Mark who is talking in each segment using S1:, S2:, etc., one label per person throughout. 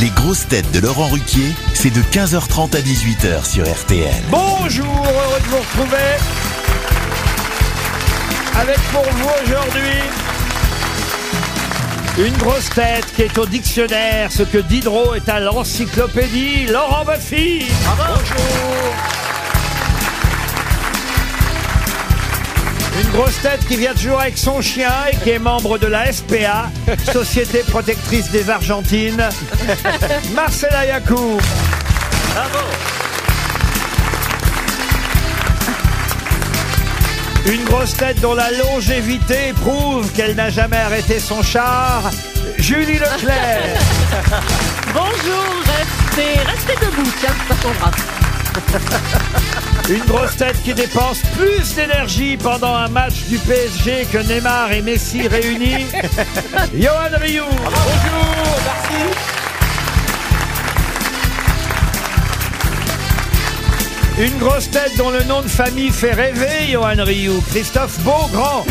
S1: Les grosses têtes de Laurent Ruquier, c'est de 15h30 à 18h sur RTL.
S2: Bonjour, heureux de vous retrouver. Avec pour vous aujourd'hui une grosse tête qui est au dictionnaire, ce que Diderot est à l'encyclopédie, Laurent Baffy. Bonjour. Une grosse tête qui vient toujours avec son chien et qui est membre de la SPA, Société Protectrice des Argentines, Marcela Yacoub. Une grosse tête dont la longévité prouve qu'elle n'a jamais arrêté son char, Julie Leclerc.
S3: Bonjour, restez, restez debout, tiens, ça tombera.
S2: Une grosse tête qui dépense plus d'énergie pendant un match du PSG que Neymar et Messi réunis, Johan Rioux. Bonjour, merci. Une grosse tête dont le nom de famille fait rêver, Johan Rioux, Christophe Beaugrand.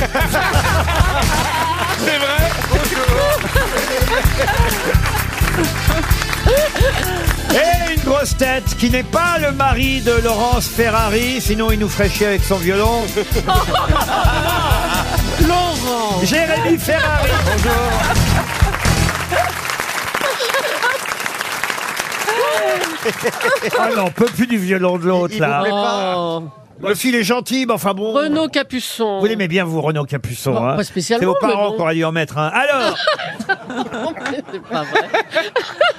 S4: C'est vrai
S2: Et une grosse tête qui n'est pas le mari de Laurence Ferrari, sinon il nous ferait chier avec son violon. Laurent Jérémy Ferrari Bonjour Ah non, on peut plus du violon de l'autre
S3: Il vous
S2: là. Oh.
S3: plaît pas
S2: Le fil est gentil, mais enfin bon.
S3: Renaud Capuçon.
S2: Vous l'aimez bien vous, Renaud Capuçon.
S3: Bon,
S2: hein
S3: pas spécialement,
S2: C'est vos
S3: mais
S2: parents
S3: bon.
S2: qu'on aurait dû en mettre un. Alors,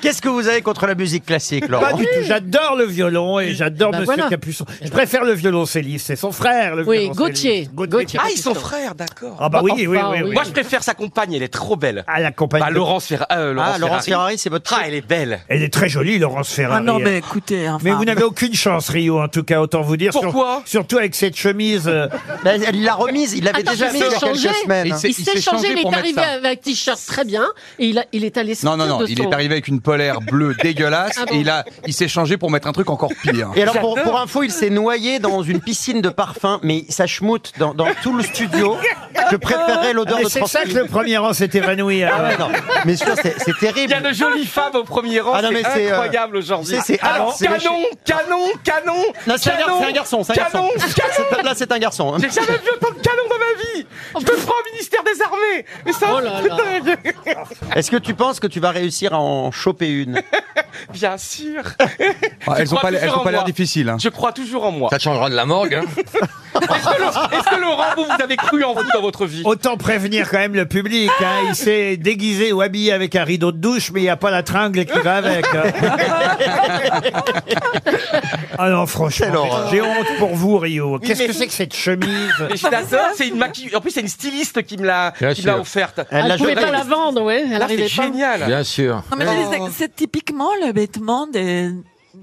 S5: Qu'est-ce que vous avez contre la musique classique, Laurent
S2: Pas du tout. J'adore le violon et j'adore
S3: Bah
S2: Monsieur
S3: voilà.
S2: Capuçon. Je préfère le violoncelliste. C'est son frère, le
S3: Oui,
S2: violoncelliste.
S3: Gauthier. Gauthier.
S5: Ah, ils sont frères, d'accord.
S2: Ah bah oui, oui, oui,
S3: Enfin,
S2: oui,
S3: oui.
S4: Moi, je préfère sa compagne, elle est trop belle.
S2: À la compagnie.
S4: Bah,
S2: de-
S4: Laurence, Ferra- euh, Laurence
S5: Ah, Laurence
S4: Ferrari.
S5: Ferrari, c'est votre
S4: Ah, elle est belle.
S2: Elle est très jolie, Laurence Ferrari.
S6: Ah non, mais écoutez, enfin,
S2: Mais vous n'avez aucune chance, Rio, en tout cas, autant vous dire. Sur-
S4: Pourquoi
S2: Surtout avec cette chemise. euh,
S5: Mais elle- Elle l'a remise, il l'avait
S3: Attends,
S5: déjà
S3: mais
S5: fait il y a
S3: il changeait.
S5: quelques semaines.
S7: Et
S5: hein.
S7: c'est-
S3: Il s'est changé, il
S7: pour
S3: est
S7: mettre
S3: arrivé
S7: ça.
S3: avec t-shirt très bien et il, a- il est allé
S7: Non, non,
S3: sortir
S7: non,
S3: de
S7: il
S3: son-
S7: est arrivé avec une polaire bleue dégueulasse
S3: Ah bon
S7: et il, a, il s'est changé pour mettre un truc encore pire.
S5: Et alors, pour, pour info, il s'est noyé dans une piscine de parfum, mais ça schmoute dans, dans tout le studio. Je préférais l'odeur
S2: mais
S5: de
S2: c'est
S5: Transfuge.
S2: ça que le premier rang s'est évanoui. alors.
S5: Ah ouais, non. Mais sûr, c'est c'est
S4: Il y a
S5: terrible.
S4: de jolies femmes au premier rang.
S5: Ah non, mais
S4: c'est
S5: c'est, euh,
S4: incroyable aujourd'hui.
S5: c'est- c'est-
S4: Ah,
S5: ah, c'est le
S4: canon, canon, canon,
S5: Non, c'est un, gar-
S4: canon.
S5: c'est un garçon, c'est un
S4: Canon,
S5: garçon.
S4: canon.
S5: C'est- Là, c'est un garçon. hein.
S4: J'ai jamais vu autant de canons dans ma vie. Je me prends au ministère des Armées. Mais ça,
S3: Oh là là.
S5: Est-ce que tu penses que tu vas réussir à en choper une
S4: bien sûr.
S7: Ah, elles
S4: Je
S7: ont
S4: crois
S7: pas,
S4: toujours
S7: elles ont
S4: en
S7: pas l'air
S4: moi.
S7: difficiles. hein.
S4: Je crois toujours en moi.
S8: Ça te changera de la morgue. Hein.
S4: Est-ce que, Laurent- est-ce que Laurent, vous, vous avez cru en vous dans votre vie
S2: Autant prévenir quand même le public. hein. Il s'est déguisé ou habillé avec un rideau de douche, mais il n'y a pas la tringle qui va avec. hein. ah non,
S5: Quelle
S2: franchement,
S5: horreur.
S2: j'ai honte pour vous, Rio. Qu'est-ce
S4: mais-
S2: que c'est que cette chemise
S4: Mais je l'adore, c'est une maquille. En plus, c'est une styliste qui me l'a,
S8: Bien
S4: qui me l'a
S8: sûr.
S4: offerte. Ah,
S5: Elle
S3: Elle
S5: l'a
S3: ne pouvait
S5: jetée.
S3: pas la vendre, ouais, elle
S4: Là, c'est
S3: n'arrivait pas.
S4: génial.
S8: Bien sûr.
S6: non, mais c'est- c'est typiquement le vêtement des-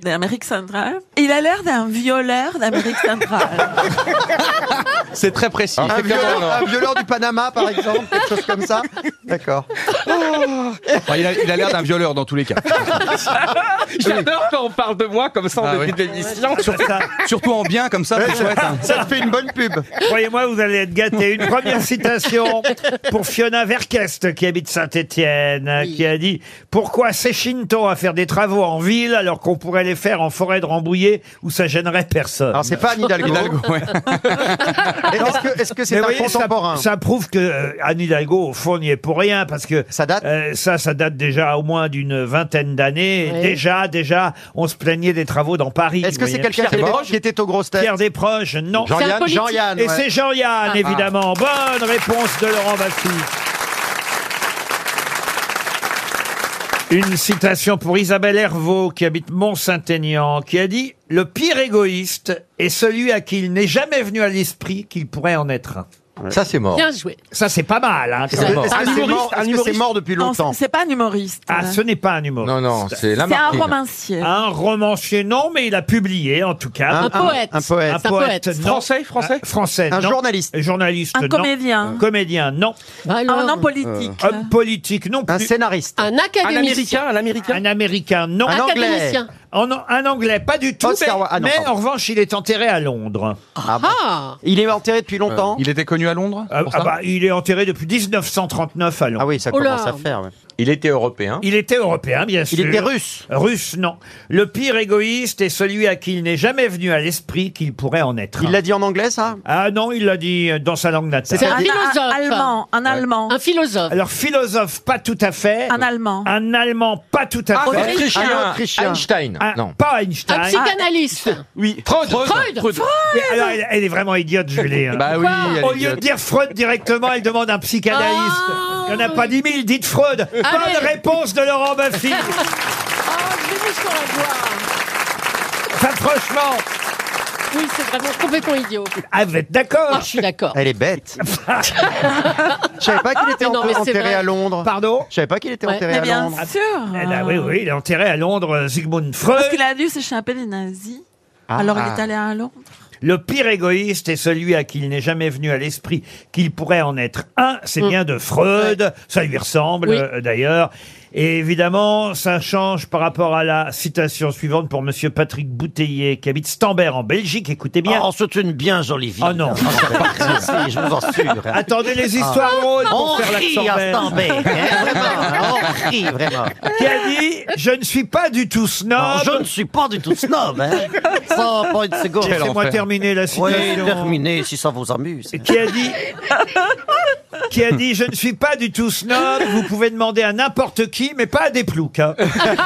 S6: d'Amérique centrale. Il a l'air d'un violeur d'Amérique centrale.
S7: C'est très précis.
S5: un violeur, un violeur du Panama, par exemple, quelque chose comme ça D'accord.
S7: Enfin, Ah, il a il a l'air d'un violeur dans tous les cas.
S4: J'adore quand on parle de moi comme ça en
S7: Ah
S4: début
S7: oui.
S4: de l'émission.
S2: Ça,
S7: Surtout en bien, comme ça, c'est chouette. hein.
S5: Ça te fait une bonne pub.
S2: Croyez-moi, vous allez être gâtés. Une première citation pour Fiona Verkest, qui habite Saint-Étienne, qui a dit « Pourquoi s'échine-t-on à faire des travaux en ville alors qu'on pourrait les faire en forêt de Rambouillet où ça gênerait personne ?»
S5: Alors, c'est pas Anne Hidalgo.
S7: Hidalgo, ouais.
S5: Est-ce que- est-ce que c'est
S2: Mais
S5: un
S2: vous voyez, ça-
S5: contemporain
S2: ça, prouve que euh, Anne Hidalgo, au fond, n'y est pour rien, parce que
S5: Ça date
S2: euh, ça, ça date déjà au moins d'une vingtaine d'années. Et
S3: Ouais.
S2: Déjà, déjà, on se plaignait des travaux dans Paris.
S5: Est-ce que
S2: vous
S5: c'est
S2: voyez.
S5: quelqu'un qui, était-
S4: Desproges
S5: qui était aux grosses têtes
S2: Pierre Desproges Non.
S3: C'est un
S5: Jean-Yann
S3: politique. Ah,
S5: Jean-Yann,
S2: Et
S5: ouais.
S2: c'est Jean-Yann, évidemment. Bonne réponse de Laurent Bassi. Une citation pour Isabelle Hervaux, qui habite Mont-Saint-Aignan, qui a dit « Le pire égoïste est celui à qui il n'est jamais venu à l'esprit qu'il pourrait en être un.
S8: Ça, c'est mort.
S3: Bien joué. ».
S2: Ça, c'est pas mal. Hein, quand
S5: Est-ce
S2: même.
S5: que
S4: Un
S5: est-ce que c'est
S4: humoriste,
S5: mort,
S4: un
S5: est-ce que c'est
S4: humoriste.
S5: mort depuis
S6: Non,
S5: longtemps
S6: c'est c'est pas un humoriste.
S2: Ah, ce n'est pas un humoriste.
S8: Non, non, c'est la
S6: c'est un
S8: marque.
S6: romancier.
S2: Un romancier, non, mais il a publié, en tout cas.
S3: Un poète.
S5: Un poète.
S3: Un poète.
S2: non.
S4: Français, français.
S2: Ah, français,
S5: Un
S2: non.
S5: journaliste.
S2: Journaliste,
S6: Un
S2: non.
S6: comédien. Ah,
S2: Comédien, non.
S6: Un homme
S3: Alors,
S6: politique.
S2: Homme Euh, politique, non
S5: Un
S2: plus.
S5: scénariste.
S3: un
S4: Un
S3: académicien.
S4: américain, un américain.
S2: Un américain, non.
S5: Un Anglais.
S3: académicien.
S2: En- un anglais, pas du tout.
S5: Oscar
S2: mais
S5: Wilde. Ah non,
S2: mais
S5: pardon.
S2: en revanche, il est enterré à Londres.
S5: Ah bon.
S3: Ah,
S5: Il est enterré depuis longtemps
S7: Euh, Il était connu à Londres
S2: Ah,
S7: pour
S2: ah
S7: ça
S2: bah, il est enterré depuis 1939 à Londres.
S5: Ah oui, ça
S3: Oh là.
S5: commence à faire. ouais.
S8: Il était européen.
S2: Il était européen, bien sûr.
S5: Il était russe.
S2: Russe, non. Le pire égoïste est celui à qui il n'est jamais venu à l'esprit qu'il pourrait en être. un.
S5: Il l'a dit en anglais, ça
S2: Ah non, il l'a dit dans sa langue natale.
S6: Un,
S3: philosophe.
S6: un allemand, un allemand,
S3: Un philosophe.
S2: Alors philosophe, pas tout à fait.
S6: un allemand.
S2: Un Allemand, pas tout à fait.
S5: Un
S8: Autrichien.
S5: Autrichien.
S8: Einstein.
S2: Un-
S8: Non.
S2: Pas
S3: Un
S2: Einstein.
S3: psychanalyste.
S7: Oui. Freud.
S3: Freud.
S2: Mais alors, elle, elle est vraiment idiote, Julie. hein.
S7: Bah oui. elle
S2: Au lieu
S7: est
S2: de
S7: idiote.
S2: dire Freud directement, elle demande un psychanalyste.
S3: Ah.
S2: Il n'y en a pas dix mille, dites Freud. Bonne
S3: Allez.
S2: réponse de Laurent
S5: Ah,
S2: Baffy. Enfin, franchement,
S3: Oui, c'est vraiment complètement idiot.
S2: ah, vous êtes
S3: Ah,
S2: d'accord
S3: je suis d'accord.
S5: Elle est bête. Je savais pas qu'il était
S3: Ah, Mais non,
S5: en-
S3: mais c'est
S5: enterré
S3: vrai.
S5: à Londres.
S2: Pardon
S5: Je savais pas qu'il était
S3: Ouais.
S5: enterré
S6: Mais
S5: à
S6: bien
S5: Londres.
S6: sûr.
S2: Eh ben oui, oui, il est enterré à Londres, euh, Sigmund Freud. Ah,
S6: Parce qu'il a dû s'échapper des nazis.
S5: Ah,
S6: Alors il est allé à Londres.
S2: Le pire égoïste est celui à qui il n'est jamais venu à l'esprit qu'il pourrait en être un. C'est bien de Freud, ça lui ressemble
S3: Oui.
S2: euh, d'ailleurs. Et évidemment, ça change par rapport à la citation suivante pour Monsieur Patrick Bouteiller qui habite Stambert en Belgique. Écoutez bien.
S5: Oh, on se tient bien, Jean-Lévy.
S2: Oh non.
S5: je vous en hein. Ah. jure.
S2: Attendez les histoires drôles pour faire l'accent belge.
S5: hein, vraiment. On rit, vraiment.
S2: Qui a dit Je ne suis pas du tout snob.
S5: Non, je ne suis pas du tout snob, hein. Ça, pas une seconde.
S2: Oh,
S7: Quel
S2: Laissez-moi
S7: enfer.
S2: terminer la
S5: Oui,
S2: citation.
S5: terminé, si ça vous amuse.
S2: qui a dit qui a dit je ne suis pas du tout snob, vous pouvez demander à n'importe qui mais pas à des ploucs. hein.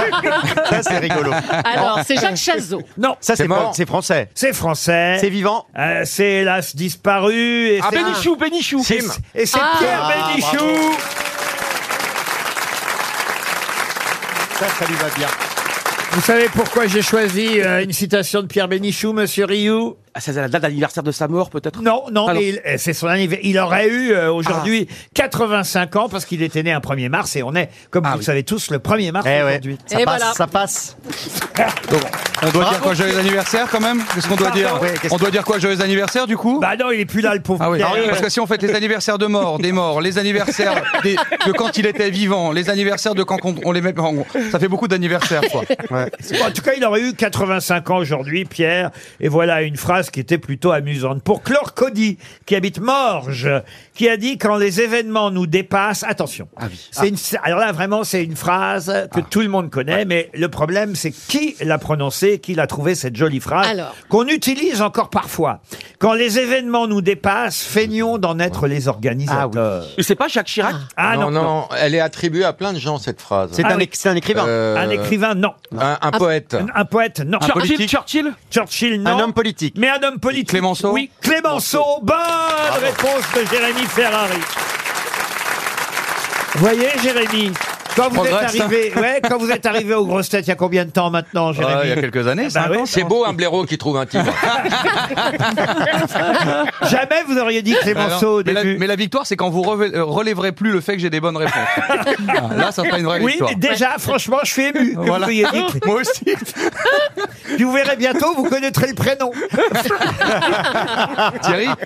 S5: Ça, c'est rigolo.
S3: Alors, c'est Jacques Chazot.
S2: Non,
S5: Ça,
S8: C'est
S5: c'est
S8: mort.
S5: pas- c'est français.
S2: c'est français.
S5: C'est vivant.
S2: Euh, c'est hélas disparu et
S4: Ah,
S2: c'est
S4: Bénichou, Bénichou.
S2: et c'est- et c'est
S3: Ah.
S2: Pierre Bénichou.
S5: Ça, ça lui va bien.
S2: Vous savez pourquoi j'ai choisi euh, une citation de Pierre Bénichou, monsieur Rioux
S4: Ah, c'est la date d'anniversaire de sa mort, peut-être
S2: Non, non,
S4: Ah, non.
S2: mais il- euh, c'est son anniversaire. Il aurait eu euh, aujourd'hui
S4: Ah.
S2: 85 ans parce qu'il était né un 1er mars et on est, comme
S4: Ah
S2: vous le savez tous, le 1er mars
S5: Eh ouais,
S2: aujourd'hui.
S5: ça
S3: Et
S5: passe,
S3: voilà.
S5: ça passe.
S7: On doit dire quoi joyeux anniversaire quand même Qu'est-ce qu'on doit
S5: Pardon.
S7: dire
S5: Ouais, qu'est-ce
S7: On doit dire quoi joyeux anniversaire du coup
S2: Bah non, il est plus là, le pauvre
S7: Ah oui,
S2: Pierre.
S7: parce que si on fête les anniversaires de morts, des morts, les anniversaires des- de quand il était vivant, les anniversaires de quand on, on les met, on- ça fait beaucoup d'anniversaires quoi.
S2: Bon, en tout cas, il aurait eu 85 ans aujourd'hui, Pierre. Et voilà une phrase qui était plutôt amusante. Pour Clore Cody, qui habite Morges, qui a dit quand les événements nous dépassent, attention.
S4: Ah
S2: C'est une- alors là, vraiment, c'est une phrase que tout le monde connaît, mais le problème, c'est qui l'a prononcée, qui l'a trouvée cette jolie phrase
S3: Alors.
S2: qu'on utilise encore parfois. Quand les événements nous dépassent, feignons d'en être les organisateurs.
S4: Mais C'est pas Jacques Chirac
S2: Ah,
S8: non, non, elle est attribuée à plein de gens, cette phrase.
S5: C'est
S2: Ah
S5: un,
S2: oui.
S5: éc- c'est un écrivain.
S8: Euh,
S2: Un écrivain, non.
S8: Un, un poète.
S2: Un, un poète, non.
S7: Un
S4: Churchill,
S7: politique.
S4: Churchill
S2: Churchill, non.
S5: Un homme politique.
S2: Mais un homme politique.
S7: Clémenceau
S2: Oui, Clémenceau. Bonne réponse de Jérémy Ferrari. Voyez, Jérémy, quand vous, êtes
S7: Progresse, hein.
S2: arrivé, ouais, quand vous êtes arrivé aux grosses têtes, il y a combien de temps maintenant,
S7: Ah,
S2: Jérémy
S7: il y a quelques années,
S2: Bah
S7: ça.
S2: oui.
S8: C'est beau un blaireau qui trouve un tigre.
S2: Jamais vous auriez dit
S7: Alors,
S2: Clémenceau au
S7: mais, la,
S2: début.
S7: mais la victoire, c'est quand vous reve- euh, relèverez plus le fait que j'ai des bonnes réponses. Ah, Là, ça fera une vraie
S2: oui,
S7: victoire.
S2: mais déjà, franchement, je suis ému que
S7: Voilà.
S2: vous ayez dit. Clé-
S7: Moi aussi.
S2: Puis vous verrez bientôt, vous connaîtrez le prénom.
S7: Thierry,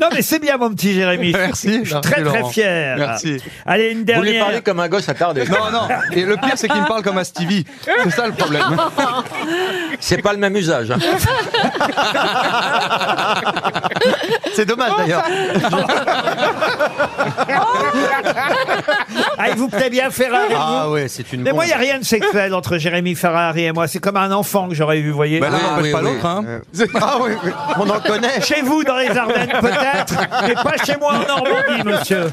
S2: Non, mais c'est bien, mon petit Jérémy.
S7: merci.
S2: Je suis très, très
S7: Laurent.
S2: fier.
S7: Merci.
S2: Allez, une
S8: Vous voulez
S2: dernière.
S8: parler comme un gosse attardé.
S7: Non, non. Et le pire, c'est qu'il me parle comme à Stevie. C'est ça le problème.
S8: C'est pas le même usage. hein.
S5: C'est dommage d'ailleurs.
S2: Ah, il vous plaît bien, Ferrari.
S5: Ah ouais, c'est une
S2: Mais moi, il n'y a
S5: bombe.
S2: rien de sexuel entre Jérémy Ferrari et moi. C'est comme un enfant que j'aurais eu, vous voyez.
S7: Bah, l'un
S8: Oui,
S7: n'empêche
S8: oui, Euh,
S7: pas
S8: oui.
S7: l'autre. hein.
S5: Ah oui, oui, on en connaît.
S2: Chez vous, dans les Ardennes, peut-être, mais pas chez moi en Normandie, monsieur.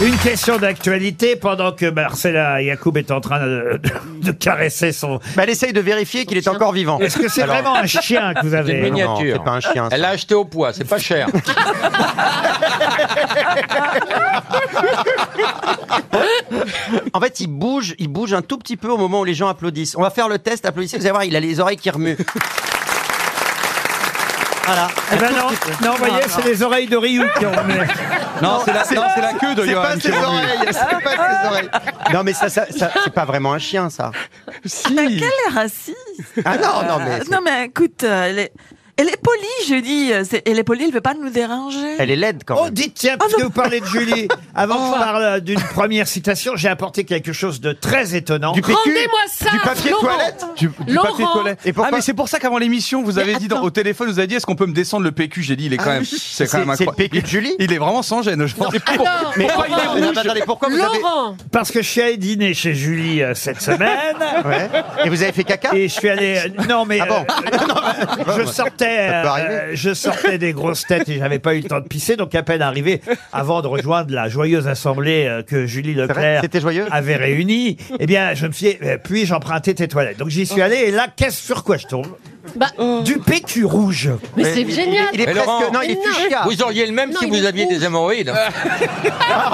S2: Une question d'actualité pendant que Marcella Yacoub est en train de, de caresser son.
S5: Bah, elle essaye de vérifier qu'il est encore vivant.
S2: Est-ce que c'est
S5: Alors-
S2: vraiment un chien que vous
S8: Une
S2: avez
S5: Non,
S8: miniature.
S5: c'est pas un chien, ça.
S8: Elle l'a acheté au poids, c'est pas cher.
S5: En fait, il bouge, il bouge un tout petit peu au moment où les gens applaudissent. On va faire le test, applaudissez, vous allez voir, il a les oreilles qui remuent. Voilà.
S2: Eh ben non, non, vous voyez, c'est les oreilles de Ryu qui ont.
S7: Non, c'est la, non, c'est la queue de
S5: C'est
S7: Johan.
S5: pas
S7: qui
S5: ses
S7: est revenue.
S5: oreilles, c'est pas ses oreilles. Non mais ça, ça, ça, c'est pas vraiment un chien ça.
S6: Ah, Quel est raciste
S5: Ah non, non mais.
S6: Euh, Non mais écoute, euh, les- Elle est polie, je dis. euh, C'est- Elle est polie, elle veut pas nous déranger.
S5: Elle est laide quand
S2: Oh,
S5: même.
S2: dites, tiens, parce
S6: Ah,
S2: que
S6: non.
S2: vous parlez de Julie, avant
S6: Oh.
S2: qu'on parle euh, d'une première citation, j'ai apporté quelque chose de très étonnant.
S7: Du PQ
S3: Rendez-moi ça,
S2: Ah,
S5: Du papier
S3: Laurent.
S5: toilette
S7: du, du papier
S3: Laurent.
S7: toilette.
S5: Et pourquoi
S7: ah mais c'est pour ça qu'avant l'émission vous avez
S6: Mais
S7: dit dans-
S6: attends.
S7: au téléphone vous avez dit est-ce qu'on peut me descendre le PQ j'ai dit il est quand même c'est quand
S5: C'est
S7: même
S5: c'est le
S7: incroyable.
S5: PQ de Julie
S7: Il est vraiment sans gêne. Je pense.
S9: Ah
S7: Et pour-
S3: Alors,
S5: Mais
S3: Laurent,
S5: Non, mais attendez, pourquoi vous avez...
S3: Laurent,
S2: Parce que je suis allé dîner chez Julie euh, cette semaine.
S5: Ouais. Et vous avez fait caca
S2: Et je suis allé. Non, mais.
S5: Ah bon
S2: euh, je sortais.
S5: Ça peut
S2: euh,
S5: arriver.
S2: je sortais des grosses têtes et j'avais pas eu le temps de pisser. Donc, à peine arrivé avant de rejoindre la joyeuse assemblée euh, que Julie
S5: C'est vrai
S2: Leclerc
S5: C'était joyeux
S2: avait réunie, eh bien, je me suis dit, euh, puis-je emprunter tes toilettes Donc, j'y
S5: Oh.
S2: suis allé et là, qu'est-ce sur quoi je tombe
S3: Bah,
S2: Du PQ rouge.
S3: mais
S5: Mais
S3: c'est
S5: il-
S3: génial.
S5: Il, il est
S8: Mais
S5: presque...
S8: Laurent-
S5: non, il est
S3: Mais non.
S5: fuchsia.
S8: Vous auriez le même
S3: Non,
S8: si
S3: il
S8: vous
S3: est
S8: aviez
S3: rouge.
S8: des hémorroïdes.
S7: Ah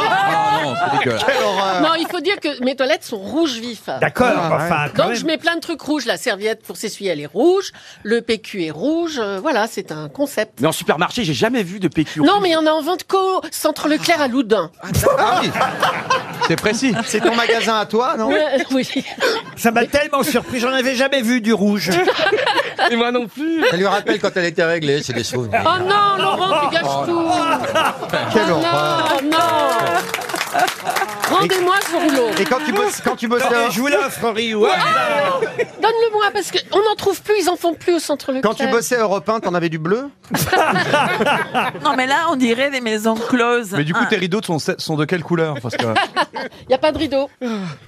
S7: non, c'est dégueulasse.
S5: Quelle horreur.
S3: Non, il faut dire que mes toilettes sont rouges vifs.
S2: D'accord,
S5: Ah,
S2: enfin, quand
S3: Donc
S2: même.
S3: je mets plein de trucs rouges. La serviette pour s'essuyer, elle est rouge. Le PQ est rouge. euh, voilà, c'est un concept.
S10: Mais en supermarché, j'ai jamais vu de PQ.
S3: Non, mais il y en a en vente qu'au Centre Leclerc à Loudun.
S7: Ah oui. C'est précis.
S5: C'est ton magasin à toi, non
S3: Euh, oui.
S2: Ça m'a tellement surpris, j'en avais jamais vu du rouge.
S4: Et moi non plus.
S8: Ça lui rappelle quand elle était réglée, c'est des souvenirs.
S3: Oh non, Laurent, tu gâches tout.
S5: Quelle
S3: Oh
S5: horreur.
S3: non, non. Rendez-moi ce rouleau.
S5: Et quand tu bosses, quand tu Ah. bosses,
S2: Et je vous l'offre, hein. Rio.
S3: Ah Donne-le-moi parce qu'on n'en trouve plus, ils en font plus au Centre Leclerc.
S5: quand tu bossais Europe 1, t'en avais du bleu
S6: Non, mais là, on dirait des maisons closes.
S7: Mais du coup
S6: Ah,
S7: tes rideaux sont, sont de quelle couleur Parce que-
S3: Il n'y a pas de rideau.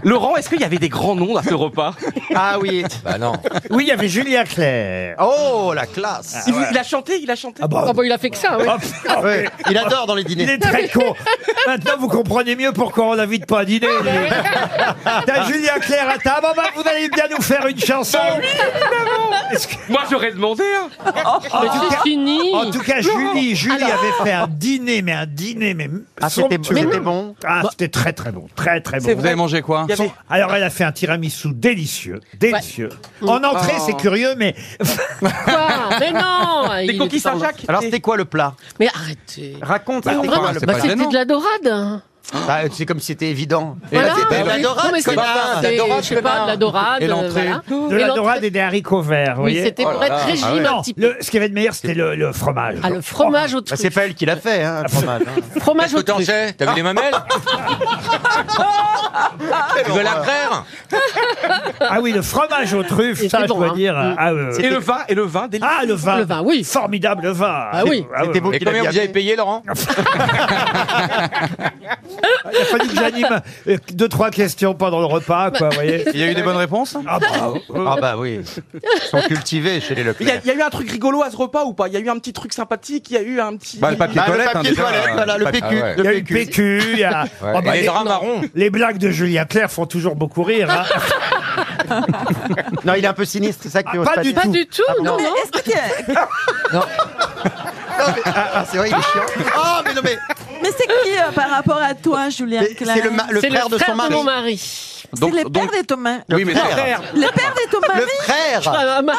S10: Laurent, est-ce qu'il y avait des grands noms à ce repas
S5: Ah oui.
S8: Bah non.
S2: Oui, il y avait Julien Clerc.
S5: Oh, la classe.
S10: il, Ah il a chanté, il a chanté. Ah
S2: Ah bah,
S3: Ah bah, il a fait que ça, oui.
S2: hop, hop.
S5: Ah Ouais, Il adore dans les
S2: Il est
S5: dîners.
S2: très con. Maintenant, vous comprenez mieux pourquoi on l'invite pas à dîner.
S3: Ah,
S2: lui. T'as Julien Clerc à table. Ah bah, vous allez bien nous faire une chanson.
S10: Moi, j'aurais demandé. hein.
S2: En tout
S3: Oh, C'est
S2: cas,
S3: fini.
S2: en tout cas, Julie, Julie avait fait un dîner, mais un dîner, mais
S5: Ah, c'était
S2: somptueux.
S5: c'était bon.
S2: Ah, c'était très très bon, très très bon.
S7: Vous avez mangé quoi
S10: Il y avait-
S2: Alors, elle a fait un tiramisu délicieux, délicieux. En entrée,
S3: Oh.
S2: c'est curieux, mais
S3: Quoi Mais non
S10: Des
S3: Ah, il
S10: coquilles
S3: est pas
S10: Saint-Jacques.
S5: Alors, c'était quoi le plat
S3: loin. Mais arrêtez.
S5: Raconte,
S7: Bah,
S5: c'était
S7: enfin,
S5: quoi le
S7: c'est
S5: plat
S7: pas
S3: C'était
S7: gênant.
S3: de la dorade. hein.
S5: Bah, C'est comme si c'était évident.
S7: Et
S3: Voilà.
S7: là, c'était-
S3: Ah ouais. Non, mais c'est
S8: connard.
S3: c'est-
S8: La dorade,
S3: je sais pas, de la dorade.
S7: Et l'entrée.
S3: Ah, ben, voilà.
S2: de la dorade et des haricots verts, vous
S3: Oui,
S2: voyez.
S3: c'était
S8: Oh
S3: pour
S8: là là.
S3: être régime
S7: Ah ouais.
S3: un
S2: Non,
S3: petit peu.
S2: le- ce qu'il y avait de meilleur, c'était le, le fromage.
S3: Ah, le fromage au
S5: Bah, c'est
S3: truc.
S5: pas elle qui l'a fait, hein, le fromage. hein.
S3: Fromage Ah,
S8: Est-ce que
S3: au
S8: t'en
S3: truc.
S8: sais T'as vu les mamelles Tu veux la frère
S2: Ah oui, le fromage aux truffes,
S3: Et
S2: ça,
S3: c'est
S2: je
S3: bon,
S2: dois
S3: hein.
S2: dire.
S3: Mm.
S2: Ah, oui, oui.
S10: Et le vin, et le vin, des
S2: Ah, le vin.
S3: Le vin, oui.
S2: Formidable le vin.
S3: Ah oui.
S5: C'était beau
S8: Et
S5: qu'il a
S8: combien
S5: bien
S8: vous avez
S5: fait.
S8: payé, Laurent
S2: Il a fallu que j'anime euh, deux, trois questions pendant le repas, quoi, vous voyez.
S7: il y a eu des bonnes réponses
S2: Ah bah,
S5: Ah bah oui. Ils sont cultivés chez les
S10: Il y, a,
S5: Leclerc.
S10: il y a eu un truc rigolo à ce repas ou pas Il y a eu un petit truc sympathique, il y a eu un petit.
S7: Bah, le papier
S5: Bah, le
S7: toilette, hein,
S5: papier
S7: déjà,
S5: toilette,
S7: euh,
S5: voilà, le
S7: pas-
S5: PQ.
S8: ah ouais.
S2: il
S5: le
S2: y a eu le
S5: PQ.
S2: PQ, il y a... Oh, bah,
S8: Et Les
S2: les,
S8: draps marrons.
S2: les blagues de Julien Clerc font toujours beaucoup rire. hein.
S5: Non, il est un peu sinistre, c'est ça que tu
S2: Ah,
S5: oses
S2: pas du
S5: dire.
S3: Pas du tout, non,
S6: mais
S3: non.
S6: est-ce qu'il y a-
S5: Non, mais- ah, ah, c'est vrai, il est chiant. Oh, mais non, mais
S6: Mais c'est qui euh, par rapport à toi, Julien
S5: mais
S6: Clerc
S5: c'est le, ma- le
S3: C'est
S5: frère de son mari.
S3: mon mari.
S6: C'est
S7: Donc,
S6: le père
S7: donc,
S6: des Thomas.
S7: oui, mais
S5: frère.
S6: Le père des Thomas.
S5: Le frère
S3: Ah, ma-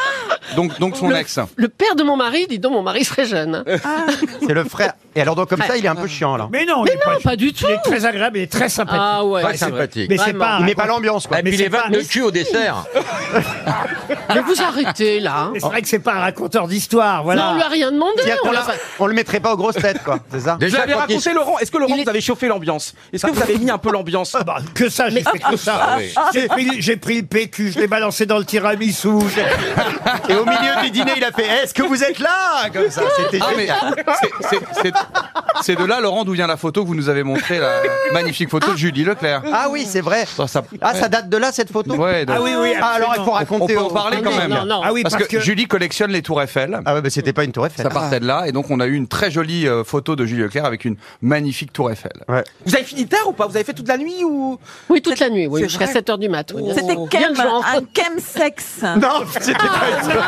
S7: donc, donc son ex.
S3: Le père de mon mari, dis donc, mon mari serait jeune. hein.
S6: Ah.
S5: C'est le frère. Et alors, donc, comme ça, il est un peu chiant, là.
S2: Mais non, il, est pas,
S3: Pas du tout.
S2: il est très agréable, il est très sympathique.
S3: Ah ouais.
S8: Pas sympathique.
S2: mais c'est
S3: vraiment.
S2: pas... Bah,
S5: Il met pas l'ambiance, quoi.
S8: Et puis
S2: mais
S8: les
S2: c'est pas-
S8: vannes de cul au dessert.
S3: Mais vous arrêtez là. hein.
S2: mais c'est vrai que c'est pas un raconteur d'histoire,
S3: Non, on lui a
S2: voilà.
S3: rien demandé.
S5: C'est-à-dire
S3: on
S5: qu'on
S3: l'a
S5: l'a-
S3: pas-
S5: on le mettrait pas aux grosses têtes, quoi. C'est ça
S10: Vous
S8: Déjà,
S10: l'avez
S8: quand ils-
S10: raconté, Laurent. Est-ce que Laurent,
S3: Il est-
S10: vous avez chauffé l'ambiance Est-ce que vous avez mis un peu l'ambiance
S2: Bah, que ça, j'ai
S3: ah,
S2: fait que ça.
S8: oui.
S2: J'ai pris, j'ai pris le PQ, je l'ai balancé dans le tiramisu. j'ai-
S5: Et au milieu du dîner, il a fait Est-ce que vous êtes là Comme ça, c'était
S7: Ah, mais
S5: génial.
S7: c'est- c'est- c'est- c'est de là, Laurent, d'où vient la photo que vous nous avez montrée, la magnifique photo de Julie Leclerc.
S5: Ah oui, c'est vrai.
S7: Ça, ça-
S5: Ah, ça date de là, cette photo
S7: Ouais, donc-
S2: Ah oui, oui.
S5: Ah, alors, il
S2: absolument.
S5: faut raconter.
S7: On peut en
S5: au-
S7: parler quand
S3: non,
S7: même.
S3: Non, non.
S2: Ah oui,
S7: Parce, que, Julie collectionne les tours Eiffel.
S5: Ah ouais, mais c'était pas une tour Eiffel.
S7: Ça partait de là, et donc on a eu une très jolie euh, photo de Julie Leclerc avec une magnifique tour Eiffel.
S10: Vous avez fini tard ou pas Vous avez fait toute la nuit ou
S3: Oui, toute la nuit, oui,
S10: C'est
S3: jusqu'à
S10: vrai.
S3: 7h du mat. oui, bien sûr.
S6: C'était
S10: Oh.
S3: Bien
S6: Kem,
S3: le genre.
S6: un Kem sexe.
S5: Non, c'était pas une tour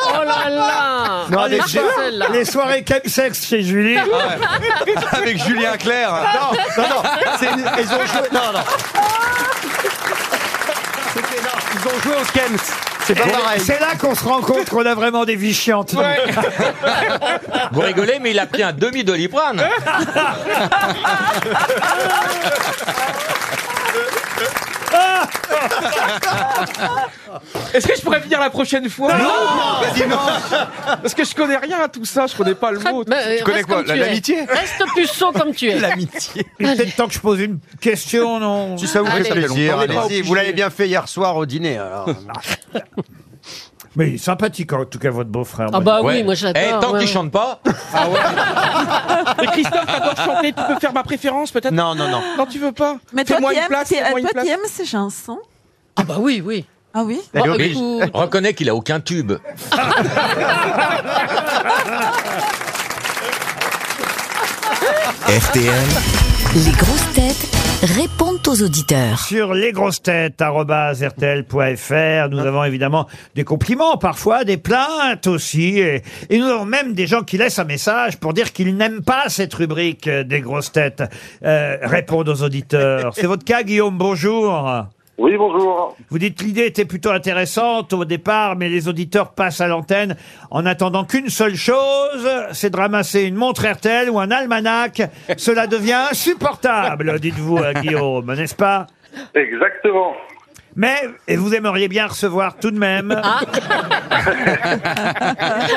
S3: Oh là là
S5: Non,
S3: Oh,
S5: avec
S3: les
S5: Gilles.
S3: Marcel, là.
S2: Ah, Les soirées sexe chez Julie.
S5: Ah
S7: Avec Julien Clerc.
S5: Non, non, non. c'est une- Ils ont joué. Non, non. C'était- non, Ils ont joué au Kems. C'est pas pareil.
S2: C'est là qu'on se rend compte qu'on a vraiment des vies chiantes.
S8: Vous rigolez, mais il a pris un demi doliprane.
S2: Ah
S4: Est-ce que je pourrais venir la prochaine fois
S7: Bah, dis non
S4: Parce que je connais rien à tout ça, je connais pas le mot.
S3: Bah, euh,
S7: connais
S3: reste
S7: quoi,
S3: comme
S7: la-
S3: tu es.
S7: l'amitié
S3: Reste puceau comme tu es.
S5: L'amitié.
S2: Il est peut-être temps que je pose une question, non
S5: Si ça vous fait
S3: Allez.
S5: plaisir,
S7: On est pas
S5: allez-y. Vous l'avez bien fait hier soir au dîner. alors.
S2: Mais il est sympathique, en tout cas, votre beau-frère.
S3: Ah bah
S8: Ouais.
S3: oui, moi j'adore.
S8: Eh, tant
S3: ouais.
S8: qu'il chante pas,
S4: Mais Ah Christophe, t'adores chanter, tu peux faire ma préférence peut-être
S5: Non, non, non.
S4: Non, tu veux pas
S6: Mais toi,
S4: Fais-moi
S6: tu
S4: une
S6: aimes,
S4: place,
S6: ces-
S4: fais-moi une
S6: toi, tu
S4: place.
S6: aimes ces chansons
S3: Ah bah oui, oui.
S6: Ah oui
S5: Elle est
S3: Oh,
S5: obligée.
S3: écoute,
S8: reconnais qu'il a aucun tube.
S1: RTL,
S9: Les grosses têtes répondent aux auditeurs.
S2: Sur lesgrossetêtes.rtl.fr, nous avons évidemment des compliments parfois, des plaintes aussi, et, et nous avons même des gens qui laissent un message pour dire qu'ils n'aiment pas cette rubrique euh, des grosses têtes. Euh, répondre aux auditeurs. C'est votre cas, Guillaume, bonjour.
S11: Oui, bonjour.
S2: Vous dites que l'idée était plutôt intéressante au départ, mais les auditeurs passent à l'antenne en attendant qu'une seule chose, c'est de ramasser une montre RTL ou un almanach. Cela devient insupportable, dites-vous, euh, Guillaume, n'est-ce pas
S11: Exactement.
S2: mais et vous aimeriez bien recevoir tout de même.
S6: Ah.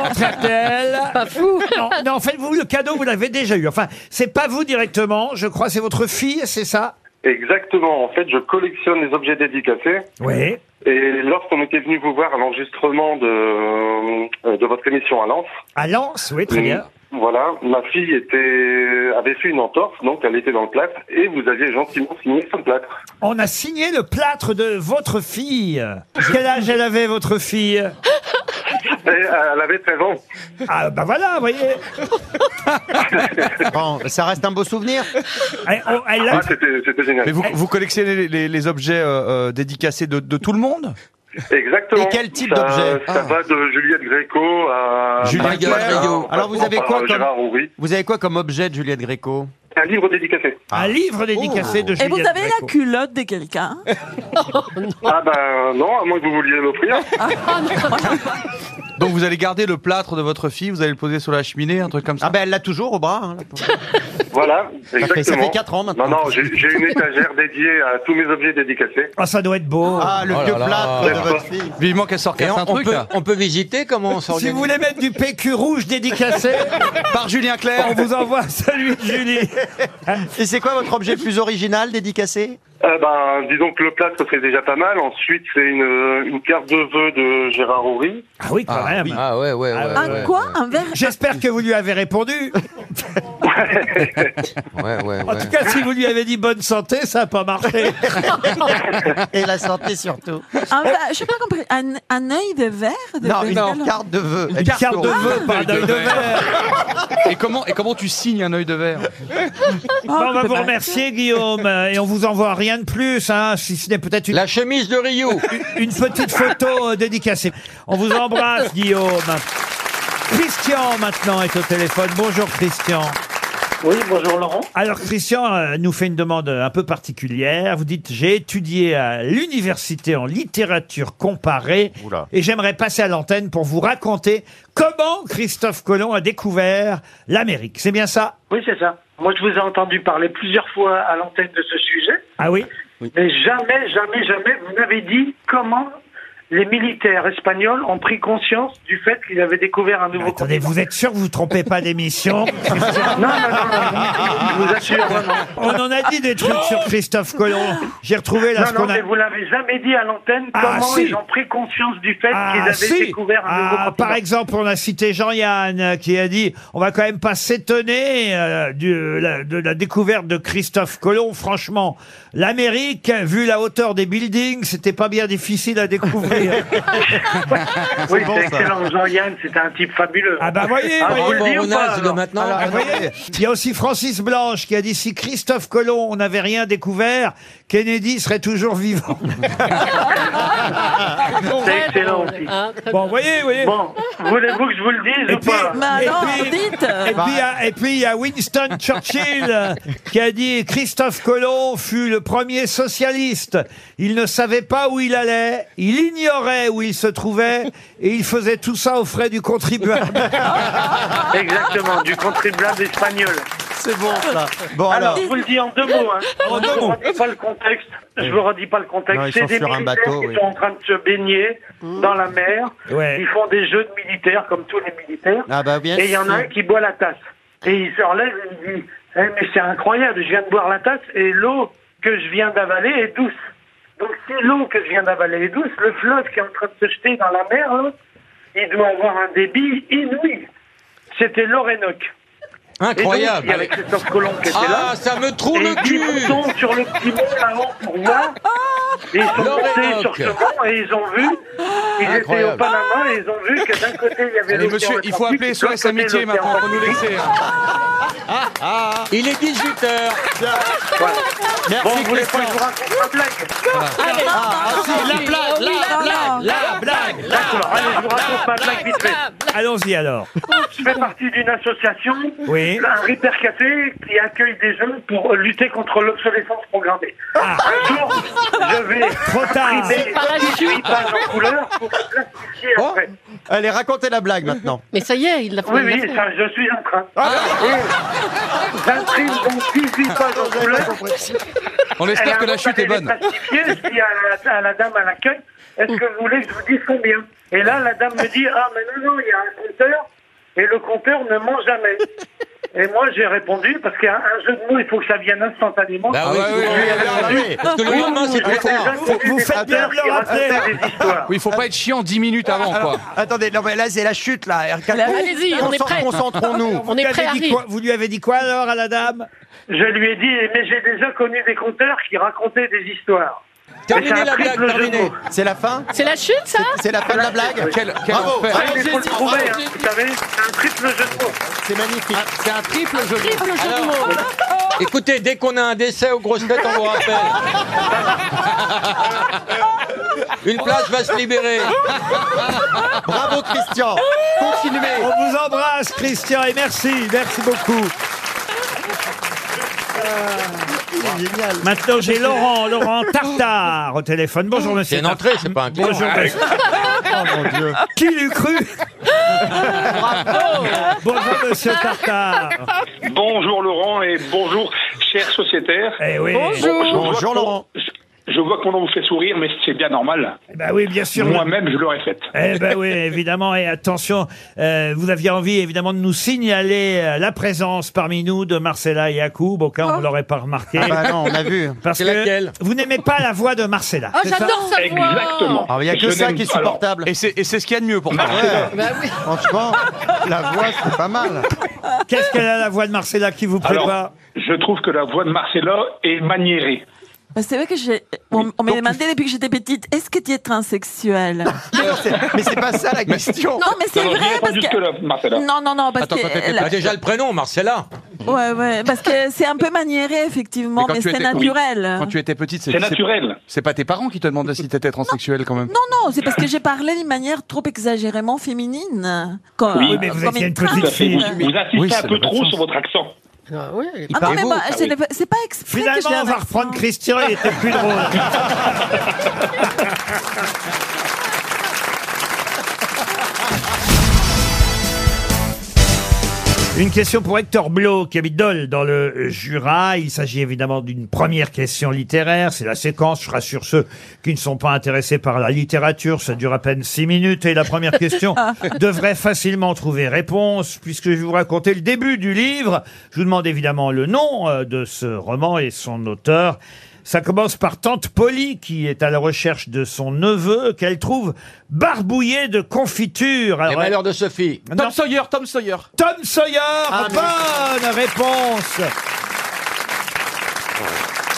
S2: Montre RTL.
S3: pas fou.
S2: Non, non, faites-vous le cadeau, vous l'avez déjà eu. Enfin, c'est pas vous directement, je crois, c'est votre fille, c'est ça
S11: Exactement. En fait, je collectionne les objets dédicacés.
S2: Oui.
S11: Et lorsqu'on était venu vous voir à l'enregistrement de, euh, de votre émission à Lens,
S2: À Lens, oui, très bien.
S11: voilà, ma fille était, avait fait une entorse, donc elle était dans le plâtre, et vous aviez gentiment signé son plâtre.
S2: On a signé le plâtre de votre fille. Quel âge elle avait, votre fille
S11: Et euh, elle avait 13 ans.
S2: Ah, bah voilà, vous voyez.
S5: Bon, ça reste un beau souvenir.
S2: Elle, on- elle l'a-
S11: Ah, c'était c'était génial.
S7: Mais vous,
S2: Eh.
S7: vous collectionnez les, les- les objets euh, euh, dédicacés de, de tout le monde
S11: Exactement.
S5: Et quel type
S11: Ça-
S5: d'objet Ah.
S11: Ça va de Juliette Gréco à...
S7: Juliette
S11: Gréco.
S7: Gréco.
S5: Alors, vous avez quoi comme-
S11: Gérard Houry.
S5: Vous avez quoi comme objet de Juliette Gréco
S11: Un livre dédicacé.
S2: un livre
S5: Oh.
S2: dédicacé de
S6: Et
S2: Juliette
S6: vous avez
S2: Gréco.
S6: la culotte de quelqu'un
S11: Ah ben non, à moins que vous vouliez l'offrir.
S7: Donc vous allez garder le plâtre de votre fille, vous allez le poser sur la cheminée, un truc comme ça
S5: Ah ben, elle l'a toujours au bras. hein, là, pour-
S11: Voilà,
S5: fait- ça
S11: exactement.
S5: fait quatre ans maintenant.
S11: Non, non, j'ai j'ai une étagère dédiée à tous mes objets dédicacés.
S2: Ah, ça doit être beau.
S5: Ah, le
S8: Oh là
S5: vieux
S8: là.
S5: plâtre de votre fille.
S7: Vivement qu'elle sorte
S8: Et on,
S7: un
S8: on
S7: truc
S8: peut,
S7: là.
S8: on peut visiter comment on
S2: si
S8: s'organise.
S2: vous voulez mettre du PQ rouge dédicacé,
S7: par Julien
S2: on
S7: Clerc.
S2: vous envoie celui de Julie.
S5: Et c'est quoi votre objet le plus original dédicacé
S11: Euh, ben, disons que le plâtre, ce serait déjà pas mal. Ensuite, c'est une, une carte de vœux de Gérard Horry.
S2: Ah oui, quand même.
S8: Ah ouais, ouais, ouais.
S2: Ah,
S8: ouais,
S6: Un quoi Un verre
S2: J'espère que vous lui avez répondu.
S8: Ouais, ouais,
S2: En
S8: ouais.
S2: tout cas, si vous lui avez dit bonne santé, ça n'a pas marché.
S5: Et la santé surtout.
S6: un
S5: Euh,
S6: verre- ah, bah, Je sais pas compris. Un, un œil de verre de
S5: Non, une
S6: quelqu'un
S5: carte de vœux.
S2: Une carte de vœux, pas un œil de verre.
S7: Et comment, et comment tu signes un œil de verre
S6: Oh,
S2: Bon, on
S6: tu
S2: va
S6: peux
S2: vous
S6: pas.
S2: remercier, Guillaume. euh, Et on vous envoie rien de plus, hein, si ce n'est peut-être une
S8: La chemise de Rio.
S2: une petite photo euh, dédicacée. On vous embrasse, Guillaume. Christian, maintenant, est au téléphone. Bonjour, Christian.
S11: Oui, bonjour Laurent.
S2: Alors, Christian euh, nous fait une demande un peu particulière. Vous dites, j'ai étudié à l'université en littérature comparée
S5: Oula.
S2: et j'aimerais passer à l'antenne pour vous raconter comment Christophe Colomb a découvert l'Amérique. C'est bien ça
S11: Oui, c'est ça. Moi, je vous ai entendu parler plusieurs fois à l'antenne de ce sujet,
S2: Ah oui
S11: mais jamais, jamais, jamais, vous n'avez dit comment les militaires espagnols ont pris conscience du fait qu'ils avaient découvert un nouveau
S2: Attendez, vous êtes sûr que vous ne trompez pas d'émission
S11: Non, non, non, non, je vous assure. non, non.
S2: On en a dit des trucs sur Christophe Colomb. J'ai retrouvé là
S11: Non,
S2: ce
S11: non,
S2: qu'on a...
S11: mais vous l'avez jamais dit à l'antenne
S2: Ah,
S11: comment
S2: si.
S11: ils ont pris conscience du fait qu'ils
S2: Ah,
S11: avaient
S2: si.
S11: découvert un nouveau
S2: Ah,
S11: continent.
S2: Par exemple, on a cité Jean-Yann euh, qui a dit on va quand même pas s'étonner euh, du- la- de la découverte de Christophe Colomb. Franchement, l'Amérique, vu la hauteur des buildings, c'était pas bien difficile à découvrir.
S11: oui, c'est excellent. Jean-Yann, c'était un type fabuleux.
S2: ah bah voyez,
S11: Ah,
S2: voyez.
S11: vous le
S8: Rapport
S11: dites
S8: au
S11: ou pas,
S8: nazi de
S11: alors
S8: maintenant.
S2: Ah, vous voyez Il y a aussi Francis Blanche qui a dit si Christophe Colomb on n'avait rien découvert, Kennedy serait toujours vivant.
S11: Ah, C'est excellent aussi.
S3: Hein, très
S2: Ah, Bon, Ah, vous voyez, vous voyez.
S11: Bon, voulez-vous que je vous le dise
S2: Et
S11: ou
S2: puis-
S11: pas
S6: Mais
S9: Bah
S2: Et
S6: alors,
S2: puis-
S6: dites
S2: Et puis, il y a- et puis, il y a Winston Churchill euh, qui a dit Christophe Colomb fut le premier socialiste. Il ne savait pas où il allait, il ignorait où il se trouvait et il faisait
S11: Ah,
S2: tout ça aux frais du contribuable.
S11: Exactement, du contribuable espagnol.
S5: C'est bon, ça. Bon,
S11: alors,
S5: alors.
S11: je vous le dis en deux mots. Hein.
S5: En deux
S11: je vous
S5: mots.
S11: redis pas le contexte. Je vous redis pas le contexte.
S5: Non, ils
S11: C'est
S5: sont
S11: des
S5: sur un
S11: militaires
S5: bateau,
S11: qui
S5: oui. Hmm.
S11: sont en train de se baigner dans la mer.
S5: Ouais.
S11: Ils font des jeux de militaires comme tous les militaires.
S5: Ah bah bien
S11: Et il y en a
S5: sûr.
S11: un qui boit la tasse. Et il s'enlève et il dit Eh, Mais c'est incroyable, je viens de boire la tasse et l'eau que je viens d'avaler est douce. Donc si l'eau que je viens d'avaler est douce, le fleuve qui est en train de se jeter dans la mer, hein, là, il doit avoir un débit inouï. C'était l'Orénoque.
S8: Incroyable.
S11: Et donc, il y avait Christophe Colomb qui était
S8: Ah,
S11: là.
S8: ça me trouve
S11: Et
S8: le
S11: ils
S8: cul.
S11: sont sur le petit mont là-haut pour voir. Et ils sont montés
S8: L'Orénoque.
S11: sur ce mont et ils ont vu. Ils étaient
S7: Incroyable.
S11: au Panama et ils ont vu que d'un côté il y avait
S7: Allez,
S11: l'océan
S7: monsieur, il faut
S11: Atlantique,
S7: appeler
S11: de l'autre
S7: SOS
S11: côté,
S7: Amitié
S11: l'océan
S7: maintenant pour nous
S11: Pacifique.
S7: laisser. hein.
S4: Ah.
S8: Il est 18h.
S11: Voilà.
S5: Merci,
S11: Bon, vous voulez pas
S5: Christophe.
S11: que je vous raconte ma blague
S6: Allez,
S9: ah,
S5: la
S3: Ah,
S6: la
S5: blague,
S6: blague,
S2: La blague
S11: D'accord, allez, je vous raconte ma blague vite fait.
S2: Allons-y alors.
S11: Je fais partie d'une association,
S2: Oui.
S11: un Ripper Café, qui accueille des jeunes pour lutter contre l'obsolescence programmée. Un jour, je vais
S2: Ah. Trop tard.
S11: imprimer 18 pages en couleur pour plastifier
S5: Oh.
S11: après.
S5: Allez, racontez la blague maintenant.
S3: Mais ça y est, il l'a
S11: Oui,
S3: il
S11: oui,
S3: l'a fait.
S11: ça, je suis en train.
S2: Ah.
S11: Et J'imprime donc 18 pages en couleur.
S7: On espère
S11: Elle
S7: que
S11: a
S7: la chute est
S11: inventé
S7: bonne.
S11: les plastifiés. Je dis à euh, la, à la dame à l'accueil, est-ce que vous voulez que je vous dise combien Et là, la dame me dit, ah, mais non, non, il y a un compteur, et le compteur ne ment jamais. Et moi, j'ai répondu, parce qu'un un jeu de mots, il faut que ça vienne instantanément.
S8: Bah
S7: Ah
S8: oui,
S7: ouais, oui, oui,
S11: Eh
S5: Ah oui.
S8: Parce que le lendemain, c'est trop tard.
S11: Vous,
S2: vous faites bien de le rappeler.
S11: Des histoires.
S7: Oui, il faut pas être chiant 10 minutes avant,
S5: Alors,
S7: quoi.
S5: attendez, non, mais là, c'est la chute, là.
S3: Allez-y, on est
S5: Concent-
S3: prêts.
S5: Concentrons-nous.
S3: On
S2: Vous lui
S3: est
S2: avez
S3: prêts à
S2: dit
S3: rire.
S2: quoi- Vous lui avez dit quoi alors à la dame
S11: Je lui ai dit, mais j'ai déjà connu des compteurs qui racontaient des histoires.
S8: Terminez
S11: Et c'est un
S8: la blague,
S11: triple jeu de
S8: terminez.
S11: mots.
S5: C'est la fin
S3: C'est la chute, ça
S5: C'est la fin de la blague
S7: Quel, quel enfer.
S11: Ah, mais faut le trouver, hein, vous savez, c'est un triple jeu de mots.
S5: C'est magnifique. C'est un triple jeu de mots.
S8: Écoutez, dès qu'on a un décès aux grosses têtes, on vous rappelle. Une place va se libérer.
S5: Bravo, Christian. Continuez.
S2: On vous embrasse, Christian, et merci, merci beaucoup.
S5: Génial.
S2: Maintenant, j'ai Laurent, Laurent Tartare au téléphone. Bonjour,
S8: C'est
S2: monsieur.
S8: une entrée, c'est pas un client.
S2: Bonjour, monsieur.
S5: Oh mon Dieu.
S2: Qui l'eût cru Bonjour, monsieur Tartare.
S12: Bonjour Laurent et bonjour chers sociétaires.
S2: Eh oui.
S12: Bonjour,
S5: Bonjour, Laurent.
S12: Je vois qu'on vous fait sourire, mais c'est bien normal.
S2: Eh ben oui, bien sûr.
S12: Moi-même, je l'aurais faite.
S2: Eh ben oui, évidemment. Et attention, euh, vous aviez envie évidemment de nous signaler euh, la présence parmi nous de Marcella Yacoub, au cas où vous l'aurait pas remarqué.
S5: Ah bah non, on a vu.
S2: Parce
S8: C'est
S2: que
S8: laquelle
S2: vous n'aimez pas la voix de Marcella.
S3: Oh, j'adore sa voix
S12: Exactement.
S5: Ah, Il y a que
S12: Je
S5: ça
S12: n'aime-
S5: qui est
S12: alors,
S5: supportable.
S7: Et c'est et c'est ce qu'il y a de mieux pour moi.
S2: Bah
S5: Franchement, la voix, c'est pas mal.
S2: Qu'est-ce qu'elle a la voix de Marcella qui vous plaît
S12: alors,
S2: pas
S12: je trouve que la voix de Marcella est maniérée.
S6: Bah, c'est vrai que j'ai. On, on m'a demandé depuis que j'étais petite, est-ce que tu es transsexuelle
S5: Mais non, c'est- Mais c'est pas ça la question.
S6: Non, mais c'est
S12: Alors,
S6: vrai
S12: n'irai pas
S6: parce que.
S12: jusque-là, Marcella.
S6: Non, non, non, parce
S8: Attends,
S6: que.
S8: attends, attends,
S6: la-
S8: attends, déjà le prénom, Marcella.
S6: Ouais, ouais, parce que c'est un peu maniéré, effectivement, mais,
S7: tu
S6: c'est
S7: étais- oui.
S6: naturel.
S7: Quand tu étais petite,
S12: C'est naturel.
S7: C'est pas tes parents qui te demandaient si t'étais transsexuel quand même.
S6: Non, non, c'est parce que j'ai parlé d'une manière trop exagérément féminine. Comme,
S12: Oui,
S2: mais vous
S6: comme
S2: étiez une
S6: trans.
S12: Tout à
S2: petite
S12: fait.
S2: fille.
S12: Vous, vous insistez
S7: Oui, ça
S12: un peu
S7: n'a pas de
S12: trop
S7: sens.
S12: sur votre accent.
S3: Ah oui.
S6: Ah non, mais
S5: Parlez-vous,
S6: bah,
S12: ah
S6: ce
S12: oui.
S6: n'est pas- c'est pas exprès que
S2: Finalement,
S6: j'ai un
S2: on va
S6: accent.
S2: reprendre Christian, il était plus drôle. Une question pour Hector Blo, qui habite Dole, dans le Jura. Il s'agit évidemment d'une première question littéraire. C'est la séquence. Je rassure ceux qui ne sont pas intéressés par la littérature. Ça dure à peine six minutes. Et la première question devrait facilement trouver réponse, puisque je vais vous raconter le début du livre. Je vous demande évidemment le nom euh, de ce roman et son auteur. Ça commence par Tante Polly qui est à la recherche de son neveu qu'elle trouve barbouillé de confiture.
S8: Les
S2: Alors,
S8: malheurs de Sophie. Ah,
S2: elle- Non.
S10: Tom Sawyer, Tom Sawyer.
S2: Tom Sawyer, bonne réponse.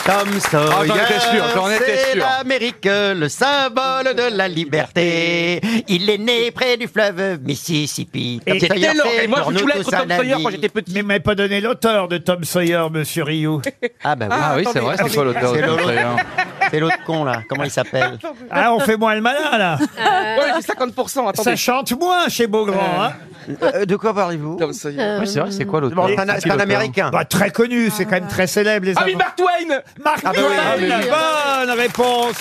S5: Tom Sawyer,
S7: Ah, j'en étais sûr, j'en étais
S5: c'est
S7: sûr.
S5: l'Amérique, le symbole de la liberté. Il est né près du fleuve Mississippi.
S2: Et
S5: Tom Sawyer,
S10: Taylor,
S5: c'est
S10: et moi
S5: pour
S10: je
S5: nous
S10: voulais
S5: tous
S10: être
S5: un
S10: Tom Sawyer
S5: ami.
S10: quand j'étais
S2: Mais
S10: petit.
S2: vous m'avez pas donné l'auteur de Tom Sawyer, monsieur Rioux.
S5: Ah bah oui,
S7: Ah oui,
S10: attendez,
S7: c'est vrai, c'est quoi l'auteur
S5: C'est
S7: de
S5: Lolo.
S7: Tom Sawyer
S5: c'est l'autre con là. Comment il s'appelle
S2: Ah, on fait moins le malin, là.
S3: Euh.
S10: Ouais, j'ai 50%,
S2: Ah, Ça
S10: attendez.
S2: chante moins chez Beaugrand, hein.
S5: Euh, De quoi parlez-vous
S10: Tom Sawyer.
S7: Ouais, c'est vrai, c'est quoi l'auteur Ah.
S5: Bon, C'est un, c'est un américain.
S2: Bah, très connu, c'est quand même très célèbre, les
S10: Ah oui,
S2: Américains.
S10: Mark Twain
S2: Mark
S5: Ah bah oui,
S2: Twain,
S5: ah
S2: bonne réponse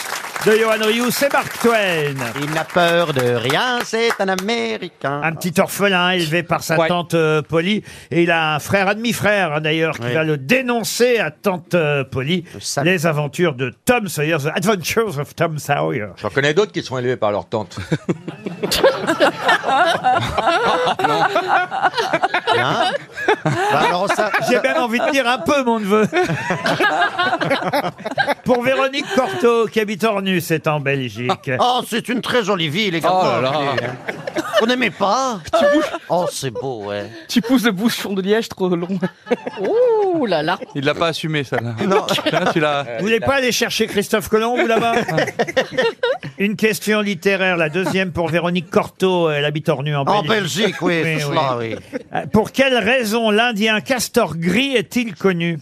S2: de Johan Rioux et Mark Twain.
S5: Il n'a peur de rien, c'est un Américain.
S2: Un petit orphelin élevé par sa tante euh, Polly. Et il a un frère, un demi-frère hein, d'ailleurs, qui va le dénoncer à tante euh, Polly. Les aventures de Tom Sawyer, The Adventures of Tom Sawyer.
S8: J'en connais d'autres qui sont élevés par leur tante.
S5: Bah,
S2: J'ai bien envie de dire un peu, mon neveu. Pour Véronique Cortot, qui habite Ornus, c'est en Belgique.
S5: Oh, c'est une très jolie ville, les gars.
S2: Oh là là.
S5: hein. On n'aimait pas. Oh, c'est beau, ouais.
S4: Tu pousses le bouchon de liège trop long.
S3: Ouh là là.
S7: Il l'a pas assumé, celle-là. Non. tu l'as.
S2: Euh, Vous voulez pas aller chercher Christophe Colomb, vous, là-bas Une question littéraire, la deuxième pour Véronique Cortot, euh, elle habite Ornu en
S5: En
S2: Belgique.
S5: Belgique, oui, c'est cela, oui.
S2: Euh, Pour quelle raison l'Indien Castor Gris est-il connu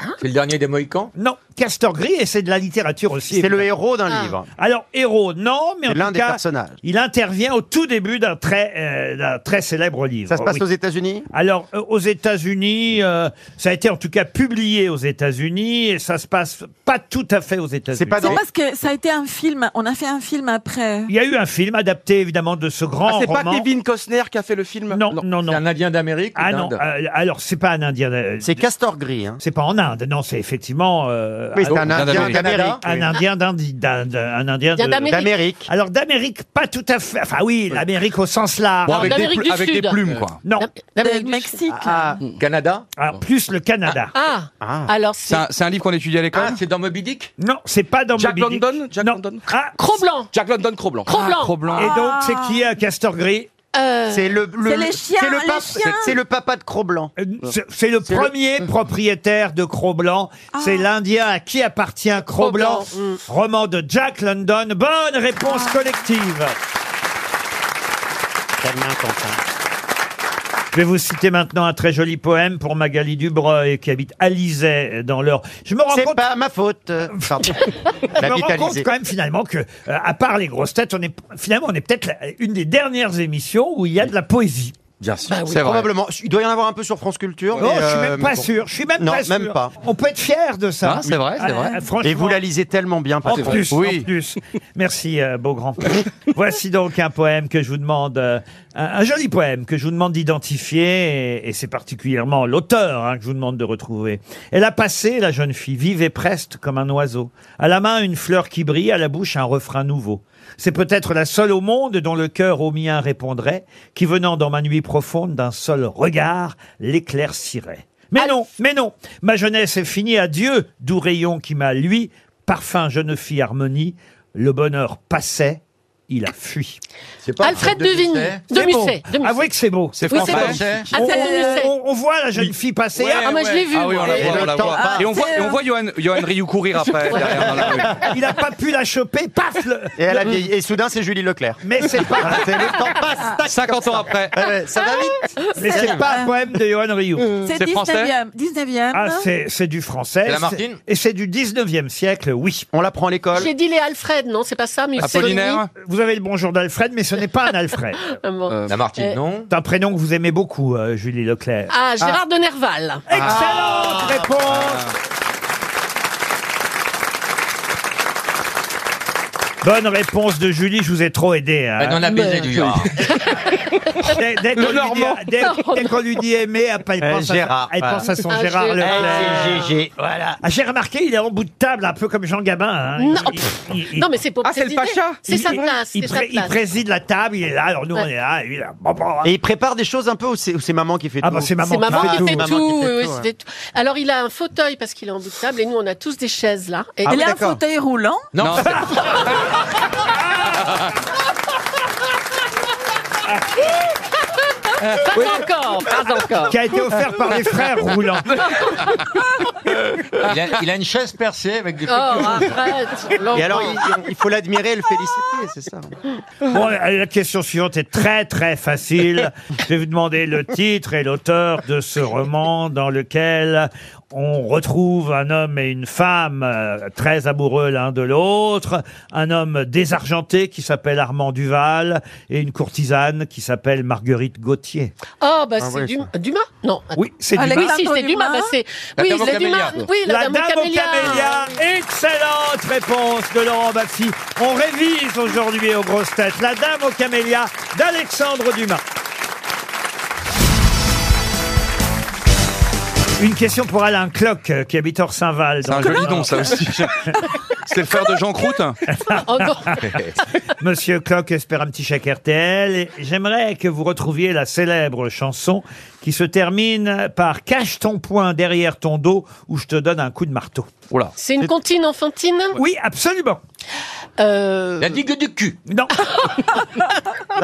S8: Hein C'est le dernier des Mohicans
S2: Non, Castor Gris, et c'est de la littérature aussi.
S5: C'est le
S2: évidemment.
S5: héros d'un Ah. livre.
S2: Alors, héros, non, mais en
S5: C'est l'un
S2: tout
S5: des
S2: cas,
S5: personnages.
S2: il intervient au tout début d'un très, euh, d'un très célèbre livre.
S5: Ça se passe
S2: Oui.
S5: aux États-Unis
S2: Alors, euh, aux États-Unis, euh, ça a été en tout cas publié aux États-Unis, et ça se passe pas tout à fait aux États-Unis.
S6: C'est parce que ça a été un film. On a fait un film après.
S2: Il y a eu un film adapté évidemment de ce grand
S6: Ah, c'est pas
S2: roman.
S6: Kevin
S2: Costner qui a fait le film Non, non, non.
S8: un Indien d'Amérique
S2: Ah
S8: ou
S2: non,
S8: d'Inde
S2: euh, alors c'est pas un Indien. C'est
S5: Castor Gris.
S2: C'est pas en Inde, non, c'est effectivement. euh,
S5: Oui, c'est un Indien d'Amérique,
S2: Un
S5: oui.
S2: Indien d'Indi- d'Inde, un Indien
S5: Indien
S2: de-
S5: d'Amérique. D'Amérique.
S2: Alors d'Amérique, pas tout à fait. Enfin oui, l'Amérique au sens large.
S7: Bon, avec Non, des d'Amérique plu- du avec Sud. des plumes, quoi.
S2: Non.
S6: D'Amérique Mexique.
S8: Canada
S2: Plus le Canada.
S3: Ah, alors c'est.
S7: C'est un, c'est un livre qu'on étudie à l'école.
S8: c'est dans Moby Dick
S2: Non, c'est pas dans
S4: Jack
S2: Moby Dick.
S4: London Jack London
S2: Ah
S3: Cro-Blanc
S4: Jack London Cro-Blanc.
S3: Cro-Blanc.
S4: Ah, Cro-Blanc.
S2: Et donc c'est qui euh, Castor Gris Euh,
S5: C'est le,
S6: Euh,
S5: le-
S6: C'est les chiens,
S5: c'est le
S6: les
S5: pape-
S6: chiens.
S5: c'est- C'est le papa de Cro-Blanc.
S2: Euh, C'est- C'est le
S5: le-
S2: premier propriétaire de Cro-Blanc. C'est
S6: Ah.
S2: l'Indien à qui appartient Cro-Blanc.
S6: mm.
S5: Cro-Blanc,
S2: Roman de Jack London. Bonne réponse
S6: Ah.
S2: collective. Je vais vous citer maintenant un très joli poème pour Magali Dubreuil qui habite Alizay dans l'Eure. Je me rends
S5: C'est
S2: compte.
S5: pas ma faute. euh, Pardon.
S2: Je me rends compte
S5: L'habitaliser.
S2: quand même finalement que, euh, à part les grosses têtes, on est finalement on est peut-être la- une des dernières émissions où il y a de la poésie.
S7: Bien sûr,
S5: C'est Bah probablement. Il doit y en avoir un peu sur France Culture.
S2: Oh,
S5: mais,
S2: je suis
S5: euh,
S2: même pas
S5: bon.
S2: sûr. Je suis même
S5: non,
S2: pas sûr.
S5: même pas.
S2: On peut être fier de ça.
S5: Ah, c'est vrai, c'est
S2: Ah,
S5: vrai.
S2: ah, franchement.
S5: Et vous la lisez tellement bien,
S2: En
S5: Patrick.
S2: plus,
S5: Oui.
S2: en plus. Merci, euh, Beaugrand. Voici donc un poème que je vous demande, euh, un, un joli poème que je vous demande d'identifier, et, et c'est particulièrement l'auteur hein, que je vous demande de retrouver. Elle a passé, la jeune fille, vive et preste comme un oiseau. À la main, une fleur qui brille, à la bouche, un refrain nouveau. C'est peut-être la seule au monde dont le cœur au mien répondrait, qui venant dans ma nuit profonde d'un seul regard l'éclaircirait. Mais non, mais non, ma jeunesse est finie, adieu, doux rayon qui m'a, lui, parfum jeune fille harmonie, le bonheur passait, il a fui.
S8: C'est
S3: pas Alfred Alfred de Vigny, Musset de
S2: C'est beau.
S3: Musset, de Musset.
S2: Avouez que c'est beau.
S7: C'est Oui, c'est français.
S3: beau. Alfred de Musset.
S2: On, on- on voit la jeune fille passer.
S3: Ouais, Ah, moi, Ah, je ouais. l'ai vu,
S7: Ah oui, on la
S2: Et
S7: voit,
S2: le
S7: on la
S2: temps
S7: voit.
S2: passe.
S7: Et on voit, et on voit Johan, Johan Rioux courir après, derrière, dans la rue.
S2: Il n'a pas pu la choper, paf le-
S5: Et, elle a vieilli. et soudain, c'est Julie Leclerc.
S2: Mais c'est pas.
S5: C'est le temps passe. tac,
S7: 50 ans après.
S5: Ouais, ouais, ça va vite.
S2: Ah, Mais c'est pas un poème de Johan Rioux.
S6: C'est 19e. 19e.
S2: Ah, c'est c'est du français.
S7: C'est
S2: c'est-
S7: Lamartine
S2: Et c'est du 19e siècle, oui.
S5: On l'apprend à l'école.
S3: J'ai dit les Alfred, non, c'est pas ça, mais c'est
S7: Apollinaire
S2: Vous avez le bonjour d'Alfred, mais ce n'est pas un Alfred.
S3: Bon.
S2: euh,
S8: La Martine,
S3: Eh.
S8: non
S2: C'est un prénom que vous aimez beaucoup, euh, Julie Leclerc.
S3: Ah, Gérard de Nerval.
S2: Excellente réponse Bonne réponse de Julie, je vous ai trop aidé.
S5: Bah,
S2: hein.
S8: Elle en a baisé du
S5: Ah.
S8: genre.
S2: Dès, dès qu'on
S7: Le
S2: lui dit,
S7: Normand.
S2: dès- dès qu'on lui dit aimé, après, elle
S5: Euh,
S2: pense,
S5: Gérard,
S2: à, elle
S5: voilà.
S2: pense à son
S3: Ah,
S2: Gérard
S3: Gérard.
S2: Leclerc.
S5: Ah, c'est GG, voilà.
S2: Ah, J'ai remarqué, il est en bout de table, un peu comme Jean Gabin. hein. Il-
S3: Non,
S2: il-
S3: pff,
S2: il- il-
S3: non, mais c'est pour
S4: Ah, c'est le
S3: présider.
S4: Pacha
S3: C'est sa
S2: il-
S3: place.
S2: Il,
S3: c'est sa
S2: pré- il
S3: place.
S2: préside la table, il est là, alors nous on
S3: Ouais.
S2: est là, et lui, là, bon, bon, hein.
S5: Et il prépare des choses un peu ou c'est ou c'est maman qui fait
S2: Ah,
S5: tout
S2: bah, c'est maman
S3: C'est maman
S2: qui fait tout.
S3: qui fait
S5: Maman
S3: tout.
S5: qui fait
S3: oui, oui,
S5: tout,
S3: c'était tout. Alors, il a un fauteuil parce qu'il est en bout de table et nous, on a tous des chaises là. Et
S6: Elle a un fauteuil roulant.
S8: Non,
S3: Pas encore, pas encore.
S2: qui a été offert par les frères Roulant.
S8: il, a, il a une chaise percée avec des
S3: Oh, arrête.
S5: Et alors,
S3: l'enfant.
S5: il, il faut l'admirer et le féliciter, c'est ça.
S2: Bon, la la question suivante est très très facile. Je vais vous demander le titre et l'auteur de ce roman dans lequel on retrouve un homme et une femme euh, très amoureux l'un de l'autre, un homme désargenté qui s'appelle Armand Duval et une courtisane qui s'appelle Marguerite Gauthier.
S3: Ah, bah
S2: Ah
S3: c'est
S2: ouais,
S3: du-
S2: ça.
S3: Dumas Non. attends.
S2: Oui, c'est
S3: Ah,
S2: Dumas.
S3: Oui, si, c'est Dumas. bah, c'est...
S2: La
S3: Oui,
S2: Dame aux
S3: la Dumas.
S2: Camélias.
S3: Oui, la,
S2: La Dame aux
S3: Camélias.
S2: Camélias. Excellente réponse de Laurent Baffi. On révise aujourd'hui aux grosses têtes la Dame aux Camélias d'Alexandre Dumas. Une question pour Alain Cloc, euh, qui habite Orsainval.
S7: C'est un joli don, ça aussi. C'est le frère de Jean Croûte
S3: Oh non.
S2: Monsieur Cloc espère un petit chèque RTL. et J'aimerais que vous retrouviez la célèbre chanson qui se termine par Cache ton poing derrière ton dos ou je te donne un coup de marteau.
S3: C'est une comptine enfantine
S2: Oui, absolument.
S3: Euh...
S2: La digue du cul. Non.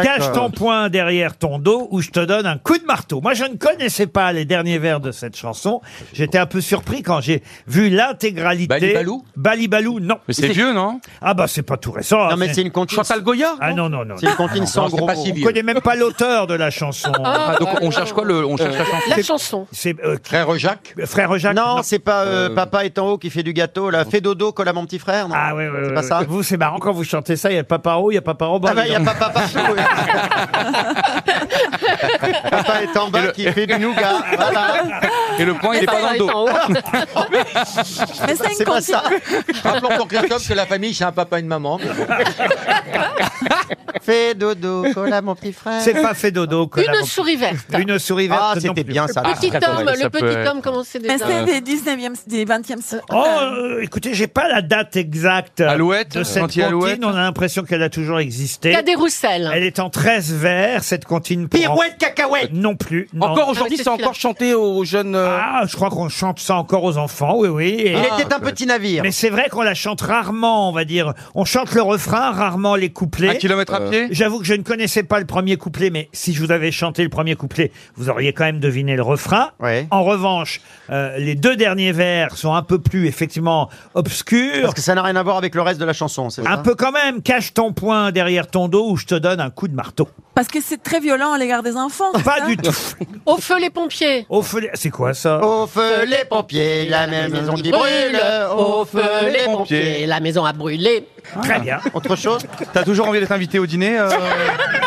S2: Cache ton poing derrière ton dos ou je te donne un coup de marteau. Moi, je ne connaissais pas les derniers vers de cette chanson. J'étais un peu surpris quand j'ai vu l'intégralité.
S7: Balibalou
S2: Balibalou, non.
S7: Mais c'est vieux, non
S2: Ah bah, c'est pas tout récent. hein.
S5: Non, mais c'est une comptine. Chantal Goya
S2: Ah non, non, non.
S5: C'est une comptine
S2: Ah, non,
S5: sans
S2: non, c'est
S5: gros
S2: pas
S5: mots.
S2: si vieux. On connaît même pas l'auteur de la chanson.
S5: Ah,
S7: donc on cherche quoi le, on cherche la chanson
S3: Euh, La chanson.
S2: C'est euh,
S7: Frère Jacques
S2: Frère Jacques
S5: Non, c'est pas euh,
S7: Euh,
S5: Papa est en haut qui fait du gâteau, là. Fais dodo, colle à mon petit frère. Non
S2: Ah oui, oui,
S5: C'est
S2: oui,
S5: pas
S2: oui.
S5: ça
S2: Vous, c'est marrant quand vous chantez ça, il y a papa en haut, il y a papa en bas.
S5: Ah bah, il y a
S2: dis donc.
S5: papa partout. oui. papa est en bas qui fait du nougat. Voilà.
S7: Et le point, il est pas dans le dos.
S6: Mais c'est une comptine.
S8: Rappelons pour Christophe que la famille, c'est un papa et une maman.
S5: Fais dodo, colle à mon petit frère.
S2: C'est pas fait dodo. colle à
S3: Euh, Une
S2: mon-
S3: souris verte.
S2: Une souris verte.
S5: Ah,
S2: non
S5: c'était
S2: plus.
S5: bien ça.
S3: Le petit
S5: Ah,
S3: homme,
S5: ça
S3: le
S5: peut
S3: petit
S5: être-
S3: homme, comment c'est
S6: Mais
S3: déjà
S6: c'est des 19e, des 20e siècles.
S2: Oh,
S3: Ah.
S2: euh, écoutez, j'ai pas la date exacte euh,
S7: Alouette,
S2: de cette comptine.
S7: anti-alouette.
S2: On a l'impression qu'elle a toujours existé.
S3: Cadet Roussel.
S2: Elle est en 13 vers, cette comptine. pour
S5: Pirouette, cacahuète.
S2: en- Non plus. non.
S4: Encore aujourd'hui,
S3: Ah, c'est
S4: c'est encore chanté aux jeunes. euh, Ah,
S2: Ah, je crois qu'on chante ça encore aux enfants, oui, oui. Et-
S5: Il était un petit navire.
S2: Mais c'est vrai qu'on la chante rarement, on va dire. On chante le refrain, rarement les couplets.
S7: Un kilomètre à pied
S2: Euh, J'avoue que je ne connaissais pas le premier couplet, mais si je vous avais chanté le premier couplet, vous auriez quand même deviné le refrain.
S5: Ouais.
S2: En revanche, euh, les deux derniers vers sont un peu plus, effectivement, obscurs.
S5: Parce que ça n'a rien à voir avec le reste de la chanson, c'est ça
S2: Un peu quand même, cache ton poing derrière ton dos ou je te donne un coup de marteau.
S6: Parce que c'est très violent à l'égard des enfants. c'est
S2: Pas
S6: ça
S2: du tout.
S3: Au feu les pompiers.
S2: Au feu, les- c'est quoi ça
S5: Au feu les pompiers, la même
S3: euh,
S5: maison qui brûle. Au feu les pompiers.
S3: La maison a brûlé.
S2: Ah. Très bien.
S5: Autre chose
S7: T'as toujours envie d'être invité au dîner euh,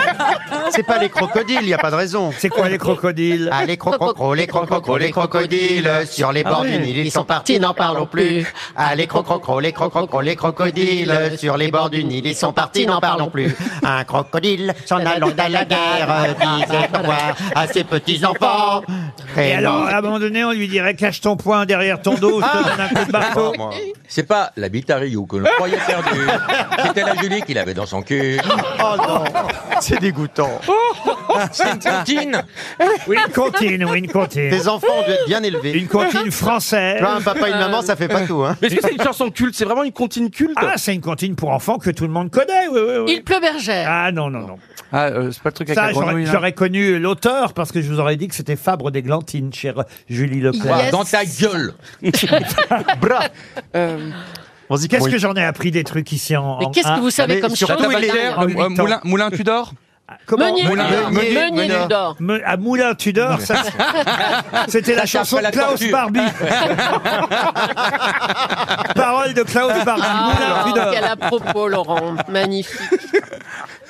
S5: C'est pas les crocodiles, y a pas de raison.
S2: C'est quoi les crocodiles
S5: Ah, les crococros, les crococros, les crocodiles, sur les bords d'une île, ils sont partis, n'en parlons plus. Ah, les crococros, les crococros, les crocodiles, sur les bords d'une île, ils sont partis, n'en parlons plus. Un crocodile, s'en allant à la guerre, disait au revoir à ses petits-enfants.
S2: Et alors, à un moment donné, on lui dirait cache ton poing derrière ton dos ou je
S5: Ah.
S2: te
S8: Ah,
S2: donne un coup de
S7: Ah,
S2: marteau.
S8: C'est pas la bite à Rio que l'on croyait perdue. C'était la Julie qui l'avait dans son cul.
S5: Oh non, c'est dégoûtant.
S2: Oh,
S8: C'est une comptine.
S2: Oui, une comptine, oui, une comptine.
S5: Tes enfants ont dû être bien élevés.
S2: Une comptine française.
S5: Tu vois, un papa et une maman, ça fait pas tout, hein.
S4: Mais est-ce que c'est une chanson culte C'est vraiment une comptine culte
S2: Ah, c'est une comptine pour enfants que tout le monde connaît, oui, oui, oui.
S3: Il pleut bergère.
S2: Ah non, non, non.
S7: Ah, euh, c'est pas le truc avec
S2: Ça,
S7: la
S2: j'aurais
S7: grenouille. là
S2: j'aurais connu l'auteur parce que je vous aurais dit que c'était Fabre d'Églantine, chère Julie Leclerc.
S3: Yes.
S8: Ah, Dans ta gueule.
S5: Bra.
S2: Euh. Vas-y, Qu'est-ce que j'en ai appris des trucs ici en.
S3: Mais
S2: en-
S3: qu'est-ce
S2: ah,
S3: que vous savez
S5: mais
S3: comme
S5: sur
S3: chose
S7: La
S3: dingue.
S7: tabatière,
S2: en
S7: euh,
S2: huit ans.
S7: moulin, moulin Tudor
S2: Ah, comment
S3: Meunier,
S7: Moulin-
S5: Meunier-
S3: Meunier,
S5: Meunier-
S3: nul d'or.
S2: Me- à Moulin Tudor, ça, c'était la
S8: Ça
S2: chanson de
S8: tape à la
S2: Klaus
S8: tortue.
S2: Barbie. Parole de Klaus Barbie.
S3: Ah,
S2: Moulin Tudor.
S3: quel à propos, Laurent. Magnifique.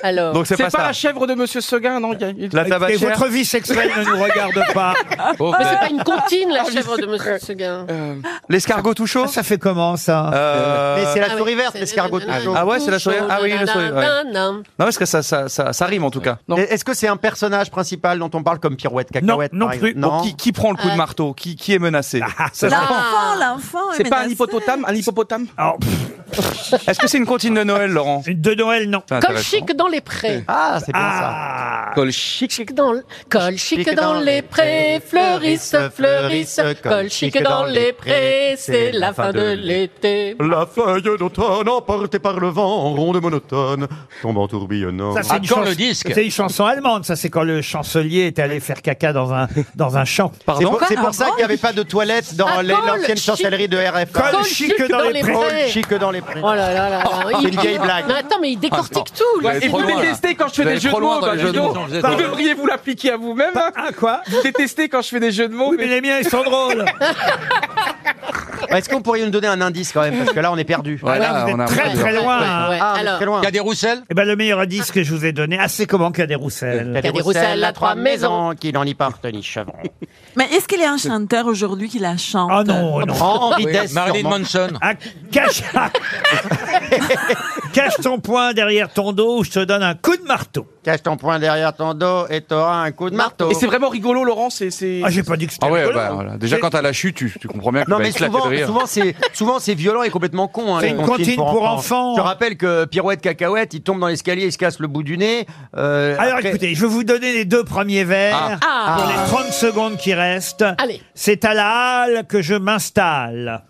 S3: Alors,
S7: Donc c'est
S4: C'est
S7: pas
S4: pas,
S7: ça.
S4: la chèvre de Monsieur Seguin, non il y a- il-
S7: La
S2: Et
S7: tabatière
S2: votre vie sexuelle ne nous regarde pas.
S7: Oh,
S3: mais c'est
S7: euh,
S3: pas une comptine,
S2: Ah,
S3: la chèvre de Monsieur Seguin.
S4: Euh,
S7: L'escargot tout chaud
S2: Ça fait comment ça
S7: Euh,
S5: Mais c'est
S3: Ah
S5: la
S3: oui,
S5: souris verte,
S3: c'est-
S5: l'escargot tout chaud.
S7: Ah ouais, c'est la souris- ah oui, la souris, ouais.
S3: Nanana.
S7: Non, parce que ça, ça, ça, ça rime en tout cas.
S4: Non.
S5: Et Est-ce que c'est un personnage principal dont on parle comme pirouette, cacahuète
S2: non Ah,
S5: par
S2: plus.
S5: exemple
S7: Bon, qui, qui prend le coup
S3: Ah.
S4: Euh.
S7: de marteau qui, qui est menacé Ça
S6: L'enfant,
S7: dépend.
S6: l'enfant. est
S4: C'est pas un
S6: menacé.
S4: hippopotame Un hippopotame
S2: Alors, pff,
S7: Est-ce que c'est une comptine de Noël, Laurent
S2: De Noël, non.
S7: C'est
S3: Comme
S7: intéressant.
S3: chic dans les prés.
S5: Ah, c'est bien ça.
S2: Ah,
S7: Col chic.
S3: Chic dans le- Col chic dans les prés, fleurissent, fleurissent. Col chic dans les prés, c'est la fin de l'été.
S5: La feuille d'automne emportée par le vent, ronde monotone, tombe en tourbillonnant.
S2: ça, c'est une
S8: Encore
S2: chanson-
S8: le disque.
S2: C'est une chanson allemande, ça c'est quand le chancelier est allé faire caca dans un, dans un champ.
S5: C'est
S7: Pardon
S5: pour, c'est
S6: Quoi,
S5: pour ça qu'il n'y avait pas de toilette dans
S3: Ah,
S5: les-
S3: colle,
S5: l'ancienne
S3: chic.
S5: chancellerie de
S2: Colle,
S5: RFA.
S3: Col
S2: chic dans les prés.
S5: Colle, chic dans les prés.
S3: Oh là là là là.
S5: c'est une vieille blague.
S3: Mais attends, mais il décortique tout. lui.
S4: Et
S8: trop
S4: vous détestez quand je fais des jeux de mots dans les vidéos. Vous devriez vous l'appliquer à vous-même.
S2: Ah quoi
S4: Vous détestez quand je fais des jeux de mots.
S2: mais les miens, ils sont drôles.
S5: Est-ce qu'on pourrait nous donner un indice quand même Parce que là, on est perdu.
S2: Ah, là, vous êtes très très loin.
S5: Ouais, ouais. Ah, vous êtes très loin.
S2: des Roussel Eh ben le meilleur indice que je vous ai donné, ah c'est comment Cadet Roussel
S5: Cadet Roussel a trois maisons qui n'en y portent ni chevron.
S6: Mais est-ce qu'il y a un chanteur aujourd'hui qui la chante
S2: Oh non, non.
S5: En vitesse, sûrement.
S2: Ah, cache, cache ton poing derrière ton dos ou je te donne un coup de marteau.
S5: Cache ton poing derrière ton dos et t'auras un coup de marteau.
S10: Et c'est vraiment rigolo, Laurent. C'est. c'est-
S2: Ah, j'ai pas dit que c'était
S7: Ah ouais,
S2: rigolo.
S7: bah, voilà. déjà
S2: C'est-
S7: quand t'as la chute, tu, tu comprends bien que
S5: Non
S7: tu vas
S5: mais
S7: éclater
S5: souvent,
S7: de Bah, rire.
S5: souvent c'est souvent c'est violent et complètement con. hein,
S2: C'est
S5: les
S2: une
S5: comptines
S2: comptine pour enfants.
S5: Je rappelle que pirouette cacahuète, il tombe dans l'escalier, il se casse le bout du nez. euh,
S2: Alors
S5: après-
S2: écoutez, je vais vous donner les deux premiers vers
S5: Ah.
S2: pour
S5: Ah.
S2: les 30 secondes qui restent.
S3: Allez.
S2: C'est à la halle que je m'installe.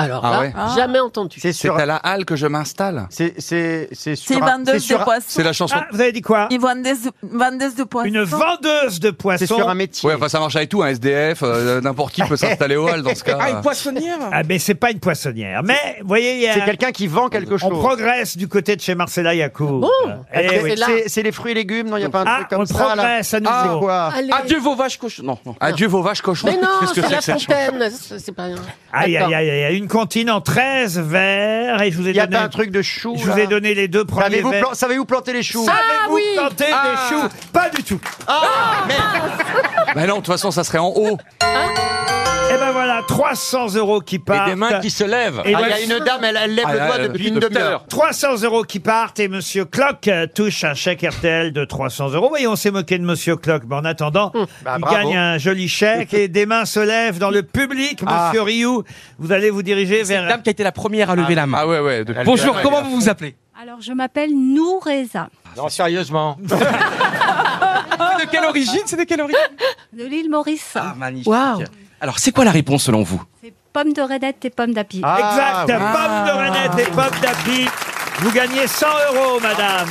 S3: Alors
S7: Ah
S3: là,
S7: ouais.
S3: Ah. jamais entendu.
S5: C'est sur-
S7: C'est à la halle que je m'installe.
S5: C'est c'est c'est sur.
S6: C'est
S5: un-
S6: vendeuse
S5: sur
S6: de
S5: un-
S6: poissons.
S7: C'est la chanson.
S2: Ah, vous avez dit quoi
S6: Une vendeuse, vendeuse de poissons.
S2: Une vendeuse de
S5: C'est
S2: poissons.
S5: sur un métier.
S7: Ouais, enfin ça marche avec tout, un SDF, euh, n'importe qui peut s'installer au hall dans ce
S10: Ah,
S7: cas. euh.
S10: une poissonnière
S2: Ah, mais c'est pas une poissonnière. Mais, vous voyez, il y a-
S5: C'est quelqu'un qui vend quelque
S2: on
S5: chose.
S2: progresse du côté de chez Marcella Yacoub.
S3: Bon,
S2: Eh
S5: C'est-
S2: oui.
S3: là.
S5: C'est c'est les fruits et légumes, non Il y a pas un
S2: Ah,
S5: truc
S2: on
S5: comme ça là. Ah,
S2: progresse à nouveau.
S5: C'est quoi
S3: Allez.
S10: Adieu vos vaches cochons. Non. non.
S7: Adieu vos vaches cochons.
S3: Mais non,
S7: Qu'est-ce que
S3: c'est
S7: c'est
S3: la
S7: que cette chanson
S3: fontaine. C'est c'est pas rien.
S2: Aïe,
S3: D'accord.
S2: aïe, aïe, aïe, aïe. Une comptine en 13 vers. Et je vous ai
S5: Il y a
S2: donné,
S5: pas un truc de chou.
S2: je vous ai donné les deux premiers
S5: Savez-vous
S2: vers.
S5: plan- savez-vous planter les choux
S2: Savez-vous
S3: oui.
S2: planter
S7: Ah.
S2: des choux Pas du tout.
S3: Ah.
S7: Bah non, de toute façon ça serait en haut.
S2: Et Hein ben voilà, 300 euros qui
S8: Et
S2: partent.
S8: des mains qui se lèvent.
S2: Et
S5: Ah, Il
S2: voici-
S5: y a une dame, elle, elle lève
S7: Ah,
S5: le doigt
S7: là,
S2: euh,
S7: là,
S5: depuis
S7: depuis
S5: une
S7: tout à
S5: demi-heure.
S7: l'heure.
S2: 300 euros qui partent et Monsieur Clock euh, touche un chèque RTL de 300 euros. Voyez, on s'est moqué de Monsieur Clock, mais en attendant,
S5: bah,
S2: il
S5: bravo.
S2: gagne un joli chèque et des mains se lèvent dans le public.
S5: Ah.
S2: Monsieur Rioux, vous allez vous diriger
S4: C'est une
S2: vers...
S4: dame qui a été la première à lever la main.
S7: Ah ouais, ouais. depuis-
S4: Bonjour, comment vous vous appelez
S13: Alors, je m'appelle Noureza,
S8: Ah, Non, sérieusement.
S4: C'est de quelle origine C'est de quelle origine
S13: de l'île Maurice.
S4: Ah, magnifique.
S3: Waouh.
S4: Alors, c'est quoi la réponse selon vous
S13: C'est pommes de redette et pommes d'api.
S5: Ah,
S2: exact, pomme de Renette et pomme d'api. Vous gagnez 100 euros, madame.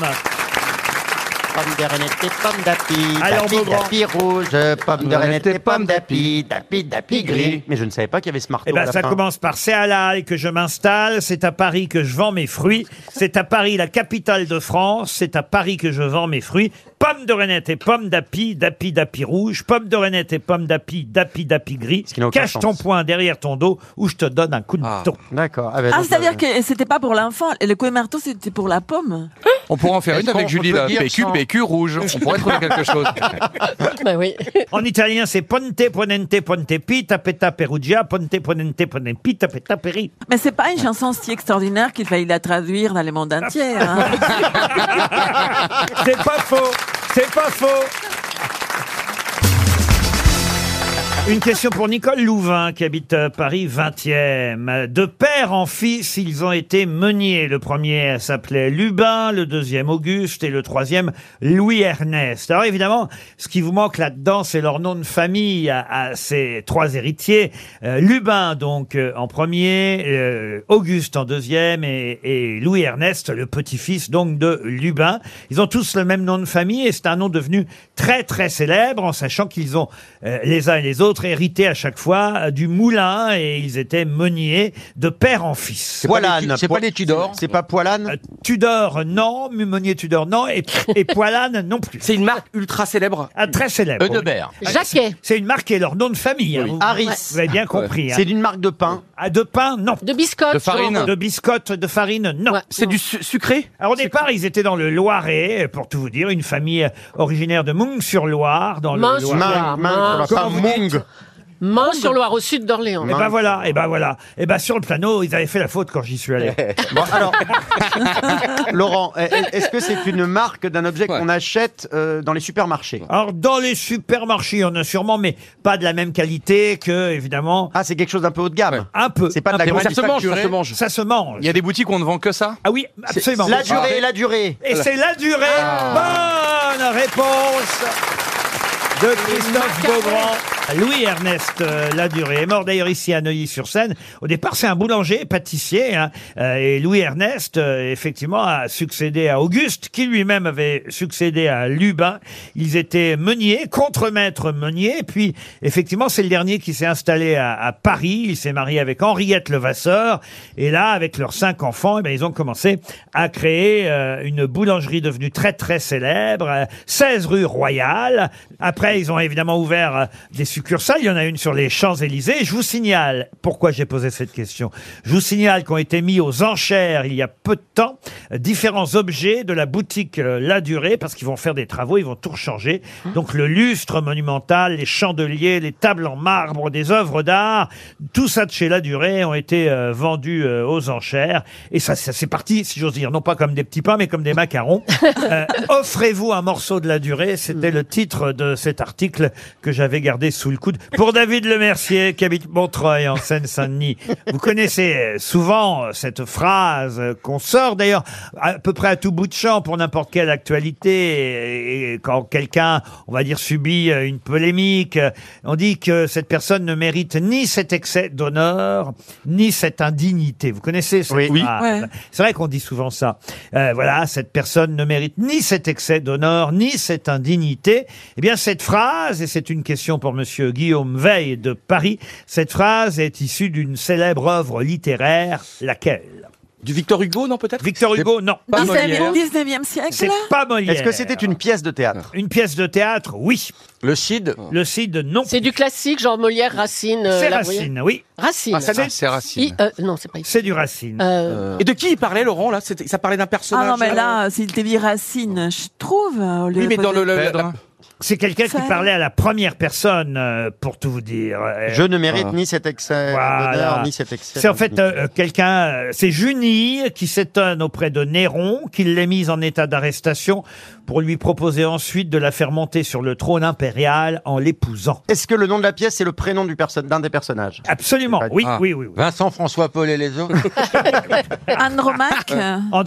S5: Pomme de renette et pomme d'api,
S2: Alors,
S5: d'api,
S2: Beaugrand.
S5: d'api rouge, pomme de renette et pomme d'api, d'api, d'api gris. Mais je ne savais pas qu'il y avait ce marteau
S2: Eh
S5: à
S2: ben,
S5: Oh, la
S2: ça
S5: fin.
S2: commence par c'est à l'Halle que je m'installe, c'est à Paris que je vends mes fruits, c'est à Paris la capitale de France, c'est à Paris que je vends mes fruits. Pommes de renette et pommes d'api, d'api d'api rouge, pommes de renette et pommes d'api, d'api d'api gris.
S5: Ce qui n'a aucun
S2: Cache
S5: sens.
S2: ton poing derrière ton dos ou je te donne un coup de
S7: Ah.
S2: marteau.
S5: D'accord. Ah, ben,
S6: Ah,
S5: donc, euh,
S6: c'est-à-dire que c'était pas pour l'enfant. Le coup de marteau, c'était pour la pomme.
S7: On pourrait en faire
S5: Est-ce
S7: une
S5: qu'on-
S7: avec
S5: on
S7: Julie
S5: peut
S7: là.
S5: dire
S7: PQ,
S5: sans-
S7: PQ rouge. On pourrait trouver quelque chose.
S3: Bah oui.
S2: En italien, c'est ponte ponente ponte pi, tapeta perugia, ponte ponente ponte pi, tapeta peri.
S6: Mais c'est pas une chanson si extraordinaire qu'il faille la traduire dans le monde entier. hein.
S2: C'est pas faux, c'est pas faux. Une question pour Nicole Louvain qui habite euh, Paris 20e. De père en fils, ils ont été meuniers. Le premier s'appelait Lubin, le deuxième Auguste et le troisième Louis Ernest. Alors évidemment, ce qui vous manque là-dedans, c'est leur nom de famille à, à ces trois héritiers. Euh, Lubin donc euh, en premier, euh, Auguste en deuxième et, et Louis Ernest, le petit-fils donc de Lubin. Ils ont tous le même nom de famille et c'est un nom devenu très très célèbre en sachant qu'ils ont euh, les uns et les autres hérité à chaque fois euh, du moulin et ils étaient meuniers de père en fils.
S5: C'est pas
S8: les Tu-
S5: les,
S8: c'est pas les Tudors.
S5: C'est pas Poilane.
S2: Euh, Tudor non, Meunier Tudor non et, et Poilane non plus.
S10: C'est une marque ultra célèbre.
S2: Ah, très célèbre. Ah,
S8: Eudebert.
S3: Jacquet.
S2: C'est une marque et leur nom de famille. hein, vous-
S5: Harris.
S2: Vous avez bien compris.
S5: C'est
S2: hein.
S5: d'une marque de pain.
S2: Ah, de pain, non.
S3: De biscottes.
S7: De farine.
S3: genre.
S2: De biscottes, de farine, non.
S3: Ouais,
S10: C'est
S3: non.
S10: du su- sucré
S2: Alors au départ, ils étaient dans le Loiret, pour tout vous dire, une famille originaire de Mung-sur-Loire, dans le
S3: Mince.
S2: Loiret.
S3: Mince.
S5: Main, main,
S3: Mince.
S5: pas Mung.
S3: Main sur Loire, au sud d'Orléans.
S2: Et ben voilà, et ben voilà. Et ben sur le plano, ils avaient fait la faute quand j'y suis allé.
S5: Bon, alors, Laurent, est- est- est-ce que c'est une marque d'un objet
S7: Ouais.
S5: qu'on achète euh, dans les supermarchés
S2: Alors dans les supermarchés, il y en a sûrement, mais pas de la même qualité que, évidemment,
S5: Ah, c'est quelque chose d'un peu haut de
S7: Ouais.
S5: gamme.
S2: un peu.
S5: C'est pas de la
S2: Un peu.
S5: grosse
S10: Ça se mange, ça
S7: facturé.
S10: se mange.
S2: Ça se mange.
S7: Il y a des boutiques où on ne vend que ça.
S2: Ah oui, absolument.
S5: La durée, la durée.
S2: Et c'est la durée.
S5: Ah.
S2: Bonne réponse de Christophe Beaugrand. Louis-Ernest euh, Laduré est mort d'ailleurs ici à Neuilly-sur-Seine. Au départ, c'est un boulanger, pâtissier. hein. Euh, et Louis-Ernest, euh, effectivement, a succédé à Auguste, qui lui-même avait succédé à Lubin. Ils étaient meuniers, contre-maître meunier. Puis, effectivement, c'est le dernier qui s'est installé à, à Paris. Il s'est marié avec Henriette Levasseur. Et là, avec leurs cinq enfants, eh ben, ils ont commencé à créer euh, une boulangerie devenue très, très célèbre. euh, 16 rue Royale. Après, ils ont évidemment ouvert euh, des succursales. Il y en a une sur les Champs-Élysées. Je vous signale, pourquoi j'ai posé cette question, je vous signale qu'ont été mis aux enchères il y a peu de temps euh, différents objets de la boutique euh, La Durée parce qu'ils vont faire des travaux, ils vont tout changer. Donc le lustre monumental, les chandeliers, les tables en marbre, des œuvres d'art, tout ça de chez La Durée ont été euh, vendus euh, aux enchères. Et ça, ça c'est parti, si j'ose dire, non pas comme des petits pains, mais comme des macarons. Euh, Offrez-vous un morceau de la durée, c'était le titre de cet article que j'avais gardé sous le coude. Pour David Lemercier, qui habite Montreuil, en Seine-Saint-Denis, vous connaissez euh, souvent euh, cette phrase euh, qu'on sort d'ailleurs à peu près à tout bout de champ pour n'importe quelle actualité. Et- et quand quelqu'un, on va dire, subit euh, une polémique, euh, on dit que cette personne ne mérite ni cet excès d'honneur, ni cette indignité. Vous connaissez cette
S5: Oui.
S2: phrase
S5: Ouais.
S2: c'est vrai qu'on dit souvent ça. Euh, voilà, cette personne ne mérite ni cet excès d'honneur, ni cette indignité. Eh bien, cette phrase, et c'est une question pour monsieur Guillaume Veil de Paris, cette phrase est issue d'une célèbre œuvre littéraire, laquelle
S10: Du Victor Hugo, non, peut-être
S2: Victor Hugo, non.
S6: 19e, 19e siècle,
S2: C'est
S6: là
S2: pas Molière.
S6: Est-ce que c'était
S2: une pièce de théâtre Une pièce de théâtre, oui. Le Cid Le Cid, non.
S3: C'est du classique, genre Molière, Racine. euh,
S2: C'est
S3: La
S2: Racine,
S3: Bruyère.
S2: oui.
S3: Racine.
S2: Ah,
S3: I- euh, non, c'est pas. Euh,
S2: C'est du Racine.
S4: Euh.
S10: Et de qui il parlait, Laurent là C'était- Ça parlait d'un personnage.
S6: Ah non, mais
S10: euh,
S6: là, s'il te dit Racine, je trouve. euh, au lieu
S10: Oui, mais
S6: de
S10: dans le-
S6: poser-
S10: le- la-
S2: C'est quelqu'un qui
S6: Faire.
S2: parlait à la première personne, euh, pour tout vous dire. Euh,
S5: Je ne mérite
S2: ah.
S5: ni cet excès
S2: Voilà.
S5: d'honneur, ni cet excès.
S2: C'est en fait euh, euh, quelqu'un, euh, c'est Junie qui s'étonne auprès de Néron, qui l'est mise en état d'arrestation pour lui proposer ensuite de la faire monter sur le trône impérial en l'épousant.
S5: Est-ce que le nom de la pièce c'est le prénom du perso- d'un des personnages
S2: Absolument, oui,
S5: Ah.
S2: oui, oui,
S8: Vincent François Paul et les autres.
S6: Andromaque
S2: Andromaque, non, non,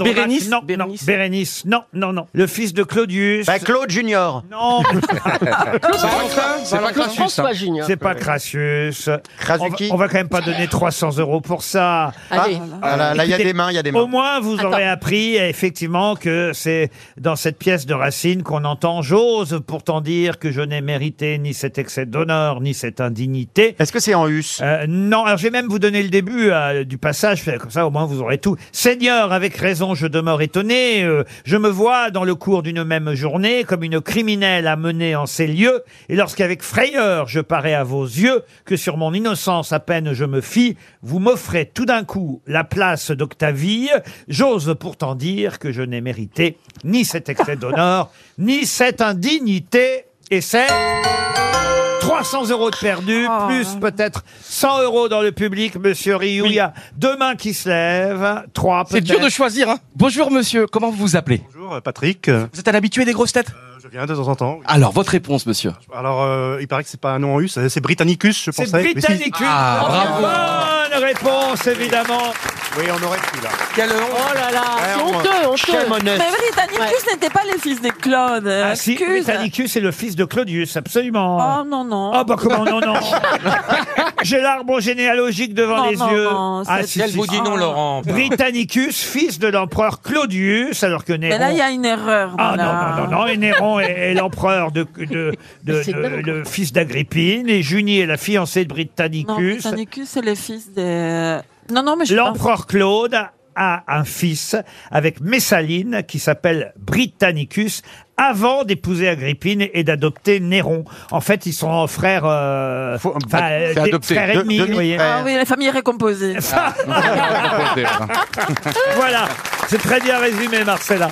S2: Euh, Bérénice, non, non, non. Le fils de Claudius.
S5: Bah,
S2: Claude Junior. Non.
S3: C'est pas Crassus, François hein. Junior.
S2: C'est pas Crassus. On va, on va quand même pas donner 300 euros pour ça.
S5: Allez. Ah, là, là, il y a
S2: Écoutez,
S5: des mains, il y a des mains.
S2: Au moins, vous aurez
S5: Attends.
S2: appris effectivement que c'est dans cette pièce de Racine qu'on entend j'ose pourtant dire que je n'ai mérité ni cet excès d'honneur ni cette indignité. Euh,
S5: Est-ce que c'est en us
S2: Non, alors je vais même vous donner le début euh, du passage, comme ça au moins vous aurez tout. Seigneur, avec raison, je demeure étonné. euh, je me vois dans le cours d'une même journée comme une criminelle amenée en ces lieux, et lorsqu'avec frayeur je parais à vos yeux que sur mon innocence à peine je me fie, vous m'offrez tout d'un coup la place d'Octavie. J'ose pourtant dire que je n'ai mérité ni cet excès d'honneur, ni cette indignité, et c'est... 300 euros de perdu,
S4: Oh.
S2: plus peut-être 100 euros dans le public, monsieur Rioux. Il y a deux mains qui se lèvent, trois
S4: C'est
S2: peut-être.
S4: dur de choisir. hein. Bonjour monsieur, comment vous vous appelez
S14: Bonjour Patrick, Euh,
S4: Vous êtes un habitué des grosses têtes
S14: je viens de temps en temps.
S4: Alors votre réponse monsieur.
S14: Alors, euh, il paraît que c'est pas un nom en U, c'est c'est Britannicus, je pensais.
S2: C'est
S14: Mais si-
S2: Britannicus.
S5: Ah,
S2: Bonne réponse, évidemment.
S14: Oui, on aurait pu, là.
S6: Quelle honte Oh là là,
S2: c'est honte. honteux, honteux. Shame on us.
S6: Mais Britannicus n'était pas le fils de Claude.
S2: Ah si,
S6: excuse.
S2: Britannicus est le fils de Claudius, absolument.
S6: Oh non, non.
S2: Ah bah comment non non J'ai l'arbre généalogique devant
S6: Non,
S2: les
S6: non,
S2: yeux.
S6: non,
S2: ah
S6: c'est-
S2: si,
S6: Elle
S2: si,
S6: vous
S2: si.
S6: dit non, Laurent.
S2: Britannicus, fils de l'empereur Claudius, alors que Néron.
S6: Mais là, il y a une erreur.
S2: Ah
S6: dans la-
S2: non, non, non, non, et Néron est, est l'empereur, de, de- de-
S6: C'est
S2: de-
S6: dingue.
S2: le fils d'Agrippine, et Junie est la fiancée de Britannicus.
S6: Non, Britannicus, c'est le fils de. Non, non, mais je
S2: L'empereur Claude a un fils avec Messaline qui s'appelle Britannicus avant d'épouser Agrippine et d'adopter Néron. En fait, ils sont frères, euh, enfin, euh, des frères ennemis, vous voyez. Ah.
S6: Ah oui, la famille est recomposée.
S2: voilà, c'est très bien résumé, Marcella.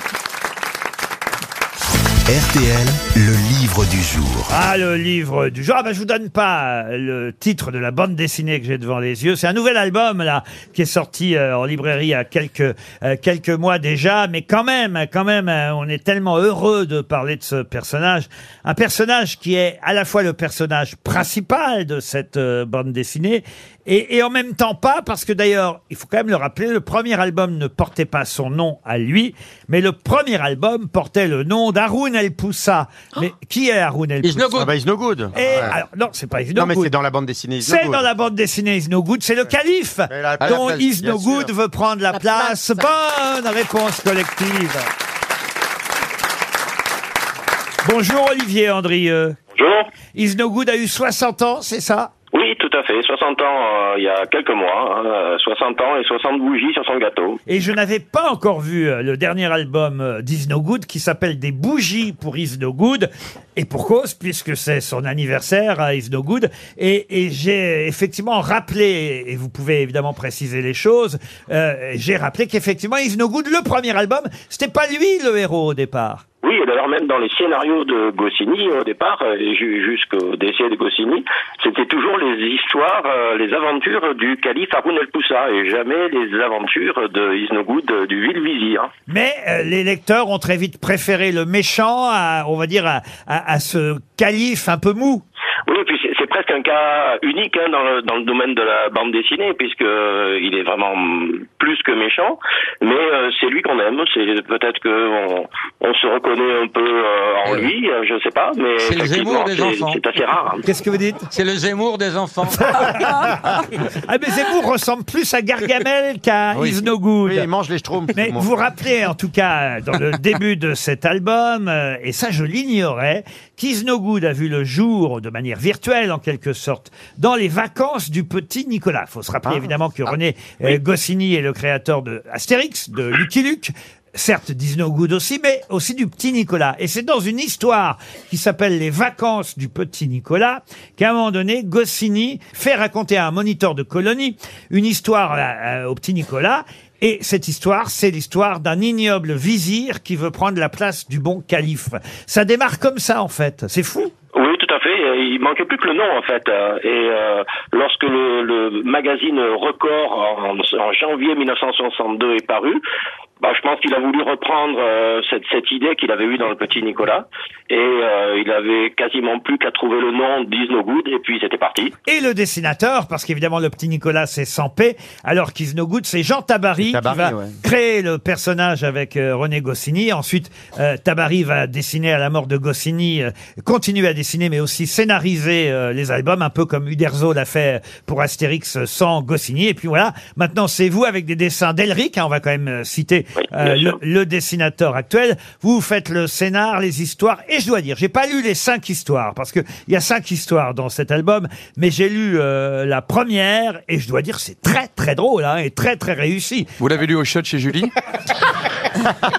S1: RTL, le livre du jour.
S2: Ah, le livre du jour. Ah, bah, je vous donne pas euh, le titre de la bande dessinée que j'ai devant les yeux. C'est un nouvel album, là, qui est sorti euh, en librairie il y a quelques, euh, quelques mois déjà. Mais quand même, quand même, euh, on est tellement heureux de parler de ce personnage. Un personnage qui est à la fois le personnage principal de cette euh, bande dessinée Et, et en même temps pas, parce que d'ailleurs, il faut quand même le rappeler, le premier album ne portait pas son nom à lui, mais le premier album portait le nom d'Haroun El Poussa. Mais qui est Haroun El Poussa
S5: Ah bah, it's Oh no good.
S2: Et alors, non, c'est pas évident.
S5: Non, mais c'est dans la bande dessinée. it's no
S2: C'est
S5: good.
S2: dans la bande dessinée Is No Good, c'est le calife
S5: la- à la
S2: dont
S5: place,
S2: Is
S5: bien
S2: No Good
S5: sûr.
S2: veut prendre la,
S5: La
S2: place. Bonne réponse collective. Bonjour Olivier Andrieux.
S15: Bonjour.
S2: Is No Good a eu 60 ans, c'est ça
S15: Oui, tout à fait. 60 ans euh, il y a quelques mois. hein, euh, 60 ans et 60 bougies sur son gâteau.
S2: et je n'avais pas encore vu euh, le dernier album euh, d'Is No Good qui s'appelle Des bougies pour Is No Good. Et pour cause, puisque c'est son anniversaire à Is No Good. Et, et j'ai effectivement rappelé, et vous pouvez évidemment préciser les choses, euh, j'ai rappelé qu'effectivement Is No Good, le premier album, c'était pas lui le héros au départ.
S15: Oui, et d'ailleurs même dans les scénarios de Goscinny au départ euh, et ju- jusqu'au décès de Goscinny, c'était toujours les histoires, euh, les aventures du calife Haroun El Poussa et jamais les aventures de Isnogoud euh, du vil vizir.
S2: Mais euh, les lecteurs ont très vite préféré le méchant, à, on va dire, à, à- à ce calife un peu mou.
S15: Oui, et puis c'est- c'est presque un cas unique hein, dans, le, dans le domaine de la bande dessinée, puisque euh, il est vraiment mm, plus que méchant, mais euh, c'est lui qu'on aime. C'est peut-être qu'on on se reconnaît un peu euh, en lui, euh, je sais pas, mais
S8: C'est le
S15: effectivement,
S8: Zemmour des
S15: c'est
S8: enfants.
S15: c'est assez rare.
S2: Qu'est-ce que vous dites
S8: C'est le Zemmour des enfants.
S2: Ah, mais Zemmour ressemble plus à Gargamel qu'à
S5: Oui.
S2: Is No Good.
S5: Oui, il mange les schtroumpfs.
S2: Mais
S5: moi.
S2: vous rappelez, en tout cas, euh, dans le début de cet album, euh, et ça je l'ignorais, qu'Is No Good a vu le jour, de manière virtuelle en quelque sorte, dans les vacances du petit Nicolas. faut se rappeler
S5: Ah.
S2: évidemment que René euh, Goscinny est le créateur de Astérix,
S5: Ah.
S2: de Lucky Luke. Certes, d'Is No Good aussi, mais aussi du petit Nicolas. Et c'est dans une histoire qui s'appelle Les vacances du petit Nicolas qu'à un moment donné, Goscinny fait raconter à un moniteur de colonie une histoire euh, euh, au petit Nicolas. Et cette histoire, c'est l'histoire d'un ignoble vizir qui veut prendre la place du bon calife. Ça démarre comme ça, en fait. C'est fou.
S15: Oui, tout à fait. Euh, Il manquait plus que le nom en fait. Euh, Et euh, lorsque le, le magazine Record en, en janvier 1962 est paru, bah, je pense qu'il a voulu reprendre euh, cette, cette idée qu'il avait eue dans le petit Nicolas. Et euh, il avait quasiment plus qu'à trouver le nom d'Is No Good et puis c'était parti.
S2: Et le dessinateur, parce qu'évidemment, le petit Nicolas, c'est sans paix, alors qu'Is No Good, c'est Jean Tabary,
S5: Tabary,
S2: qui va
S5: ouais.
S2: créer le personnage avec euh, René Goscinny. Ensuite, euh, Tabary va dessiner à la mort de Goscinny, euh, continuer à dessiner, mais aussi scénariser euh, les albums, un peu comme Uderzo l'a fait pour Astérix euh, sans Goscinny. Et puis voilà, maintenant c'est vous avec des dessins d'Elric, hein, on va quand même euh, citer euh, le, le dessinateur actuel. Vous faites le scénar, les histoires, et je dois dire, j'ai pas lu les cinq histoires, parce que il y a cinq histoires dans cet album, mais j'ai lu euh, la première, et je dois dire, c'est très très drôle, hein, et très très réussi.
S7: Vous l'avez lu au shot chez Julie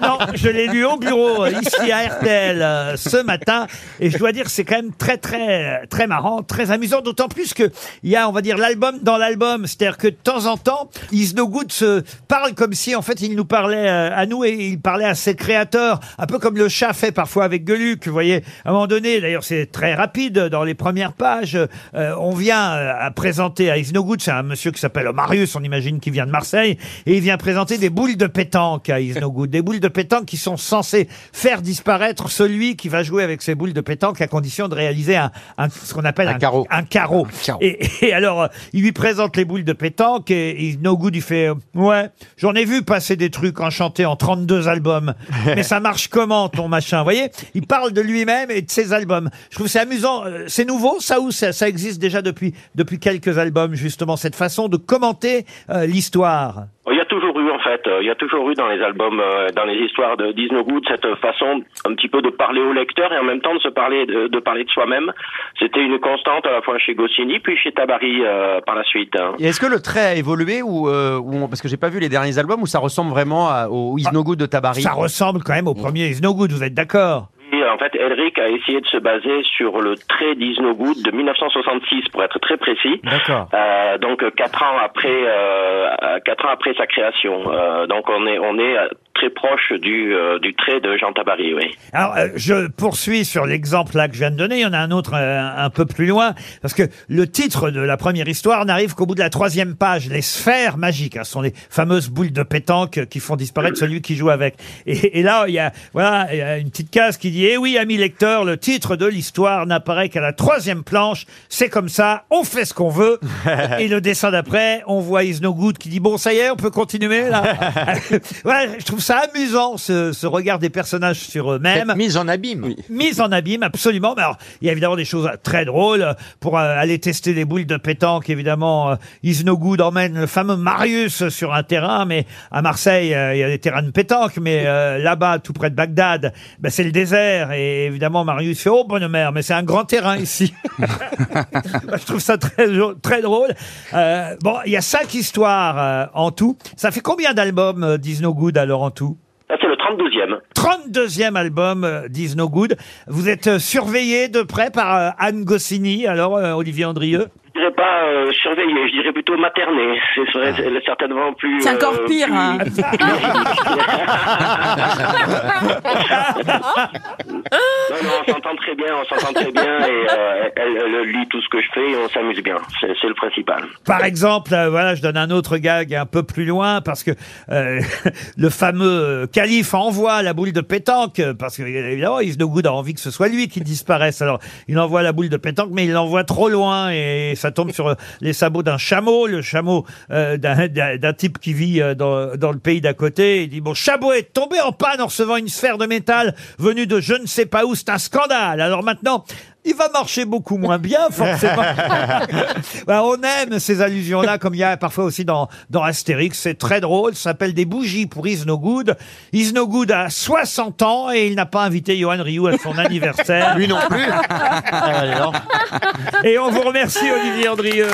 S2: Non, je l'ai lu au bureau, euh, ici à RTL, euh, ce matin. Et je dois dire, c'est quand même très, très, euh, très marrant, très amusant. D'autant plus que il y a, on va dire, l'album dans l'album. C'est-à-dire que de temps en temps, Is No Good se parle comme si, en fait, il nous parlait euh, à nous et il parlait à ses créateurs. Un peu comme le chat fait parfois avec Geluc. Vous voyez, à un moment donné, d'ailleurs, c'est très rapide dans les premières pages. euh, on vient euh, à présenter à Is No Good, c'est un monsieur qui s'appelle Marius, on imagine, qui vient de Marseille. Et il vient présenter des boules de pétanque à Is No Good. Des boules de pétanque qui sont censées faire disparaître celui qui va jouer avec ces boules de pétanque à condition de réaliser un, un- ce qu'on appelle un, carreau. Un carreau. Et, et alors, euh, il lui présente les boules de pétanque et Is No Good, il fait euh, Ouais, j'en ai vu passer des trucs enchantés en 32 albums. Mais ça marche comment ton machin Vous voyez Il parle de lui-même et de ses albums. Je trouve que c'est amusant. Euh, C'est nouveau ça ou ça, ça existe déjà depuis, depuis quelques albums, justement, cette façon de commenter euh, l'histoire
S15: Oh, Il y a toujours eu en fait, euh, il y a toujours eu dans les albums, euh, dans les histoires de Disney No Good cette façon un petit peu de parler au lecteur et en même temps de se parler de, de parler de soi-même. C'était une constante à la fois chez Goscinny puis chez Tabary euh, par la suite. hein.
S5: Et est-ce que le trait a évolué ou, euh, ou on- parce que j'ai pas vu les derniers albums où ça ressemble vraiment à- au Is No Good de Tabari
S2: Ça ressemble quand même au premier Is No Good, vous êtes d'accord
S15: Oui, en fait, Elric a essayé de se baser sur le trait d'Isno Good de 1966, pour être très précis.
S5: D'accord.
S15: Euh, donc euh, quatre ans après, euh, euh, quatre ans après sa création. Euh, donc on est, on est euh, très proche du euh, du trait de Jean Tabary, oui.
S2: Alors, euh, je poursuis sur l'exemple là que je viens de donner. Il y en a un autre euh, un peu plus loin, parce que le titre de la première histoire n'arrive qu'au bout de la troisième page. Les sphères magiques, hein, ce sont les fameuses boules de euh, pétanque qui font disparaître celui qui joue avec. Et, et là, il y a voilà il y a une petite case qui dit Eh oui, oui, amis lecteurs, le titre de l'histoire n'apparaît qu'à la troisième planche. C'est comme ça, on fait ce qu'on veut. Et le dessin d'après, on voit Is No Good qui dit bon, ça y est, on peut continuer là. voilà, je trouve ça amusant ce, ce regard des personnages sur eux-mêmes. Mise en abîme. Mise en abîme, absolument. Mais alors, il y a évidemment des choses très drôles pour euh, aller tester les boules de pétanque. Évidemment, euh, Is No Good emmène le fameux Marius sur un terrain, mais à Marseille, euh, il y a des terrains de pétanque, mais euh, là-bas, tout près de Bagdad, ben, c'est le désert. Et évidemment, Marius fait oh bonne mère, mais c'est un grand terrain ici. Je trouve ça très jo- très drôle. Euh, bon, il y a cinq histoires euh, en tout. Ça fait combien d'albums euh, Is No Good alors en tout
S15: Ça, c'est le 32e.
S2: 32e album euh, Is No Good. Vous êtes euh, surveillé de près par euh, Anne Goscinny, alors euh, Olivier Andrieux
S15: Je dirais pas euh, surveiller, je dirais plutôt materner. C'est serait c'est certainement plus.
S6: C'est encore
S15: euh,
S6: pire.
S15: plus-
S6: hein.
S15: Non, non, on s'entend très bien, on s'entend très bien et euh, elle, elle lit tout ce que je fais et on s'amuse bien. C'est c'est le principal.
S2: Par exemple, euh, voilà, je donne un autre gag un peu plus loin parce que euh, le fameux euh, calife envoie la boule de pétanque euh, parce que euh, évidemment, Yves de Goude a envie que ce soit lui qui disparaisse. Alors, il envoie la boule de pétanque, mais il l'envoie trop loin et ça tombe sur euh, les sabots d'un chameau, le chameau euh, d'un- d'un d'un type qui vit euh, dans, dans le pays d'à côté. Il dit bon, chameau est tombé en panne en recevant une sphère de métal venue de je ne sais pas où. C'est un scandale. Alors maintenant. Il va marcher beaucoup moins bien, forcément. Bah, on aime ces allusions-là, comme il y a parfois aussi dans, dans Astérix. C'est très drôle. Ça s'appelle Des bougies pour Is No Good. Is No Good a 60 ans et il n'a pas invité Johan Rioux à son anniversaire. Ah,
S5: Lui non plus.
S2: Et on vous remercie, Olivier Andrieux.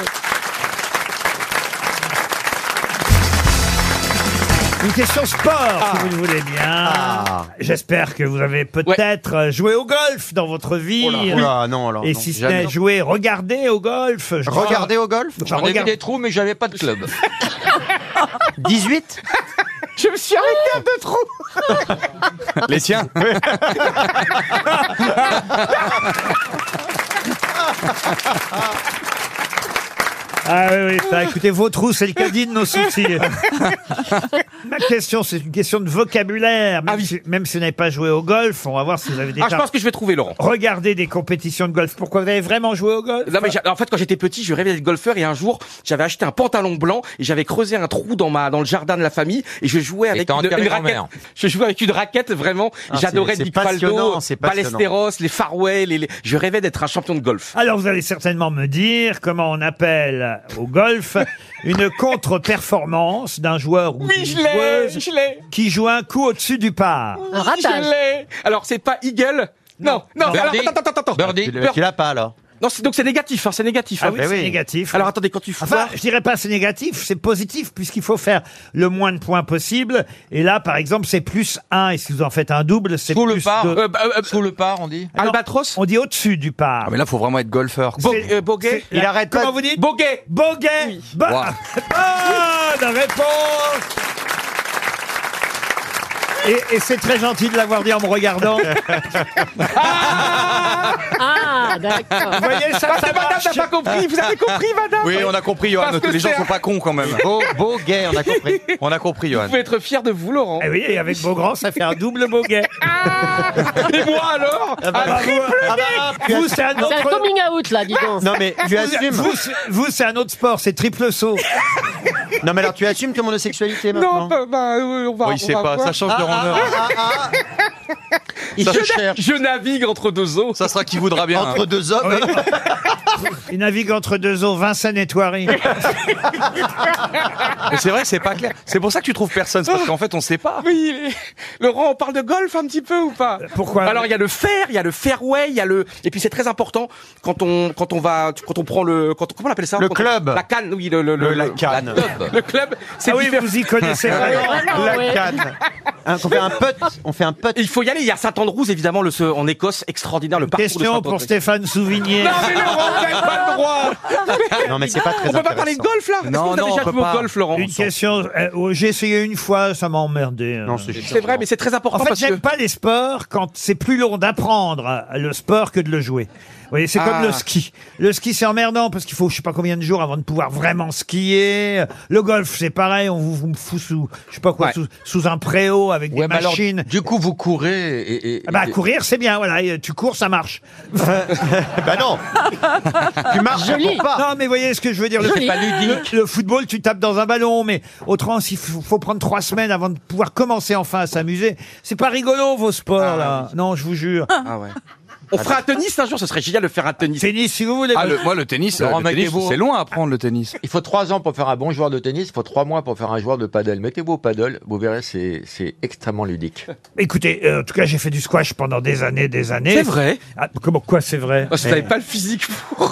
S2: Une question sport, si vous le voulez bien.
S5: Ah.
S2: J'espère que vous avez peut-être euh, joué au golf dans votre vie.
S5: Oh là, oh là, non, alors,
S2: Et
S5: non,
S2: si ce
S5: jamais.
S2: n'est joué, regardez au golf. Je crois-
S5: Regardez au golf
S2: Enfin,
S8: J'en ai vu
S2: regarde-
S8: des trous, mais j'avais pas de club.
S5: 18
S10: Je me suis arrêté à deux trous.
S7: Les tiens
S2: Ah oui, oui, ça, écoutez, vos trous, c'est le caddie de nos soucis. Ma question, c'est une question de vocabulaire. Même, si, même si vous n'avez pas joué au golf, on va voir si vous avez déjà
S4: Ah, je pense que je vais trouver Laurent.
S2: regardé des compétitions de golf. Pourquoi vous avez vraiment joué au
S14: Euh,
S2: golf
S4: Non mais j'ai- en fait quand j'étais petit je rêvais d'être golfeur et un jour j'avais acheté un pantalon blanc et j'avais creusé un trou dans ma dans le jardin de la famille et je jouais avec
S8: t'as
S4: une,
S8: enterré
S4: une
S8: grand-mère.
S4: raquette je jouais avec une raquette vraiment
S5: Ah,
S4: j'adorais
S5: c'est- c'est
S4: Dick
S5: passionnant,
S4: Faldo
S5: c'est passionnant.
S4: Ballesteros les Farwell les, les- je rêvais d'être un champion de golf
S2: Alors, vous allez certainement me dire comment on appelle au golf une contre-performance d'un joueur ou
S4: oui
S2: d'une
S4: je l'ai
S2: joueuse
S4: je l'ai
S2: qui joue un coup au-dessus du par.
S4: Oui, je l'ai alors c'est pas eagle non non, alors,
S8: Birdie.
S4: attends attends attends
S8: Birdie.
S5: Tu l'as- tu l'as pas alors
S4: non c'est- donc c'est négatif hein, c'est négatif
S2: Ah
S4: hein.
S2: oui,
S5: ben
S2: c'est
S5: oui.
S2: négatif.
S4: alors attendez quand tu foires
S2: Enfin, je dirais pas c'est négatif, c'est positif puisqu'il faut faire le moins de points possible. Et là, par exemple, c'est plus 1. Et si vous en faites un double, c'est
S8: Sous le
S2: plus
S8: par.
S2: deux. Ah
S4: Euh, bah, euh,
S8: Sous le par, on dit.
S4: albatros
S2: On dit au-dessus du par.
S7: Ah, mais là, faut vraiment être golfeur. quoi.
S4: Bo-
S2: c'est-
S4: euh, Bogey
S2: Il arrête Comment
S5: pas-
S2: vous dites
S4: Bogey
S2: Boguet. Bo-
S7: Wow.
S2: Bonne réponse et, et c'est très gentil de l'avoir dit en me regardant. Vous
S3: Ah, d'accord.
S2: voyez,
S3: Ah,
S2: ça, ça
S4: madame
S2: marche.
S4: n'a pas compris vous avez compris madame
S7: Oui, on a compris, Johan.
S4: Parce que
S7: Les gens
S4: c'est
S7: sont
S4: un-
S7: pas cons quand même.
S5: Beau, beau gay, on a compris.
S7: On a compris,
S4: vous
S7: Johan.
S4: pouvez être fier de vous Laurent Ah
S2: Eh oui, et avec Beaugrand, ça fait un double Boguet.
S4: Et moi alors
S2: Ah, vous, ah bah, vous, c'est un
S3: C'est un
S2: autre...
S3: coming out là, dis donc.
S5: Non mais tu
S2: Vous,
S5: assumes.
S2: vous, c'est- vous, c'est un autre sport, c'est triple saut.
S5: Non mais alors tu assumes ton homosexualité
S4: Non,
S5: maintenant.
S4: bah, bah, euh, on va.
S7: Oh,
S4: on
S7: il sait
S4: va
S7: pas,
S4: voir.
S7: ça change de rendeur.
S5: Ah, ah, ah,
S4: je,
S7: ça se
S4: na-
S7: cherche.
S4: je navigue entre deux eaux.
S7: Ça sera qui voudra bien. hein.
S5: entre deux hommes.
S2: Il navigue entre deux eaux, Vincent et Thoiry.
S7: Mais c'est vrai que c'est pas clair. C'est pour ça que tu trouves personne, c'est parce qu'en fait, on sait pas.
S4: Mais il est- Laurent, on parle de golf un petit peu ou pas
S5: Euh,
S2: Pourquoi
S4: Alors il y a le fer, il y a le fairway, il y a le et puis c'est très important quand on quand on va quand on prend le quand comment on appelle ça
S5: Le
S4: Quand on-
S5: club.
S4: la canne oui le le, le-
S5: la
S4: le-
S5: canne.
S4: club. le club c'est
S2: Ah oui,
S4: différent.
S2: vous y connaissez
S3: Ah,
S2: vraiment.
S3: bah,
S9: Ah
S5: La canne. Hein, on fait un putt. On fait un putt.
S4: Et Il faut y aller. Il y a Saint Andrews évidemment le ce- en Écosse extraordinaire le parcours de
S2: Question
S4: Saint
S2: pour Stéphane Souvigné.
S4: Non mais Laurent, vous n'avez pas le droit.
S5: Non mais c'est pas Ah, très
S4: On peut pas parler de
S5: intéressant.
S4: golf là. Est-ce que vous
S7: Non,
S4: avez
S7: non,
S4: déjà
S7: on peut
S4: joué au
S7: pas.
S4: golf Laurent
S2: Une question. euh, oh, J'ai essayé une fois, ça m'a emmerdé. euh.
S5: Non, c'est
S4: C'est vrai mais c'est très important
S2: en fait,
S4: parce que
S2: j'aime pas les sports quand c'est plus long d'apprendre euh, le sport que de le jouer. Vous voyez, c'est
S4: Ah.
S2: comme le ski. Le ski, c'est emmerdant parce qu'il faut je sais pas combien de jours avant de pouvoir vraiment skier. Le Le golf, c'est pareil, on vous, vous me fout sous, je sais pas quoi, sous, sous un préau avec des
S16: Ouais, mais alors,
S2: machines.
S16: du coup, vous courez et. et-
S2: Ah bah,
S16: et-
S2: courir, c'est bien, voilà, et euh, tu cours, ça marche.
S16: Bah non.
S2: Ben tu marches
S16: Joli.
S2: pas. Non, mais vous voyez ce que je veux dire. Le,
S16: C'est pas ludique.
S2: le- le football, tu tapes dans un ballon, mais autrement, il faut, faut prendre trois semaines avant de pouvoir commencer enfin à s'amuser. C'est pas rigolo vos sports là. Non, je vous jure.
S4: Ah ouais. On fera un tennis un jour, ce serait génial de faire un tennis.
S2: Tennis, si vous voulez.
S7: Ah, le- moi, le tennis, euh, le tennis, c'est loin à prendre le tennis.
S16: Il faut trois ans pour faire un bon joueur de tennis, il faut trois mois pour faire un joueur de paddle. Mettez-vous au paddle, vous verrez, c'est c'est extrêmement ludique.
S2: Écoutez, euh, en tout cas, j'ai fait du squash pendant des années, des années.
S16: C'est vrai Ah,
S2: Ah, Comment quoi, c'est vrai
S4: Parce que
S2: Mais-
S4: t'avais pas le physique pour.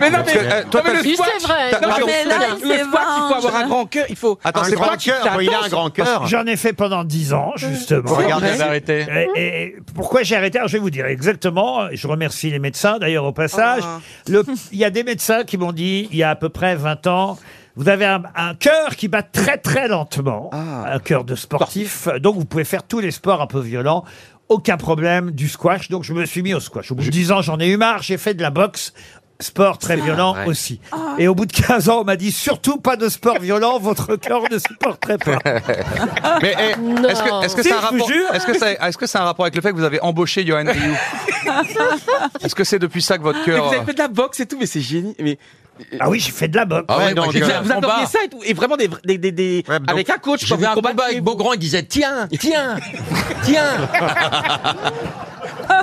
S4: mais non, mais,
S2: Parce que, euh, toi,
S4: non, mais
S2: t'as-
S4: le
S2: Oui,
S4: squat,
S2: c'est vrai.
S4: t'as- non,
S2: Ah,
S4: mais
S2: mais là,
S4: le
S2: il s'est
S4: squat, il faut
S2: venge.
S4: avoir un grand cœur. Il faut.
S2: Attends, c'est quoi qui t'attache Parce que J'en ai fait pendant 10 ans, justement.
S4: Faut regarder, C'est vrai.
S2: Et, et pourquoi j'ai arrêté Alors, Je vais vous dire exactement. Je remercie les médecins, d'ailleurs, au passage.
S4: Ah.
S2: Le- Il y a des médecins qui m'ont dit, il y a à peu près 20 ans, vous avez un, un cœur qui bat très très lentement, un cœur de sportif, donc vous pouvez faire tous les sports un peu violents, aucun problème du squash, donc je me suis mis au squash. Au bout de 10 ans, j'en ai eu marre, j'ai fait de la boxe, sport très violent
S16: ouais.
S2: aussi. Et au bout de 15 ans, on m'a dit surtout pas de sport violent, votre cœur ne supporterait pas.
S7: Mais eh,
S2: Non.
S7: est-ce que est-ce que
S2: Si,
S7: c'est un
S2: je vous
S7: rapport
S2: jure.
S7: Est-ce que ça est-ce que c'est un rapport avec le fait que vous avez embauché Johan Rioux Est-ce que c'est depuis ça que votre
S4: Mais
S7: cœur
S4: vous avez fait de la boxe et tout, mais c'est génial. Mais...
S2: Ah oui, j'ai fait de la boxe.
S7: Ah ouais, donc,
S4: vous
S7: euh,
S4: vous adoriez
S7: combat.
S4: ça et tout. Et vraiment des. des, des, des- avec un coach,
S8: J'ai
S4: quand
S8: vu
S4: vous
S8: un combat
S4: combattez.
S8: avec Beaugrand, il disait Tiens, tiens, tiens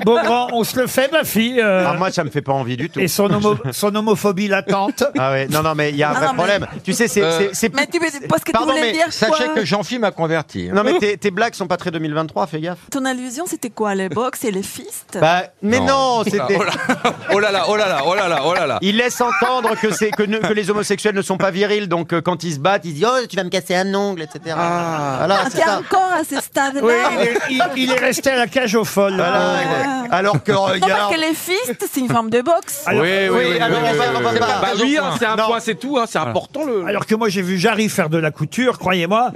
S2: Bon, grand, on se le fait, ma fille. euh,
S5: Ah, moi, ça me fait pas envie du tout.
S2: et son, homo- son homophobie latente.
S5: Ah ouais, non, non, mais il y a un
S2: Non,
S5: vrai
S2: non, mais-
S5: problème. Tu sais, c'est.
S2: Euh,
S5: c'est- c'est-
S6: Mais tu mais parce que
S5: Pardon,
S6: tu voulais
S5: mais
S6: dire
S5: sachez
S6: quoi
S5: que
S16: Jean-Philippe m'a converti.
S5: Non, mais tes, tes blagues sont pas très 2023, fais gaffe.
S6: Ton allusion, c'était quoi Les box et les fists
S5: Bah, mais non, c'était.
S7: Oh là oh là là, oh là là, oh là là, oh là là.
S5: Il laisse entendre que, c'est, que, ne- que les homosexuels ne sont pas virils, donc euh, quand ils se battent, ils disent Oh, tu vas me casser un ongle, etc. Voilà,
S6: Ah,
S5: c'est
S6: T'es
S5: ça.
S6: encore à ce stade-là
S2: Oui, il est, il- il est resté à la cage aux folles.
S6: Ah.
S5: Voilà, Alors que euh,
S6: Non, parce
S5: regarde.
S6: que les fists, c'est une forme de boxe.
S2: Alors-
S5: alors on va- on va- on va-
S4: Bah oui, hein, c'est un
S5: Non.
S4: point, c'est tout, hein, c'est important le.
S2: Alors que moi j'ai vu Jarry faire de la couture, croyez-moi.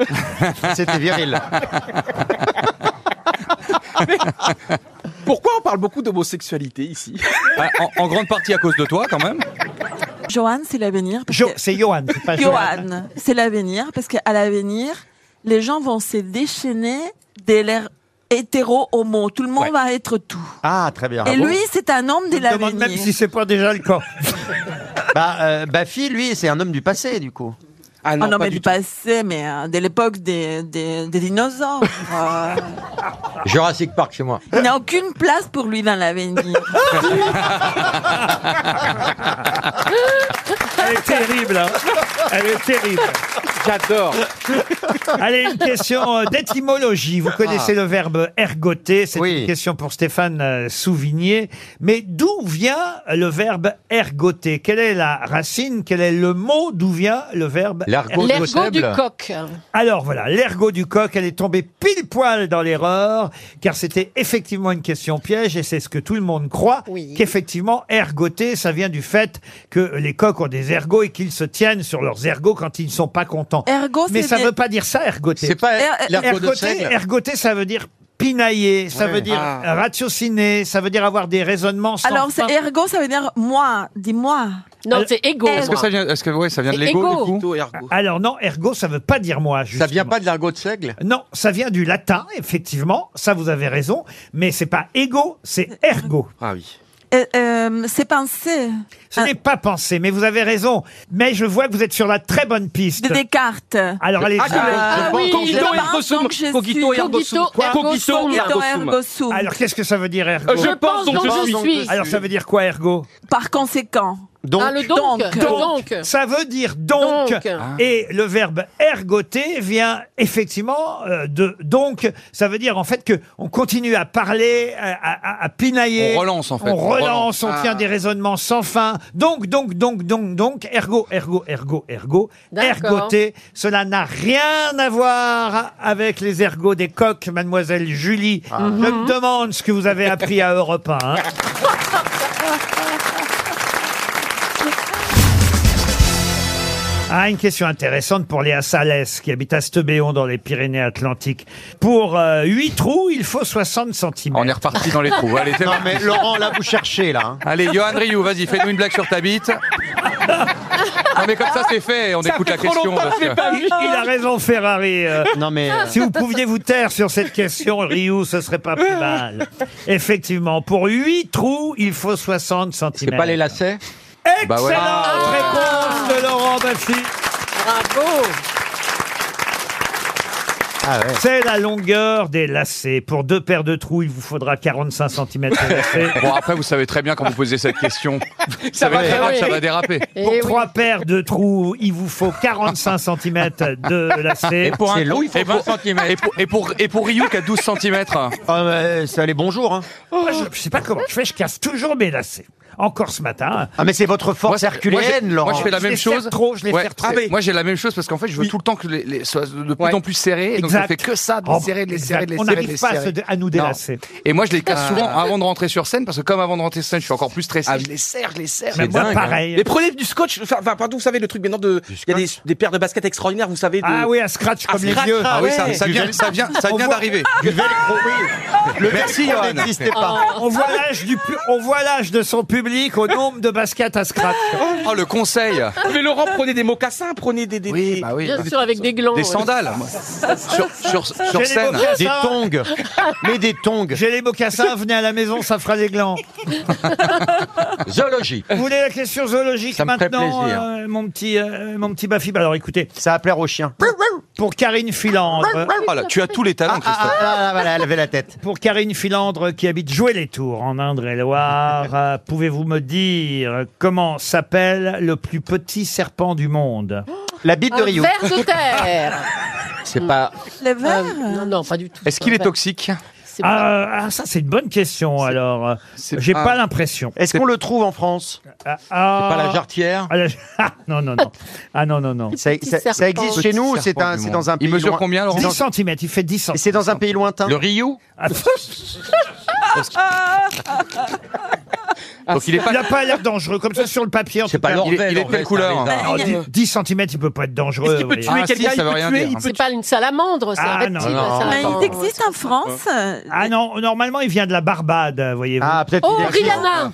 S5: C'était viril.
S4: Pourquoi on parle beaucoup d'homosexualité ici
S7: Ah, en, en grande partie à cause de toi, quand même.
S6: Johan, c'est l'avenir. parce
S2: Jo-
S6: que-
S2: c'est Johan, c'est pas Johan.
S6: Johan, c'est l'avenir, parce qu'à l'avenir, les gens vont se déchaîner dès l'air hétéro-homo. Tout le monde va être tout.
S5: Ah, très bien.
S6: Et lui, c'est un homme de
S2: Je me demande
S6: l'avenir.
S2: même si c'est pas déjà le cas.
S5: Bah, euh, Baffy, lui, c'est un homme du passé, du coup.
S4: Ah
S6: Ah non, mais du passé, mais euh, de l'époque des, des- des dinosaures. Euh,
S16: Jurassic Park chez moi.
S6: il n'y a aucune place pour lui dans l'avenir.
S2: Elle est terrible. hein. Elle est terrible.
S4: J'adore.
S2: Allez, une question euh, d'étymologie.
S5: Ah.
S2: Vous connaissez le verbe ergoter. C'est une question pour Stéphane euh, Souvigné. Mais d'où vient le verbe ergoter Quelle est la racine Quel est le mot D'où vient le verbe
S16: L'argot
S2: ergoter
S16: L'ergot du Notable.
S17: coq.
S2: Alors voilà, l'ergot du coq, elle est tombée pile poil dans l'erreur, car c'était effectivement une question piège, et c'est ce que tout le monde croit, qu'effectivement, ergoter, ça vient du fait que les coqs ont des ergots et qu'ils se tiennent sur leurs ergots quand ils ne sont pas contents.
S6: Ergot,
S2: Mais
S6: c'est
S2: ça ne
S6: des-
S2: veut pas dire ça, ergoter.
S16: C'est pas
S6: Er- l'ergot de
S2: Ergoter,
S6: seigle
S2: ergoter, ça veut dire pinailler, ça
S16: Ouais.
S2: veut dire
S16: Ah.
S2: ratiociner, ça veut dire avoir des raisonnements sans
S6: Alors,
S2: fin.
S6: c'est ergo, ça veut dire moi, dis-moi.
S17: Non, c'est égo.
S7: Est-ce que ça vient Est-ce que ouais, ça vient de
S17: Et
S7: l'ego
S17: ego.
S7: du coup
S2: Alors non, ergo, ça veut pas dire moi.
S16: Ça vient
S2: justement.
S16: pas de l'argot de seigle
S2: Non, ça vient du latin, effectivement. Ça, vous avez raison. Mais c'est pas ego, c'est ergo.
S4: Ah oui.
S6: Euh, euh, c'est pensé.
S2: Ce n'est pas pensé, mais vous avez raison. Mais je vois que vous êtes sur la très bonne piste.
S6: De Descartes.
S2: Alors allez-y.
S4: Ah, je
S6: Ah,
S4: pense.
S6: oui,
S4: Cogito
S6: je
S4: ergo
S6: pense
S4: sum.
S6: donc je
S4: Cogito
S6: suis-
S4: ergo sum. Quoi Cogito ergo sum.
S2: Alors qu'est-ce que ça veut dire ergo
S4: Euh, je pense donc je suis.
S2: Alors ça veut dire quoi ergo
S6: Par conséquent.
S17: Ah, le donc.
S2: Donc,
S17: Donc.
S2: ça veut dire donc.
S17: Donc.
S7: Ah.
S2: Et le verbe ergoter vient effectivement euh, de donc. Ça veut dire en fait que on continue à parler, à, à- à pinailler.
S7: On relance, en fait.
S2: On
S7: On relance.
S2: relance, on
S7: Ah.
S2: tient des raisonnements sans fin. Donc, donc, donc, donc, donc, ergo, ergo, ergo, ergo,
S17: D'accord.
S2: ergoter. Cela n'a rien à voir avec les ergots des coqs, mademoiselle Julie.
S7: Ah.
S2: Je me demande ce que vous avez appris à Europe 1. hein. Ah, une question intéressante pour Léa Salès, qui habite à Stebéon dans les Pyrénées-Atlantiques. Pour 8 trous, il faut 60 cm.
S7: On est reparti dans les trous. Allez, c'est
S5: Non,
S7: parti.
S5: mais Laurent, là, vous cherchez, là. hein.
S7: Allez, Johan Rioux, vas-y, fais-nous une blague sur ta bite. Non, mais comme ça, c'est fait. On
S2: Ça
S7: écoute
S2: fait
S7: la
S2: trop
S7: question.
S2: longtemps que
S7: parce
S2: je l'ai pas vu. Il a raison, Ferrari. euh.
S16: Non, mais, euh,
S2: Si vous pouviez vous taire sur cette question, Ryu, ce serait pas plus mal. Effectivement, pour 8 trous, il faut 60 cm.
S16: C'est pas les lacets
S2: Excellente
S16: Bah ouais.
S2: réponse
S4: Ah.
S2: de Laurent Baffy.
S3: Bravo
S5: Ah
S2: C'est la longueur des lacets. Pour deux paires de trous, il vous faudra 45 cm de lacets.
S7: Bon, après, vous savez très bien quand vous posez cette question.
S2: Ça
S7: Ça,
S2: va
S7: va, Eh déraper,
S2: déraper.
S7: ça va déraper.
S2: Pour trois paires de trous, il vous faut 45 cm de lacets.
S7: Et pour un C'est trou, long. il faut- Et pour- Et pour, et pour, et pour Ryu qui a 12 cm.
S16: ça allait bonjour.
S2: Moi, Ah, je, je sais pas comment je fais, je casse toujours mes lacets. Encore ce matin.
S16: Ah, mais c'est votre
S7: Moi, c'est- moi, j'ai- Moi, je fais la même
S2: les
S7: chose.
S2: serre trop, je les
S7: Ouais,
S2: serre trop.
S7: c'est- Moi, j'ai la même chose parce qu'en fait, je veux tout le temps que les, les soient de plus
S2: Ouais.
S7: en plus serrés. Donc,
S2: Exact.
S7: je fais que ça, de
S2: Oh,
S7: les serrer, de les serrer, de les
S2: on
S7: serrer. de
S2: n'arrive
S7: les
S2: pas à
S7: serrer.
S2: se dé- à nous délasser.
S7: Non. Et moi, je les casse
S2: Ah.
S7: souvent avant de rentrer sur scène parce que comme avant de rentrer sur scène, je suis encore plus
S4: Ah,
S7: stressé. Je les serre, je les serre.
S2: Mais moi, pareil.
S4: hein. Mais prenez du scotch, enfin, enfin, pardon, vous savez, le truc maintenant de. Il y a des, des paires de baskets extraordinaires, vous savez. De...
S2: Ah oui, à scratch
S4: À
S2: comme les
S4: scratch,
S2: vieux.
S4: ah
S7: Ah oui, ça,
S4: ouais. Ah,
S7: ça vient, ça vient, ça
S2: On
S7: vient
S2: voit-
S7: d'arriver.
S16: Le
S7: Merci,
S16: velcro
S7: Johan.
S16: n'existait pas.
S2: On voit l'âge du pu- on voit l'âge de son public au nombre de baskets à scratch.
S7: Oh, le conseil.
S4: Mais Laurent, prenez des mocassins, prenez des. des oui,
S7: bah oui.
S17: Bien sûr, avec des glands.
S7: Des
S17: ouais.
S7: sandales. Sur, sur,
S2: J'ai
S7: sur
S2: les
S7: scène.
S2: mocassins. Des
S16: tongs. Mais des tongs.
S2: J'ai les mocassins, venez à la maison, ça fera des glands.
S16: Zoologie.
S2: Vous voulez la question zoologique
S16: Ça me ferait
S2: maintenant,
S16: plaisir.
S2: euh, mon petit, euh, mon petit Bafi Bah Alors écoutez,
S16: Ça va plaire aux chiens.
S2: pour Karine Filandre.
S7: Oh là, tu as tous les talents, Christophe.
S16: Ah, voilà, elle avait la tête.
S2: Pour Karine Filandre qui habite Jouer-les-Tours en Indre-et-Loire, euh, pouvez-vous me dire comment s'appelle le plus petit serpent du monde
S16: La bite de
S17: Un
S16: Rio.
S17: ver de terre.
S16: C'est pas.
S6: Les verres
S17: Euh, non, non, pas du tout.
S7: Est-ce
S3: Ben,
S7: qu'il est
S17: Ver-
S7: toxique
S17: c'est pas-
S2: ah, ah, ça c'est une bonne question alors. J'ai
S16: ah.
S2: pas l'impression.
S16: Est-ce qu'on le trouve en France
S2: Ah, ah,
S16: C'est pas la jarretière
S2: ah, la- ah, non non non. Ah non non non.
S16: ça, ça- ça
S17: serpent.
S16: existe chez nous ou c'est un- c'est dans un pays
S7: Il mesure
S16: loin-
S7: combien, Laurent
S2: 10 cm, il fait Ah, 10
S16: Et
S2: cm.
S16: c'est dans un pays lointain
S7: Le Rio Donc il est
S2: Il
S7: pas.
S2: n'a pas l'air dangereux comme ça sur le papier. en
S16: C'est
S2: tout
S16: pas
S2: cas.
S7: Il est- il est de quelle couleur
S2: Ah,
S6: Il est-
S2: 10, cm, il peut pas être dangereux.
S4: Il peut
S2: voyez.
S4: tuer
S7: Ah, si,
S4: quelqu'un,
S7: ça veut
S4: il
S7: rien
S4: peut tuer,
S7: dire.
S4: il peut
S17: C'est pas une salamandre, c'est
S2: Ah,
S17: un reptile.
S2: non,
S16: non.
S17: la
S6: Mais il
S17: salamandre.
S6: existe en France.
S2: Ah non, normalement il vient de la Barbade, voyez-vous.
S16: Ah, peut-être.
S17: Oh,
S16: qu'il existe.
S17: Rihanna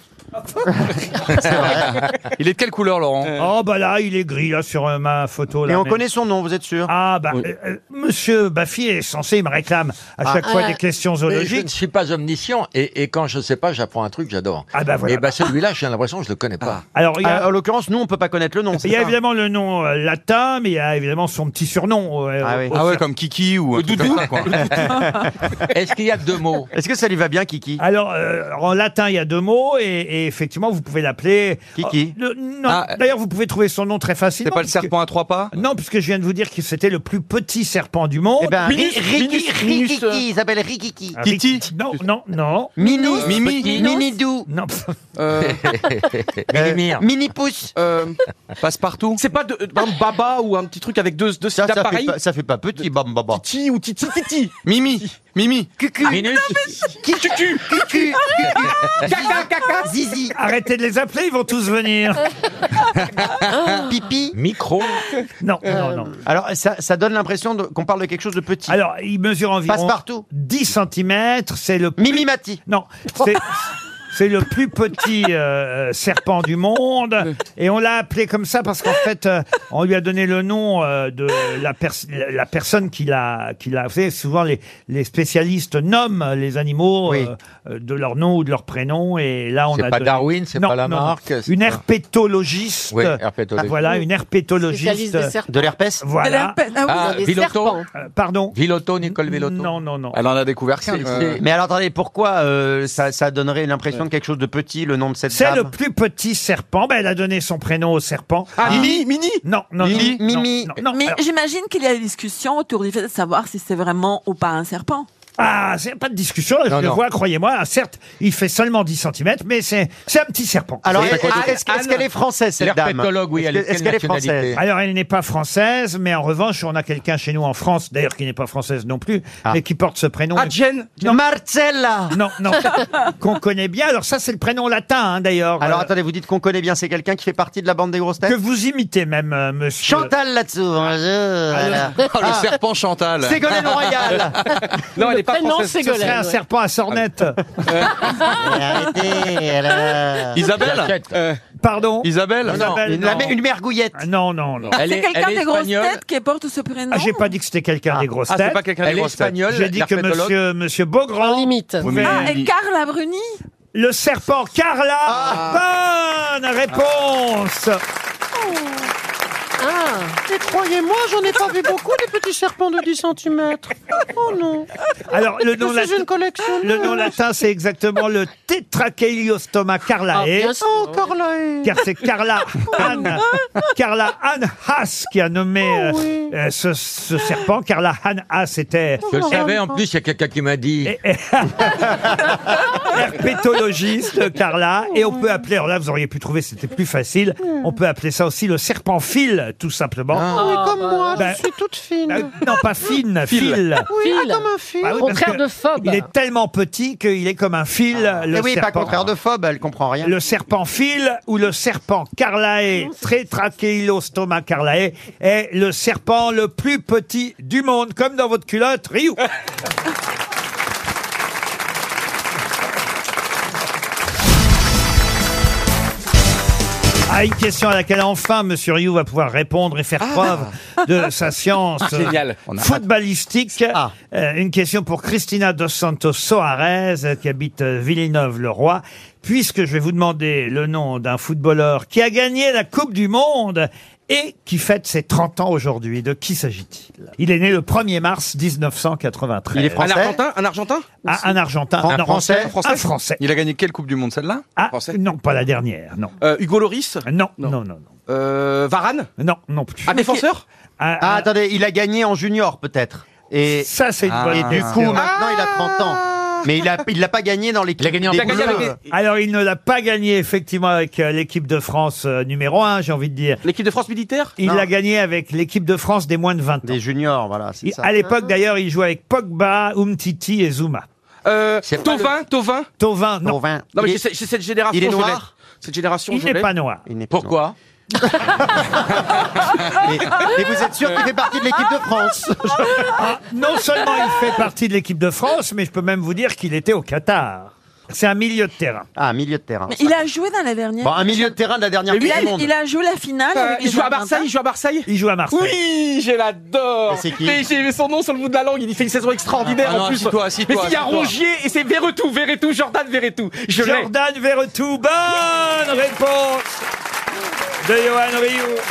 S7: Il est de quelle couleur, Laurent
S2: Oh bah là, il est gris là sur euh, ma photo là.
S16: Et on
S2: mais-
S16: connaît son nom, vous êtes sûr
S2: Ah bah euh, euh, monsieur Baffy est censé, il me réclame à chaque fois
S17: Ah.
S2: des questions
S16: Mais Je ne
S2: zoologiques.
S16: suis pas omniscient et, et quand je sais pas, j'apprends un truc, j'adore.
S2: Ah bah voilà. Ah,
S16: Et bah celui-là, j'ai l'impression que je le connais pas.
S2: Alors il y a,
S16: Ah, en l'occurrence, nous, on peut pas connaître le nom.
S2: il y a évidemment le nom euh, latin, mais il y a évidemment son petit surnom. euh,
S16: Ah oui.
S2: au-
S7: Ah ouais, comme Kiki ou un truc comme ça, quoi.
S16: Est-ce qu'il y a deux mots Est-ce que ça lui va bien, Kiki
S2: Alors euh, en latin il y a deux mots et, et effectivement vous pouvez l'appeler
S16: Kiki.
S2: Oh, le- non,
S7: Ah, euh,
S2: D'ailleurs vous pouvez trouver son nom très facilement.
S7: C'est pas le
S2: puisque-
S7: serpent à trois pas
S2: Non, puisque je viens de vous dire que c'était le plus petit serpent du monde.
S16: Eh ben,
S4: Minus-
S16: Ri- Riki-
S4: Minus-
S16: Rikiki,
S4: Minus-
S16: il s'appelle Rikiki.
S2: Ah,
S7: Kitty.
S2: Non, non, non.
S16: Minus,
S7: Mimi.
S16: petit, Minidou,
S2: Non,
S4: Euh,
S16: euh, Mini Pouce.
S4: euh,
S7: Passe-partout
S4: c'est pas de, euh, par exemple, Baba ou un petit truc avec deux, deux sites d'appareil
S16: ça fait pas petit, bam baba.
S4: Titi ou Titi Titi
S7: Mimi Mimi
S16: Cucu,
S4: Minus Tutu
S16: cucu,
S4: Ah, Caca Caca
S16: zizi,
S2: arrêtez de les appeler, ils vont tous venir.
S16: pipi.
S4: Micro
S2: Non, non, non.
S16: Alors, ça, ça donne l'impression de- qu'on parle de quelque chose de petit.
S2: Alors, il mesure environ
S16: Passe-partout.
S2: 10 cm, c'est le
S16: Mimi Mati.
S2: Non, c'est c'est le plus petit euh, serpent du monde et on l'a appelé comme ça parce qu'en fait euh, on lui a donné le nom euh, de la, pers- la- la personne qui l'a qui l'a fait souvent les les spécialistes nomment les animaux
S16: Oui.
S2: euh, euh, de leur nom ou de leur prénom et là on
S16: C'est
S2: a
S16: pas
S2: donné-
S16: Darwin, c'est
S2: Non,
S16: pas
S2: non, non.
S16: Lamarck, c'est
S2: une
S16: pas-
S2: herpétologiste
S16: Oui, herpétologiste.
S2: Ah, voilà une
S17: Spécialiste
S2: herpétologiste
S17: des serpents.
S16: De l'herpès
S6: Elle a
S2: voilà
S6: la peine- ah oui.
S16: Ah,
S17: Des
S16: Villotto.
S17: serpents.
S2: Euh, pardon
S16: Villotto, Nicole Villotto.
S2: non non non
S7: Elle en a découvert qu'un.
S16: C'est-
S7: euh,
S16: c'est- Mais alors attendez, pourquoi euh, ça, ça donnerait l'impression de quelque chose de petit, le nom de cette
S2: c'est
S16: dame
S2: le plus petit serpent. Ben, elle a donné son prénom au serpent.
S4: Ah, Mini Mini
S2: Non, non, non,
S16: Lily,
S2: non,
S16: Mimi.
S2: non, non,
S6: Mais
S2: alors-
S6: j'imagine qu'il y a des discussions autour du fait de savoir si c'est vraiment ou pas un serpent.
S2: ah, c'est pas de discussion, je
S16: Non,
S2: le
S16: non.
S2: vois, croyez-moi. Ah, Certes, il fait seulement 10 cm, mais c'est c'est un petit serpent.
S16: Alors,
S4: C'est-
S16: est- est- est-ce est-ce
S4: Anne-
S16: qu'elle est française, cette dame
S4: L'herpétologue, oui,
S16: Est-ce
S4: elle
S16: que-
S4: est de
S16: Est-ce qu'elle est
S4: quelle nationalité
S16: française
S2: Alors, elle n'est pas française, mais en revanche, on a quelqu'un chez nous en France, d'ailleurs, qui n'est pas française non plus,
S16: Ah.
S2: mais qui porte ce prénom.
S4: Ah, Jen
S16: Marcella
S2: non, non, qu'on connaît bien. Alors ça, c'est le prénom latin, hein, d'ailleurs.
S16: Alors
S2: euh,
S16: attendez, vous dites qu'on connaît bien, c'est quelqu'un qui fait partie de la bande des grosses
S2: que
S16: têtes hein,
S2: vous imitez même, euh, monsieur. Ah.
S16: Chantal là-dessous, bonjour.
S7: Oh, le serpent Chantal.
S16: Ségolène Royal
S4: Non, elle est Ah
S7: pas
S17: prénom,
S7: française.
S17: Ségolène,
S7: Ce serait un
S17: ouais.
S7: serpent
S2: à sornette. euh.
S6: Euh,
S7: Isabelle
S2: Pardon
S7: Isabelle
S2: Non, non,
S7: Isabelle,
S2: une- la- une
S5: mergouillette.
S2: Non, non, non.
S6: c'est quelqu'un des grosses têtes qui porte ce prénom
S2: Ah, j'ai pas dit que c'était quelqu'un des grosses
S4: Ah,
S2: têtes.
S4: c'est pas quelqu'un des Elle est grosses têtes. espagnole,
S2: J'ai dit que
S4: herpétologue.
S2: monsieur, monsieur Beaugrand. limite.
S6: Ah, et Carla Bruni
S2: Le serpent Carla.
S6: Ah.
S2: Bonne réponse.
S3: Ah, et croyez-moi, j'en ai pas vu beaucoup des petits serpents de 10 cm. Oh non.
S2: Alors, le nom,
S3: Parce que
S2: latin-
S3: je ne collectionne
S2: le
S3: pas.
S2: nom latin, c'est exactement le Tetracheliostoma
S3: Ah,
S2: carlae.
S3: bien sûr. Oh, Carla.
S2: car c'est Carla Anne, Carla Anne Haas qui a nommé
S3: Oh,
S2: euh, euh, ce, ce serpent. Carla Anne Haas était
S8: Je le savais, en plus, il y a quelqu'un qui m'a dit.
S2: herpétologiste, Carla.
S3: Oh,
S2: Et on peut appeler, alors là vous auriez pu trouver, c'était plus facile, on peut appeler ça aussi le serpent fil, tout simplement.
S3: Ah oui, comme moi,
S2: Ben,
S3: je suis toute fine.
S2: ben, non, pas fine,
S3: Fil.
S2: fil.
S3: Oui, ah, comme un fil.
S2: Bah oui, parce que Il est tellement petit qu'il est comme un fil. le
S5: Mais oui, pas
S2: serpent.
S5: contraire de phobe, elle comprend rien.
S2: Le serpent fil ou le serpent carlae, Tetrachylostoma carlae, est le serpent le plus petit du monde, comme dans votre culotte, Ryu. Ah, une question à laquelle enfin Monsieur Ryu va pouvoir répondre et
S5: Ah.
S2: faire preuve de sa science euh,
S4: Génial. On a
S2: footballistique.
S5: Ah.
S2: Euh, une question pour Cristina dos Santos Soares euh, qui habite euh, Villeneuve-le-Roi. Puisque je vais vous demander le nom d'un footballeur qui a gagné la Coupe du Monde et qui fête ses 30 ans aujourd'hui, de qui s'agit-il Il est né le 1er mars 1993.
S4: Il est français Un Argentin Un Argentin
S2: Ah, Un Argentin.
S7: Un
S2: non,
S7: Français
S2: Un Français. Un Français.
S7: Il a gagné quelle Coupe du Monde, celle-là Euh,
S2: Ah, non, pas la dernière, non.
S4: Hugo Loris
S2: Non, non, non. non.
S4: Euh, Varane
S2: Non, non plus.
S4: Un défenseur
S2: Ah,
S5: ah, attendez, il a gagné en junior peut-être. Et
S2: ça c'est
S4: une bonne
S5: Ah. Et du
S4: question.
S5: coup, maintenant il a 30 ans.
S2: Ah.
S5: Mais il a il l'a pas gagné dans l'équipe. Il a gagné
S2: Alors, il ne l'a pas gagné, effectivement, avec euh, l'équipe de France euh, numéro 1, j'ai envie de dire.
S4: L'équipe de France militaire
S2: Il
S4: Non.
S2: l'a gagné avec l'équipe de France des moins de 20 ans. Des
S5: juniors, voilà, c'est
S2: À l'époque, d'ailleurs, il jouait avec Pogba, Umtiti et Zuma.
S4: Euh, Tovin, Tovin
S2: Tovin, non.
S4: Non, mais c'est c'est cette génération.
S2: il est
S4: je l'ai.
S2: noir
S4: Cette génération,
S2: Il
S4: je
S2: n'est
S4: l'ai.
S2: pas noir.
S4: Pourquoi Ah
S5: Et vous êtes sûr qu'il fait partie de l'équipe de France
S2: Ah, non seulement il fait partie de l'équipe de France, mais je peux même vous dire qu'il était au Qatar. C'est un milieu de terrain.
S5: Ah, un milieu de terrain.
S6: Mais il a joué dans la dernière.
S5: Bon, un milieu de terrain de la dernière Coupe
S6: il, a,
S5: du Monde.
S6: il a joué la finale.
S4: Euh,
S6: avec
S4: il
S6: les
S4: joue à
S6: Argentins.
S4: Marseille, il joue à Marseille
S2: Il joue à Marseille.
S4: Oui, je l'adore.
S5: c'est qui
S4: Mais j'ai son nom sur le bout de la langue, il fait une saison extraordinaire
S7: Ah, non,
S4: en plus.
S7: assis-toi, assis-toi,
S4: Mais s'il y a
S7: assis-toi.
S4: Rongier et c'est Verretou, Verretou, Jordan Verretou. Je l'ai.
S2: Jordan Verretou, bonne réponse de Johan Rioux.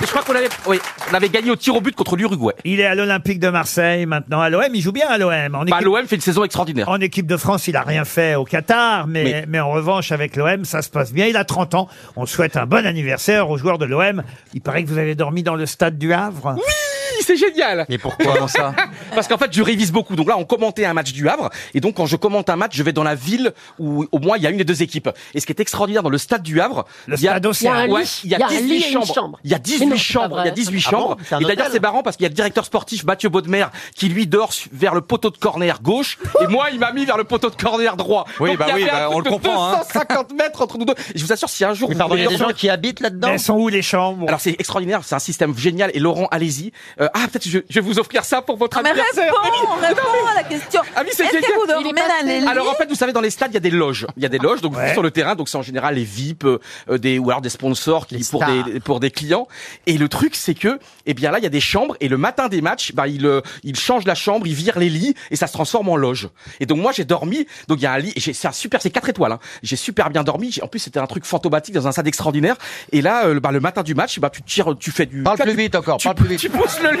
S4: Je crois qu'on avait, oui, on avait gagné au tir au but contre l'Uruguay.
S2: Il est à l'Olympique de Marseille maintenant. À l'OM, il joue bien à l'OM. En,
S4: Bah,
S2: équipe-
S4: l'OM fait une saison extraordinaire.
S2: en équipe de France, il a rien fait au Qatar, mais, mais...
S4: Mais-
S2: en revanche, avec l'OM, ça se passe bien. Il a 30 ans. On souhaite un bon anniversaire aux joueurs de l'OM. Il paraît que vous avez dormi dans le stade du Havre.
S4: Oui, c'est génial.
S5: Mais pourquoi
S7: ça
S4: Parce qu'en fait, je révise beaucoup. Donc là, on commentait un match du Havre. Et donc, quand je commente un match, je vais dans la ville où au moins il y a une des deux équipes. Et ce qui est extraordinaire dans le stade du Havre,
S2: Le
S4: il y a-
S2: stade Océan.
S4: Ouais,
S2: Il y a un
S4: il y a
S17: lit, il y a
S4: 18
S17: une
S4: chambres.
S17: chambre.
S4: Il y a
S17: Mais
S4: 18
S17: non, c'est pas
S4: chambres. Il y a
S17: vrai.
S4: 18
S5: Ah bon
S4: chambres.
S5: C'est un
S4: Et d'ailleurs,
S5: hôtel
S4: c'est marrant parce qu'il y a le directeur sportif Mathieu Baudemer qui lui dort su- vers le poteau de corner gauche. et moi, il m'a mis vers le poteau de corner droit.
S7: Oui,
S4: Donc,
S7: bah
S4: il y
S7: oui,
S4: avait un
S7: bah,
S4: truc
S7: on le
S4: de
S7: comprend, hein.
S4: 250 mètres entre nous deux. Et je vous assure, si un jour vous
S5: Pardon, il y a
S4: voulez
S5: des gens
S4: ressentir-
S5: qui habitent là-dedans.
S2: Elles sont où les chambres
S4: alors c'est extraordinaire, c'est un système génial. Et Laurent, allez-y. Euh, ah peut-être je, je vais vous offrir ça pour votre
S6: Non, Ah, mais
S4: anniversaire.
S6: réponds,
S4: Ami. Non,
S6: réponds
S4: mais-
S6: à la question.
S4: Ami, Ah c'est
S6: Est-ce
S4: génial.
S6: que vous dormez dans les lits
S4: Alors en fait, vous savez, dans les stades, il y a des loges. Il y a des loges, donc vous êtes sur le terrain, donc c'est en général les VIP, euh, euh, des ou alors des sponsors qui pour
S5: stars.
S4: des pour des clients. Et le truc, c'est que, eh bien là, il y a des chambres et le matin des matchs, bah il euh, il change la chambre, il vire les lits et ça se transforme en loge. Et donc moi j'ai dormi, donc il y a un lit, et j'ai- c'est un super, c'est quatre étoiles. hein. J'ai super bien dormi. J'ai- En plus c'était un truc fantomatique dans un stade extraordinaire. Et là, euh, bah, le matin du match, bah tu tires, tu fais du
S16: Parle
S4: tu-
S16: plus vite encore,
S4: tu,
S16: parle plus vite.
S4: tu pousses le lit